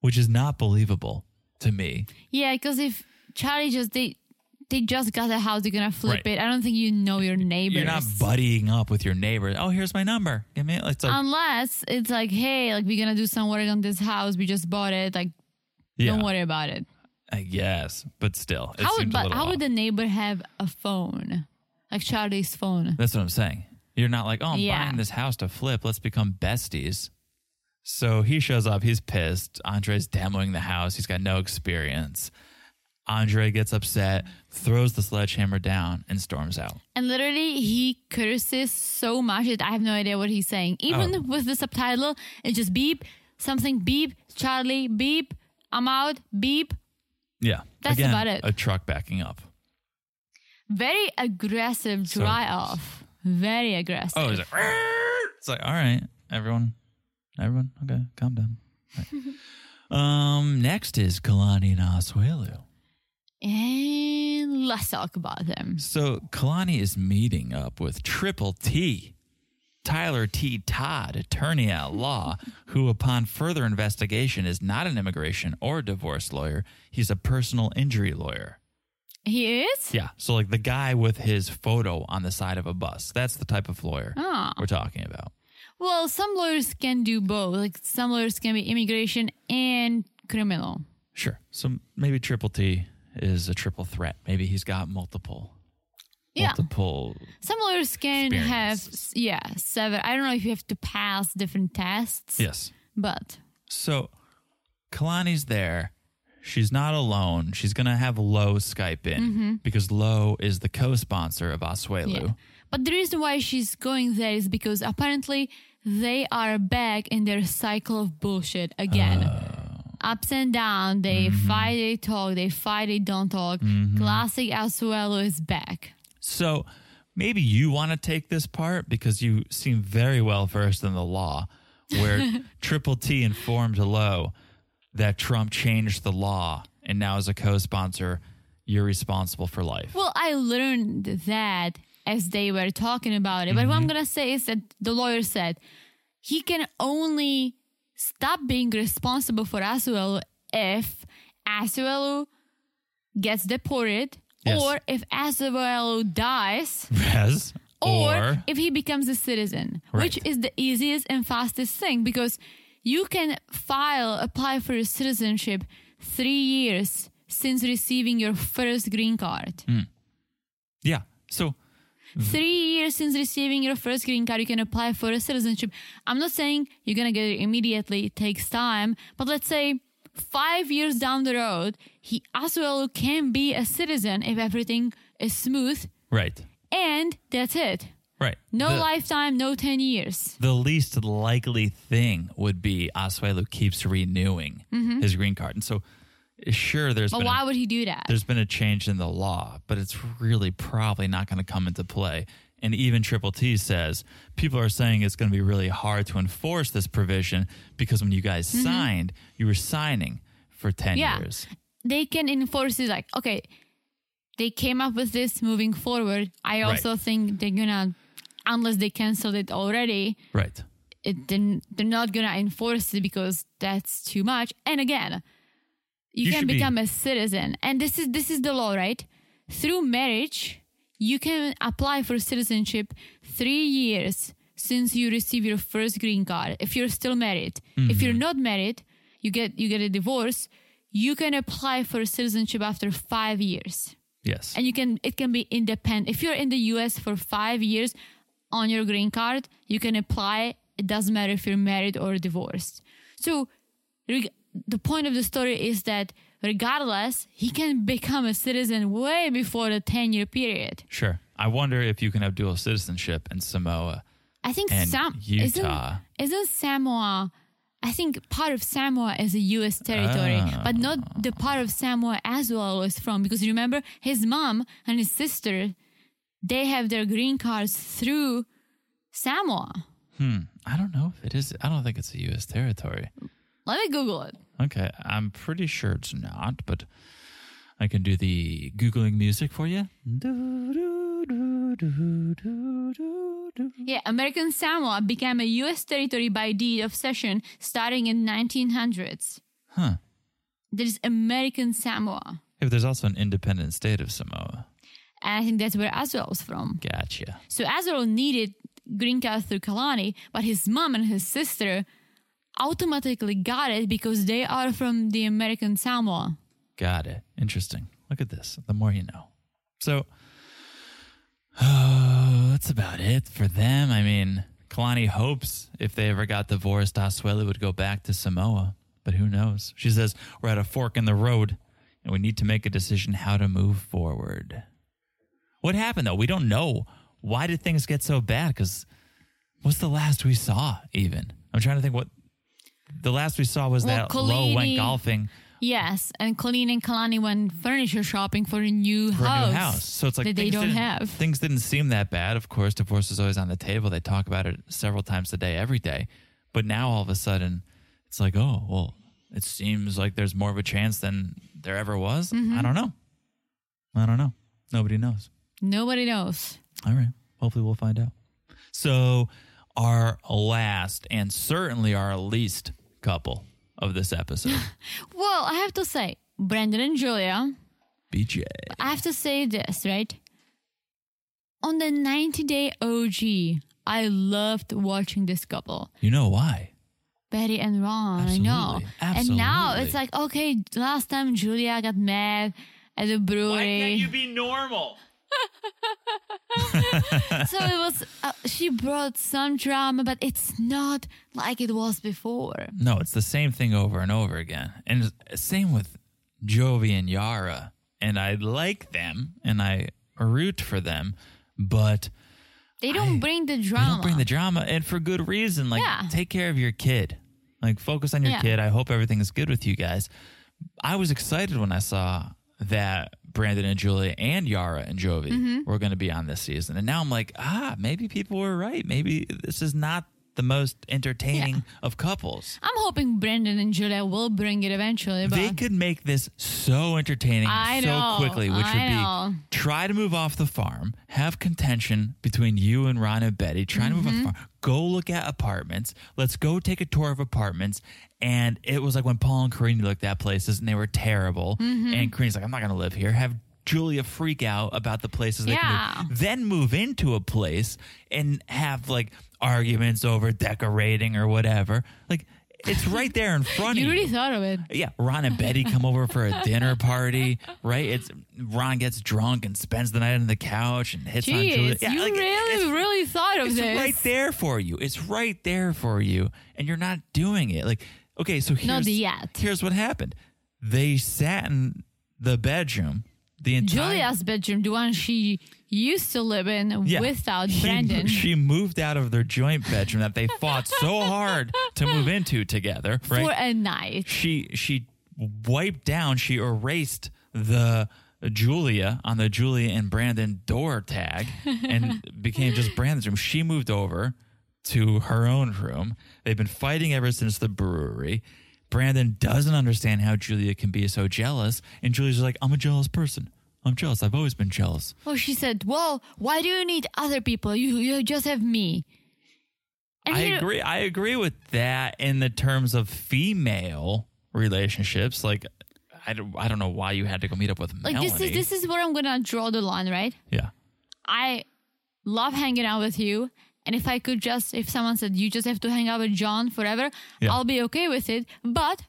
Speaker 1: which is not believable to me.
Speaker 2: Yeah, because if Charlie just they they just got the house, they're gonna flip
Speaker 1: Right.
Speaker 2: it. I don't think you know your neighbors.
Speaker 1: You're not buddying up with your neighbor. Oh, here's my number. Give me it's
Speaker 2: Um,
Speaker 1: like
Speaker 2: Unless it's like, hey, like we're gonna do some work on this house. We just bought it. Like,
Speaker 1: yeah,
Speaker 2: don't worry about it.
Speaker 1: I guess, but still, it
Speaker 2: How would
Speaker 1: seemed a
Speaker 2: but
Speaker 1: little
Speaker 2: how
Speaker 1: off.
Speaker 2: would the neighbor have a phone? Like Charlie's phone.
Speaker 1: That's what I'm saying. You're not like, oh, I'm
Speaker 2: Yeah.
Speaker 1: buying this house to flip. Let's become besties. So he shows up. He's pissed. Andre's demoing the house. He's got no experience. Andre gets upset, throws the sledgehammer down, and storms out.
Speaker 2: And literally he curses so much that I have no idea what he's saying. Even
Speaker 1: Oh.
Speaker 2: with the subtitle, it's just beep, something beep, Charlie, beep, I'm out, beep.
Speaker 1: Yeah.
Speaker 2: That's
Speaker 1: Again,
Speaker 2: about it.
Speaker 1: A truck backing up.
Speaker 2: Very aggressive
Speaker 1: So-
Speaker 2: dry off. Very aggressive.
Speaker 1: Oh, he's like, "Arr!" it's like, all right, everyone, everyone, okay, calm down. All right. um, next is Kalani Nasuelu.
Speaker 2: And let's talk about them.
Speaker 1: So Kalani is meeting up with Triple T, Tyler T. Todd, attorney at law, who, upon further investigation, is not an immigration or divorce lawyer. He's a personal injury lawyer.
Speaker 2: He is?
Speaker 1: Yeah. So, like the guy with his photo on the side of a bus. That's the type of lawyer
Speaker 2: Ah.
Speaker 1: we're talking about.
Speaker 2: Well, some lawyers can do both. Like some lawyers can be immigration and criminal.
Speaker 1: Sure. So maybe Triple T is a triple threat. Maybe he's got multiple.
Speaker 2: Yeah.
Speaker 1: Multiple.
Speaker 2: Some lawyers can have,
Speaker 1: Experiences.
Speaker 2: yeah, seven. I don't know if you have to pass different tests,
Speaker 1: Yes.
Speaker 2: but
Speaker 1: So Kalani's there. She's not alone. She's going to have Lo Skype in because Lo is the co sponsor of Oswelu.
Speaker 2: Mm-hmm. yeah. But the reason why she's going there is because apparently they are back in their cycle of bullshit again. Ups and down. They fight, they talk. They fight, they don't talk. Classic Asuelo is back.
Speaker 1: So maybe you want to take this part because you seem very well versed in the law, where Triple T informed Lo that Trump changed the law and now as a co sponsor, you're responsible for life.
Speaker 2: Well, I learned that as they were talking about it. But
Speaker 1: Mm-hmm.
Speaker 2: what I'm going to say is that the lawyer said he can only stop being responsible for Asuelu if Asuelu gets deported
Speaker 1: Yes.
Speaker 2: or if Asuelu dies
Speaker 1: Yes.
Speaker 2: or, if he becomes a citizen,
Speaker 1: Right.
Speaker 2: which is the easiest and fastest thing because you can file, apply for your citizenship three years since receiving your first green card.
Speaker 1: yeah. So
Speaker 2: Three years since receiving your first green card, you can apply for a citizenship. I'm not saying you're going to get it immediately, it takes time, but let's say five years down the road, he as well can be a citizen if everything is smooth,
Speaker 1: right.
Speaker 2: and that's it.
Speaker 1: Right.
Speaker 2: No
Speaker 1: The-
Speaker 2: lifetime, no 10 years.
Speaker 1: the least likely thing would be Osweiler keeps renewing his green card. And so, sure, there's
Speaker 2: Mm-hmm. But
Speaker 1: been
Speaker 2: why
Speaker 1: a,
Speaker 2: would he do that?
Speaker 1: there's been a change in the law, but it's really probably not going to come into play. And even Triple T says people are saying it's going to be really hard to enforce this provision because when you guys signed, you were signing for 10
Speaker 2: Mm-hmm. Yeah.
Speaker 1: years.
Speaker 2: They can enforce it like, okay, they came up with this moving forward. I
Speaker 1: Right.
Speaker 2: also think they're gonna, unless they canceled it already,
Speaker 1: Right.
Speaker 2: it then they're not gonna enforce it because that's too much. And again, you,
Speaker 1: You
Speaker 2: can
Speaker 1: should be-
Speaker 2: become a citizen, and this is this is the law, right? Through marriage, you can apply for citizenship three years since you receive your first green card. If you're still married, if
Speaker 1: Mm-hmm.
Speaker 2: you're not married, you get you get a divorce. You can apply for citizenship after five years
Speaker 1: Yes.
Speaker 2: and you can it can be independent if you're in the us for five years on your green card you can apply it doesn't matter if you're married or divorced so reg- the point of the story is that regardless he can become a citizen way before the 10 year period
Speaker 1: sure. I wonder if you can have dual citizenship in Samoa.
Speaker 2: i think
Speaker 1: And
Speaker 2: Sam-
Speaker 1: Utah.
Speaker 2: isn't, isn't samoa I think part of Samoa is a U.S. territory, but
Speaker 1: Oh.
Speaker 2: not the part of Samoa as well is from. Because remember, his mom and his sister, they have their green cards through Samoa.
Speaker 1: I don't know if it is. I don't think it's a U.S. territory.
Speaker 2: Let me Google it.
Speaker 1: Okay, I'm pretty sure it's not, but I can do the googling music for you.
Speaker 2: Yeah, American Samoa became a U.S. territory by deed of cession starting in 1900s.
Speaker 1: Huh.
Speaker 2: There's American Samoa,
Speaker 1: If there's also an independent state of Samoa.
Speaker 2: and I think that's where Azrael's from.
Speaker 1: Gotcha.
Speaker 2: So Azrael needed green card through Kalani, but his mom and his sister automatically got it because they are from the American Samoa.
Speaker 1: Got it. Interesting. Look at this. The more you know. So that's about it for them. I mean, Kalani hopes if they ever got divorced, Asuela would go back to Samoa, but who knows? She says, We're at a fork in the road and we need to make a decision how to move forward. What happened though? We don't know. Why did things get so bad? Because what's the last we saw, even? I'm trying to think what the last we saw was
Speaker 2: Well,
Speaker 1: that Lo went
Speaker 2: Kalani-
Speaker 1: golfing.
Speaker 2: Yes, and Colleen and Kalani went furniture shopping for a new
Speaker 1: for
Speaker 2: house.
Speaker 1: a new house. So it's like
Speaker 2: that they
Speaker 1: things
Speaker 2: don't
Speaker 1: didn't-
Speaker 2: have.
Speaker 1: Things didn't seem that bad. Of course, divorce is always on the table. They talk about it several times a day, every day. But now all of a sudden, it's like, oh, well, it seems like there's more of a chance than there ever was.
Speaker 2: Mm-hmm.
Speaker 1: I don't know. I don't know. Nobody knows.
Speaker 2: Nobody knows.
Speaker 1: All right. Hopefully, we'll find out. So, our last and certainly our least couple of this episode,
Speaker 2: Well, I have to say, Brandon and Julia,
Speaker 1: BJ.
Speaker 2: I have to say this, right? On the 90 day OG, I loved watching this couple.
Speaker 1: You know why?
Speaker 2: Betty and Ron. I know.
Speaker 1: Absolutely.
Speaker 2: And now
Speaker 1: Absolutely.
Speaker 2: it's like, okay, last time Julia got mad at the brewery.
Speaker 1: be normal?
Speaker 2: so it was, uh, she brought some drama, but it's not like it was before.
Speaker 1: No, it's the same thing over and over again. And it's- same with Jovi and Yara. And I like them and I root for them, but
Speaker 2: They don't
Speaker 1: I-
Speaker 2: bring the
Speaker 1: they
Speaker 2: drama.
Speaker 1: don't bring the drama and for good reason. Like,
Speaker 2: Yeah.
Speaker 1: take care of your kid. Like, focus on your
Speaker 2: Yeah.
Speaker 1: kid. I hope everything is good with you guys. I was excited when I saw that Brandon and Julia and Yara and
Speaker 2: Mm-hmm.
Speaker 1: Jovi were going to be on this season. And now I'm like, ah, maybe people were right. Maybe this is not the most entertaining of couples.
Speaker 2: I'm hoping Brendan and Julia will bring it eventually. But
Speaker 1: They could make this so entertaining
Speaker 2: I
Speaker 1: so
Speaker 2: know,
Speaker 1: quickly, which
Speaker 2: I
Speaker 1: would be
Speaker 2: know.
Speaker 1: try to move off the farm, have contention between you and Ron and Betty, try to move
Speaker 2: Mm-hmm.
Speaker 1: off the farm, go look at apartments. Let's go take a tour of apartments. And it was like when Paul and Corinne looked at places and they were terrible.
Speaker 2: Mm-hmm.
Speaker 1: And Corinne's like, I'm not going to live here. Have Julia freak out about the places they
Speaker 2: Yeah.
Speaker 1: can move. Then move into a place and have like arguments over decorating or whatever. Like, it's right there in front
Speaker 2: you
Speaker 1: of you.
Speaker 2: really thought of it.
Speaker 1: Yeah, Ron and Betty come over for a dinner party, right? It's Ron gets drunk and spends the night on the couch and hits on Julia.
Speaker 2: Jeez,
Speaker 1: Yeah,
Speaker 2: you
Speaker 1: like, it-
Speaker 2: really,
Speaker 1: it's,
Speaker 2: really thought of
Speaker 1: it's
Speaker 2: this.
Speaker 1: right there for you. It's right there for you, and you're not doing it. Like, okay, so here's
Speaker 2: Not yet.
Speaker 1: here's what happened. They sat in the bedroom the entire
Speaker 2: Julia's bedroom, the one she used to live in
Speaker 1: Yeah.
Speaker 2: without
Speaker 1: She-
Speaker 2: Brendan.
Speaker 1: She moved out of their joint bedroom that they fought so hard to move into together, right?
Speaker 2: For a night.
Speaker 1: she she wiped down she erased the Julia on the Julia and Brandon door tag and became just Brandon's room. She moved over to her own room. They've been fighting ever since the brewery. Brandon doesn't understand how Julia can be so jealous. And Julia's like, I'm a jealous person. I'm jealous. I've always been jealous.
Speaker 2: Well, she said, "Well, why do you need other people? You you just have me." And
Speaker 1: I
Speaker 2: you know-
Speaker 1: agree. I agree with that in the terms of female relationships. Like, I don't, I don't know why you had to go meet up with
Speaker 2: Like
Speaker 1: Melanie.
Speaker 2: this is this is where I'm gonna draw the line, right?
Speaker 1: Yeah.
Speaker 2: I love hanging out with you, and if I could just, if someone said you just have to hang out with John forever,
Speaker 1: Yeah.
Speaker 2: I'll be okay with it. But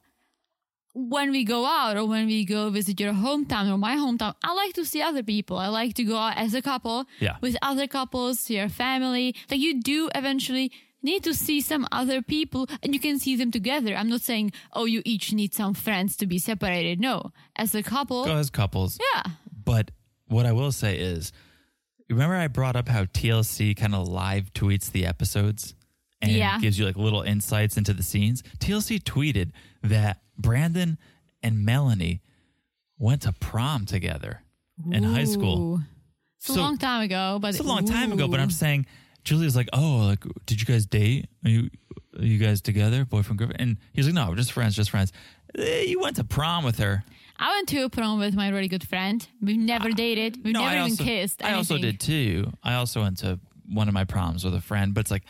Speaker 2: when we go out or when we go visit your hometown or my hometown, I like to see other people. I like to go out as a couple
Speaker 1: Yeah.
Speaker 2: with other couples, your family. Like you do eventually need to see some other people and you can see them together. I'm not saying, oh, you each need some friends to be separated. No, as a couple.
Speaker 1: Go as couples.
Speaker 2: Yeah.
Speaker 1: But what I will say is, remember I brought up how TLC kind of live tweets the episodes and
Speaker 2: Yeah.
Speaker 1: gives you like little insights into the scenes. TLC tweeted that Brandon and Melanie went to prom together in high school.
Speaker 2: Ooh. It's a
Speaker 1: So-
Speaker 2: long time ago, but
Speaker 1: It's a long time ago, but
Speaker 2: Ooh.
Speaker 1: I'm saying Julia's like, oh, like, did you guys date? Are you, are you guys together, boyfriend, girlfriend? And he's like, no, we're just friends, just friends. Eh, You went to prom with her.
Speaker 2: I went to a prom with my really good friend. We've never dated. We've never even kissed.
Speaker 1: I also
Speaker 2: anything.
Speaker 1: did too. I also went to one of my proms with a friend, but it's like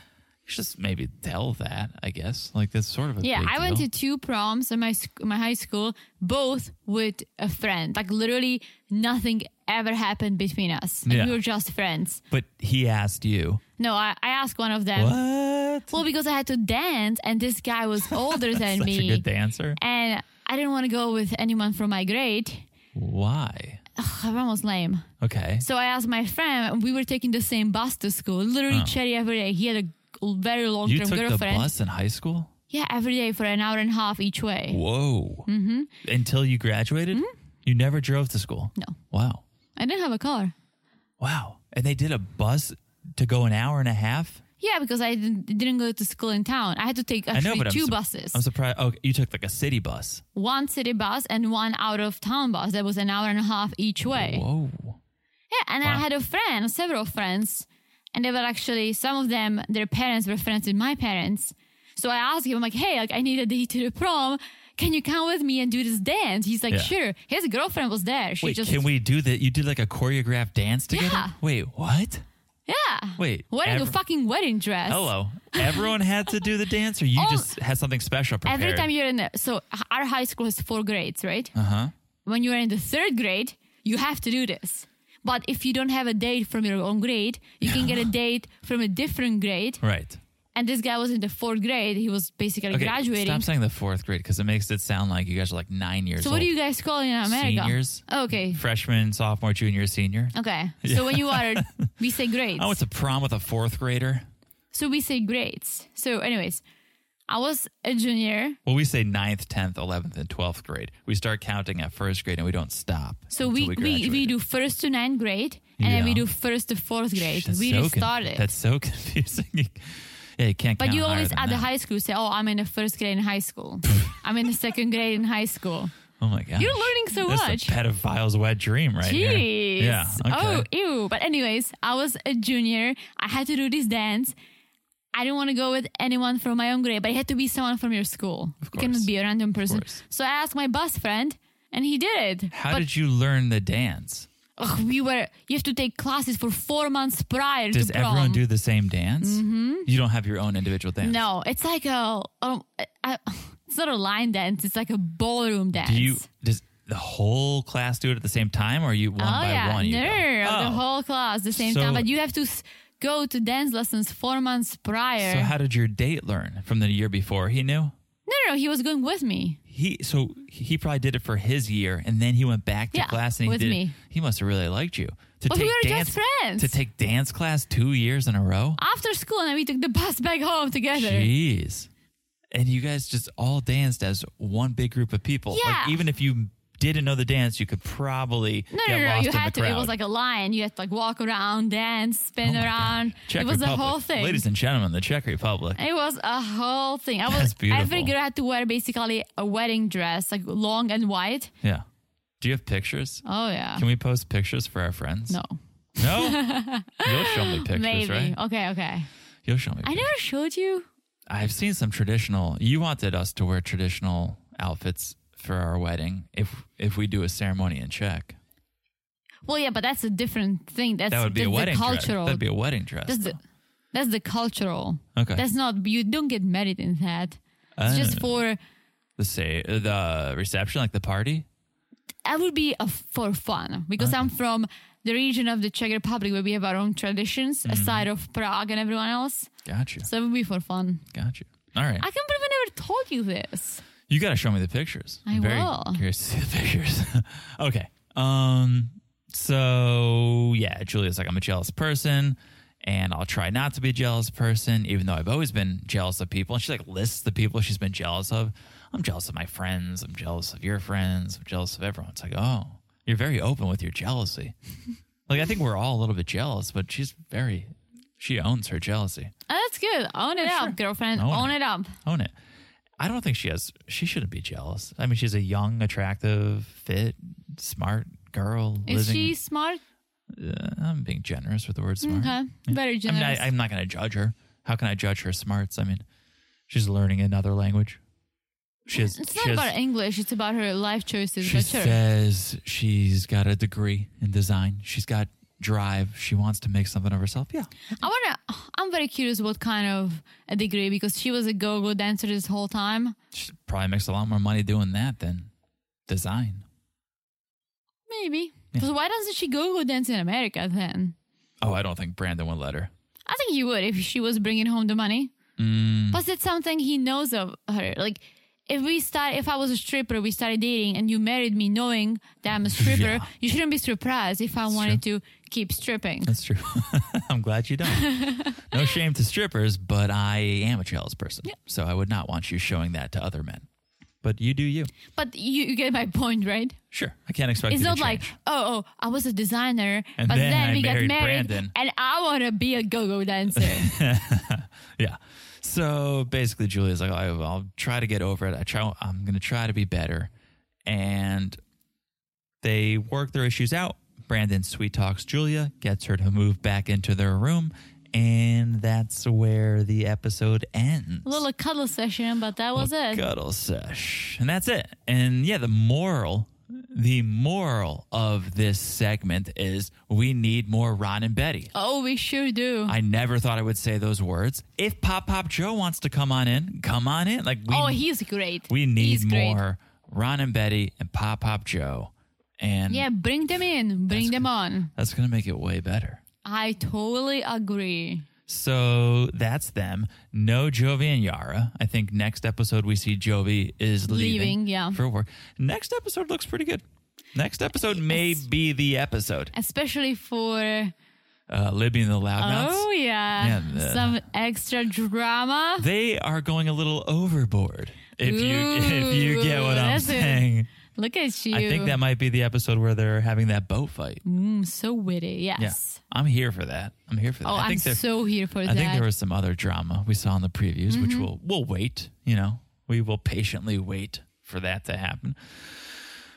Speaker 1: you should just maybe tell that. I guess like that's sort of a
Speaker 2: Yeah,
Speaker 1: big
Speaker 2: I went
Speaker 1: deal.
Speaker 2: to two proms in my sc- my high school, both with a friend. Like literally, nothing ever happened between us. Like,
Speaker 1: Yeah.
Speaker 2: We were just friends.
Speaker 1: but he asked you
Speaker 2: No, I, I asked one of them.
Speaker 1: what?
Speaker 2: Well, because I had to dance, and this guy was older than
Speaker 1: Such
Speaker 2: me,
Speaker 1: a good dancer.
Speaker 2: and I didn't want to go with anyone from my grade.
Speaker 1: Why?
Speaker 2: Ugh, I was lame.
Speaker 1: Okay.
Speaker 2: So I asked my friend, we were taking the same bus to school, literally cherry every day. He had a very long
Speaker 1: you
Speaker 2: term
Speaker 1: took
Speaker 2: girlfriend.
Speaker 1: the bus in high school.
Speaker 2: Yeah, every day for an hour and a half each way.
Speaker 1: Whoa! Mm-hmm. Until you graduated, you never drove to school.
Speaker 2: Mm-hmm. No.
Speaker 1: Wow.
Speaker 2: I didn't have a car.
Speaker 1: Wow. And they did a bus to go an hour and a half.
Speaker 2: Yeah, because I didn't, didn't go to school in town. I had to take
Speaker 1: I
Speaker 2: actually
Speaker 1: know, but
Speaker 2: 2
Speaker 1: I'm, sur-
Speaker 2: buses.
Speaker 1: I'm surprised. Oh, you took like a city bus.
Speaker 2: one city bus and one out of town bus. That was an hour and a half each way.
Speaker 1: Whoa.
Speaker 2: Yeah, and I had a friend, several friends, and they were actually some of them, their parents were friends with my parents. So I asked him, I'm like, hey, like I need a date to the prom. Can you come with me and do this dance? He's like,
Speaker 1: Yeah.
Speaker 2: sure. His girlfriend was there. She
Speaker 1: Wait,
Speaker 2: just
Speaker 1: can we do that? You did like a choreographed dance together?
Speaker 2: Yeah.
Speaker 1: Wait, what?
Speaker 2: Yeah.
Speaker 1: Wait,
Speaker 2: Wearing
Speaker 1: ever-
Speaker 2: a fucking wedding dress.
Speaker 1: Hello. Everyone had to do the dance or you
Speaker 2: Oh.
Speaker 1: just had something special prepared?
Speaker 2: Every time you're in the, so h- our high school has four grades, right? Uh
Speaker 1: Uh-huh.
Speaker 2: huh. When you're in the third grade, you have to do this. But if you don't have a date from your own grade, you can get a date from a different grade.
Speaker 1: Right.
Speaker 2: And this guy was in the fourth grade. He was basically
Speaker 1: Okay,
Speaker 2: graduating.
Speaker 1: Stop saying the fourth grade because it makes it sound like you guys are like nine years
Speaker 2: So
Speaker 1: old.
Speaker 2: what do you guys call in America? Oh,
Speaker 1: Seniors?
Speaker 2: Okay.
Speaker 1: Freshman, sophomore, junior, senior.
Speaker 2: Okay. So when you are, we say grades.
Speaker 1: I went to prom with a fourth grader.
Speaker 2: so we say grades. So, anyways, I was a junior.
Speaker 1: Well, we say ninth, 10th, 11th, and 12th grade. We start counting at first grade and we don't stop.
Speaker 2: So
Speaker 1: until
Speaker 2: we
Speaker 1: we,
Speaker 2: we, we
Speaker 1: graduated.
Speaker 2: do first to ninth grade, and then we
Speaker 1: Yeah.
Speaker 2: do first to fourth grade.
Speaker 1: That's
Speaker 2: we
Speaker 1: so con-
Speaker 2: restarted.
Speaker 1: That's so confusing. yeah, you can't
Speaker 2: but
Speaker 1: count
Speaker 2: you
Speaker 1: higher
Speaker 2: always
Speaker 1: than
Speaker 2: at the
Speaker 1: that.
Speaker 2: high school say, "Oh, I'm in the first grade in high school. I'm in the second grade in high school."
Speaker 1: Oh my god!
Speaker 2: You're learning so much.
Speaker 1: That's a pedophile's wet dream, right
Speaker 2: Jeez.
Speaker 1: here. Yeah. Okay.
Speaker 2: Oh, ew. But anyways, I was a junior. I had to do this dance. I didn't want to go with anyone from my own grade, but it had to be someone from your school.
Speaker 1: Of
Speaker 2: It cannot
Speaker 1: course.
Speaker 2: be a random person.
Speaker 1: course.
Speaker 2: So I asked my bus friend, and he did it.
Speaker 1: How
Speaker 2: but
Speaker 1: did you learn the dance?
Speaker 2: ugh, we were you have to take classes for four months prior
Speaker 1: Does
Speaker 2: to prom.
Speaker 1: everyone do the same dance? Mm-hmm. You don't have your own individual dance.
Speaker 2: No, it's like a um, I, it's not a line dance. It's like a ballroom dance.
Speaker 1: Do you? Does the whole class do it at the same time, or are you one
Speaker 2: Oh
Speaker 1: by
Speaker 2: yeah,
Speaker 1: one? you
Speaker 2: no,
Speaker 1: go?
Speaker 2: the
Speaker 1: Oh.
Speaker 2: whole class the same
Speaker 1: So-
Speaker 2: time. But you have to s- go to dance lessons four months prior.
Speaker 1: So how did your date learn from the year before? He knew.
Speaker 2: no, no, no, he was going with me.
Speaker 1: He so he probably did it for his year, and then he went back to
Speaker 2: Yeah,
Speaker 1: class and he
Speaker 2: with
Speaker 1: did. it.
Speaker 2: me.
Speaker 1: He must have really liked you to
Speaker 2: But we
Speaker 1: take
Speaker 2: were
Speaker 1: dance
Speaker 2: just friends.
Speaker 1: to take dance class two years in a row.
Speaker 2: After school, and then we took the bus back home together.
Speaker 1: Jeez, and you guys just all danced as one big group of people.
Speaker 2: Yeah.
Speaker 1: Like, even if you didn't know the dance, you could probably
Speaker 2: No,
Speaker 1: get
Speaker 2: no, no,
Speaker 1: lost
Speaker 2: you
Speaker 1: in
Speaker 2: had
Speaker 1: the
Speaker 2: to.
Speaker 1: crowd.
Speaker 2: It was like a line. You had to like walk around, dance,
Speaker 1: Oh
Speaker 2: spin
Speaker 1: my God.
Speaker 2: around.
Speaker 1: Czech
Speaker 2: it was
Speaker 1: Republic.
Speaker 2: a whole thing.
Speaker 1: ladies and gentlemen. The Czech Republic.
Speaker 2: It was a whole thing. I
Speaker 1: That's
Speaker 2: was every
Speaker 1: beautiful.
Speaker 2: girl had to wear basically a wedding dress, like long and white.
Speaker 1: Yeah. Do you have pictures?
Speaker 2: Oh yeah.
Speaker 1: Can we post pictures for our friends?
Speaker 2: no.
Speaker 1: No? You'll show me pictures,
Speaker 2: Maybe.
Speaker 1: right?
Speaker 2: Okay, okay.
Speaker 1: You'll show me
Speaker 2: I
Speaker 1: pictures.
Speaker 2: never showed you.
Speaker 1: I've seen some traditional you wanted us to wear traditional outfits for our wedding if if we do a ceremony in Czech.
Speaker 2: Well, yeah, but that's a different thing. That's
Speaker 1: That would be
Speaker 2: that's
Speaker 1: a wedding
Speaker 2: the
Speaker 1: dress.
Speaker 2: cultural.
Speaker 1: That'd be a wedding dress.
Speaker 2: that's the
Speaker 1: though.
Speaker 2: that's the cultural.
Speaker 1: Okay.
Speaker 2: That's not you don't get married in that. It's
Speaker 1: Oh.
Speaker 2: just for
Speaker 1: the say the reception, like the party?
Speaker 2: I would be a, for fun because
Speaker 1: Ah.
Speaker 2: I'm from the region of the Czech Republic where we have our own traditions
Speaker 1: Mm-hmm.
Speaker 2: aside of Prague and everyone else.
Speaker 1: Got you.
Speaker 2: So it would be for fun.
Speaker 1: Got you. All right.
Speaker 2: I can't believe I never told you this.
Speaker 1: You got to show me the pictures.
Speaker 2: I
Speaker 1: I'm very
Speaker 2: will.
Speaker 1: Curious to see the pictures. okay. Um. So yeah, Julia's like I'm a jealous person, and I'll try not to be a jealous person, even though I've always been jealous of people. And she like lists the people she's been jealous of. I'm jealous of my friends. I'm jealous of your friends. I'm jealous of everyone. It's like oh, you're very open with your jealousy. like I think we're all a little bit jealous, but she's very. She owns her jealousy.
Speaker 2: Oh, that's good. Own it up, girlfriend.
Speaker 1: Own
Speaker 2: Own,
Speaker 1: it.
Speaker 2: it. up.
Speaker 1: own it. I don't think she has. She shouldn't be jealous. I mean, she's a young, attractive, fit, smart girl.
Speaker 2: Is
Speaker 1: living,
Speaker 2: she smart?
Speaker 1: Uh, I'm being generous with the word smart.
Speaker 2: Okay.
Speaker 1: I
Speaker 2: Very
Speaker 1: mean,
Speaker 2: generous.
Speaker 1: I, I'm not going to judge her. How can I judge her smarts? I mean, she's learning another language. She has.
Speaker 2: it's
Speaker 1: she
Speaker 2: not
Speaker 1: has-
Speaker 2: about English. It's about her life choices.
Speaker 1: She
Speaker 2: But sure.
Speaker 1: says she's got a degree in design. She's got drive. She wants to make something of herself. Yeah.
Speaker 2: I wanna. I'm very curious what kind of a degree because she was a go-go dancer this whole time.
Speaker 1: She probably makes a lot more money doing that than design.
Speaker 2: Maybe. So why doesn't she go-go dance in America then?
Speaker 1: Oh, I don't think Brandon would let her.
Speaker 2: I think he would if she was bringing home the money. Plus, it's something he knows of her. Like, if we start, if I was a stripper, we started dating, and you married me knowing that I'm a stripper,
Speaker 1: Yeah.
Speaker 2: you shouldn't be surprised if I wanted to keep stripping.
Speaker 1: That's true. I'm glad you don't. no shame to strippers, but I am a jealous person. So I would not want you showing that to other men. But you do you.
Speaker 2: But you, you get my point, right?
Speaker 1: Sure. I can't expect
Speaker 2: It's
Speaker 1: you to
Speaker 2: not like,
Speaker 1: change.
Speaker 2: oh, oh, I was a designer,
Speaker 1: And
Speaker 2: but
Speaker 1: then
Speaker 2: then,
Speaker 1: I
Speaker 2: we got
Speaker 1: married
Speaker 2: married,
Speaker 1: Brandon.
Speaker 2: and I want to be a go-go dancer.
Speaker 1: Yeah. So basically, Julia's like, I, I'll try to get over it. I try. I'm going to try to be better. And they work their issues out. Brandon sweet talks Julia, gets her to move back into their room, and that's where the episode ends.
Speaker 2: a little cuddle session, but that was
Speaker 1: a
Speaker 2: it.
Speaker 1: Cuddle sesh. And that's it. And yeah, the moral, the moral of this segment is we need more Ron and Betty.
Speaker 2: Oh, we sure do.
Speaker 1: I never thought I would say those words. If Pop Pop Joe wants to come on in, come on in. Like we,
Speaker 2: oh, he's great.
Speaker 1: we
Speaker 2: He's
Speaker 1: need
Speaker 2: great.
Speaker 1: more Ron and Betty and Pop Pop Joe. And
Speaker 2: Yeah, bring them in. Bring them on.
Speaker 1: that's going to make it way better.
Speaker 2: I totally agree.
Speaker 1: So that's them. No Jovi and Yara. I think next episode we see Jovi is leaving,
Speaker 2: Leaving, yeah.
Speaker 1: for work. Next episode looks pretty good. Next episode may be the episode.
Speaker 2: Especially for
Speaker 1: Uh, Libby and the Loudmouths.
Speaker 2: oh yeah,
Speaker 1: Yeah, the-
Speaker 2: some extra drama.
Speaker 1: They are going a little overboard. If you if you get what
Speaker 2: Ooh,
Speaker 1: I'm
Speaker 2: that's it.
Speaker 1: saying,
Speaker 2: Look at you.
Speaker 1: I think that might be the episode where they're having that boat fight.
Speaker 2: Mm, so witty. Yes.
Speaker 1: Yeah, I'm here for that. I'm here for that.
Speaker 2: Oh,
Speaker 1: I
Speaker 2: I am
Speaker 1: think they're-
Speaker 2: so here for
Speaker 1: I
Speaker 2: that. Mm-hmm.
Speaker 1: think there was some other drama we saw in the previews, which we'll we'll wait. You know, we will patiently wait for that to happen.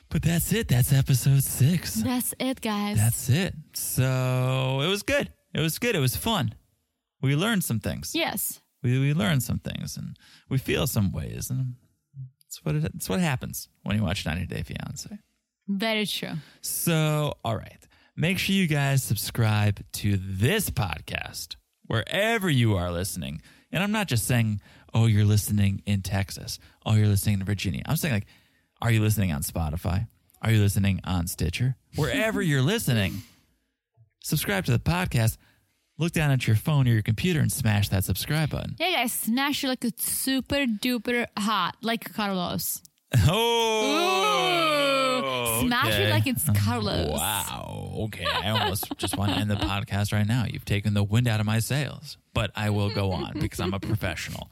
Speaker 1: But that's it. That's episode six.
Speaker 2: That's it, guys.
Speaker 1: That's it. So it was good. It was good. It was fun. We learned some things.
Speaker 2: yes.
Speaker 1: We we learn some things and we feel some ways, and that's what it, that's what happens when you watch 90 Day Fiance.
Speaker 2: Very true.
Speaker 1: So, all right. Make sure you guys subscribe to this podcast wherever you are listening. And I'm not just saying, oh, you're listening in Texas. Oh, you're listening in Virginia. I'm saying, like, are you listening on Spotify? Are you listening on Stitcher? Wherever you're listening, subscribe to the podcast. Look down at your phone or your computer and smash that subscribe button.
Speaker 2: Yeah, guys, smash it like a super duper hot, like Carlos.
Speaker 1: Oh,
Speaker 2: Smash
Speaker 1: okay.
Speaker 2: it like it's Carlos.
Speaker 1: Wow. Okay. I almost just want to end the podcast right now. You've taken the wind out of my sails, but I will go on because I'm a professional.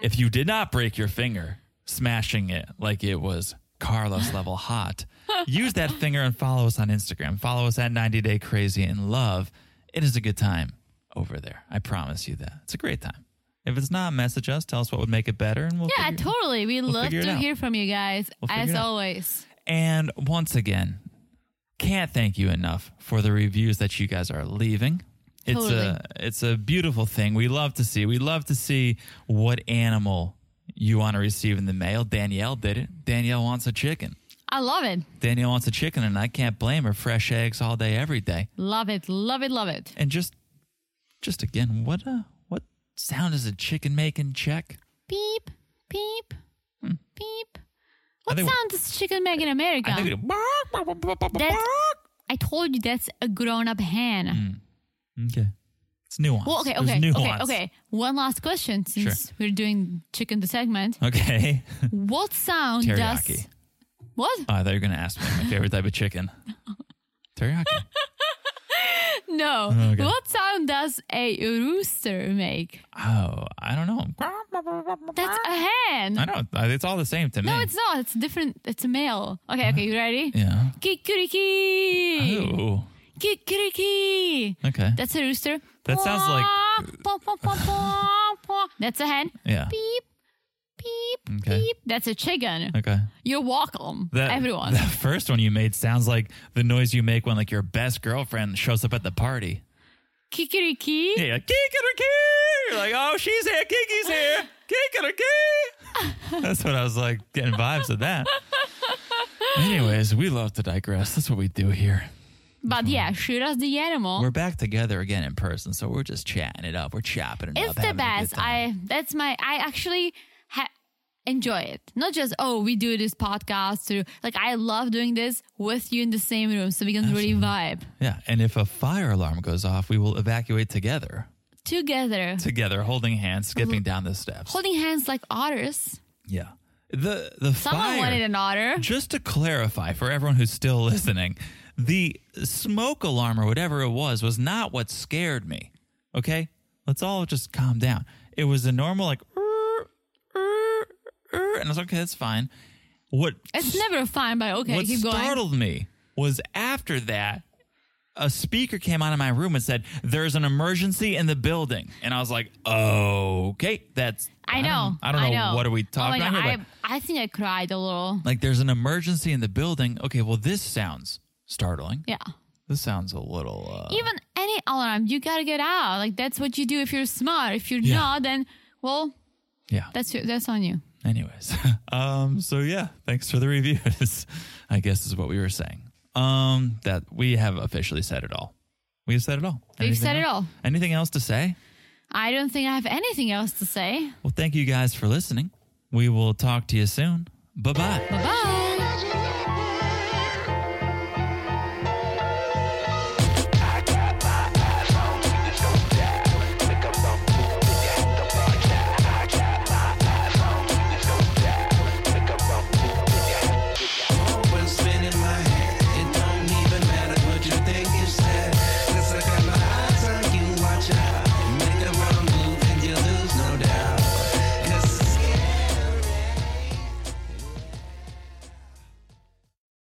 Speaker 1: If you did not break your finger smashing it like it was Carlos level hot, use that finger and follow us on Instagram. Follow us at 90 Day Crazy in Love. It is a good time over there. I promise you that. It's a great time. If it's not, message us. Tell us what would make it better, and we'll
Speaker 2: Yeah,
Speaker 1: figure-
Speaker 2: totally. We love
Speaker 1: figure it
Speaker 2: to
Speaker 1: out.
Speaker 2: hear from you guys,
Speaker 1: We'll figure
Speaker 2: as
Speaker 1: it out.
Speaker 2: always.
Speaker 1: And once again, can't thank you enough for the reviews that you guys are leaving. It's
Speaker 2: Totally.
Speaker 1: a it's a beautiful thing. We love to see. We love to see what animal you want to receive in the mail. Danielle did it. Danielle wants a chicken.
Speaker 2: I love it.
Speaker 1: Danielle wants a chicken and I can't blame her. Fresh eggs all day every day.
Speaker 2: Love it. Love it. Love it.
Speaker 1: And just just again, what uh what sound does a chicken make in Czech?
Speaker 2: Beep, beep, beep.
Speaker 1: Hmm. I
Speaker 2: What
Speaker 1: think-
Speaker 2: sound does chicken make in America?
Speaker 1: I think it
Speaker 2: That's- I told you that's a grown up hen.
Speaker 1: Okay. It's nuance.
Speaker 2: Well, okay,
Speaker 1: Hmm. There's
Speaker 2: okay, okay,
Speaker 1: nuance.
Speaker 2: okay. One last question since we're doing chicken the segment.
Speaker 1: Okay.
Speaker 2: What sound
Speaker 1: Teriyaki.
Speaker 2: does. What?
Speaker 1: Oh, I thought you were going to ask me my favorite type of chicken. Teriyaki.
Speaker 2: No.
Speaker 1: Oh, okay.
Speaker 2: What sound does a rooster make?
Speaker 1: Oh, I don't know.
Speaker 2: That's a hen.
Speaker 1: I know. It's all the same to me.
Speaker 2: No, it's not. It's different. It's a male. Okay, okay, you ready?
Speaker 1: Uh-huh. Yeah.
Speaker 2: Kikuriki!
Speaker 1: Oh,
Speaker 2: Kikuriki!
Speaker 1: okay.
Speaker 2: That's a rooster.
Speaker 1: That sounds like-
Speaker 2: Pwa, pwa, pwa, pwa, pwa. That's a hen.
Speaker 1: Yeah.
Speaker 2: Beep, beep,
Speaker 1: Okay.
Speaker 2: beep. That's a chicken.
Speaker 1: Okay.
Speaker 2: You're welcome,
Speaker 1: That,
Speaker 2: everyone.
Speaker 1: That first one you made sounds like the noise you make when like your best girlfriend shows up at the party.
Speaker 2: Kikuriki.
Speaker 1: Yeah, like, kikiderki! You're like, oh, she's here. Kiki's here. Kikiderki! That's what I was like getting vibes of that. Anyways, we love to digress. That's what we do here.
Speaker 2: But yeah, shoot us the animal.
Speaker 1: We're back together again in person, so we're just chatting it up. We're chopping it up.
Speaker 2: it's the
Speaker 1: having a good
Speaker 2: best.
Speaker 1: time.
Speaker 2: I that's my I actually ha- enjoy it. Not just oh we do this podcast through like I love doing this with you in the same room so we can really vibe
Speaker 1: yeah, and if a fire alarm goes off, we will evacuate together,
Speaker 2: together,
Speaker 1: together, holding hands, skipping down the steps.
Speaker 2: Mm-hmm. holding hands like otters.
Speaker 1: yeah, the the
Speaker 2: Someone
Speaker 1: fire.
Speaker 2: wanted an otter.
Speaker 1: just to clarify for everyone who's still listening, the smoke alarm or whatever it was was not what scared me. Okay? Let's all just calm down. It was a normal like "Er, er, er," and I was like, okay, that's fine. What
Speaker 2: It's never fine, but okay,
Speaker 1: what
Speaker 2: keep going.
Speaker 1: startled me was after that a speaker came out of my room and said there's an emergency in the building and i was like okay that's
Speaker 2: I
Speaker 1: don't-
Speaker 2: know.
Speaker 1: i don't, know, what are we
Speaker 2: Oh my
Speaker 1: talking
Speaker 2: God,
Speaker 1: about here, but-
Speaker 2: I, I think I cried a little.
Speaker 1: like there's an emergency in the building. Okay, well this sounds startling.
Speaker 2: Yeah.
Speaker 1: This sounds a little uh,
Speaker 2: Even any alarm, you gotta get out. Like that's what you do if you're smart. If you're
Speaker 1: Yeah.
Speaker 2: not, then well,
Speaker 1: yeah.
Speaker 2: that's your, that's on you.
Speaker 1: Anyways, um, so yeah, thanks for the reviews. I guess is what we were saying. Um, that we have officially said it all. We have said it all.
Speaker 2: We've said it
Speaker 1: else-
Speaker 2: all.
Speaker 1: Anything else to say?
Speaker 2: I don't think I have anything else to say.
Speaker 1: Well, thank you guys for listening. We will talk to you soon. Bye bye.
Speaker 2: Bye bye.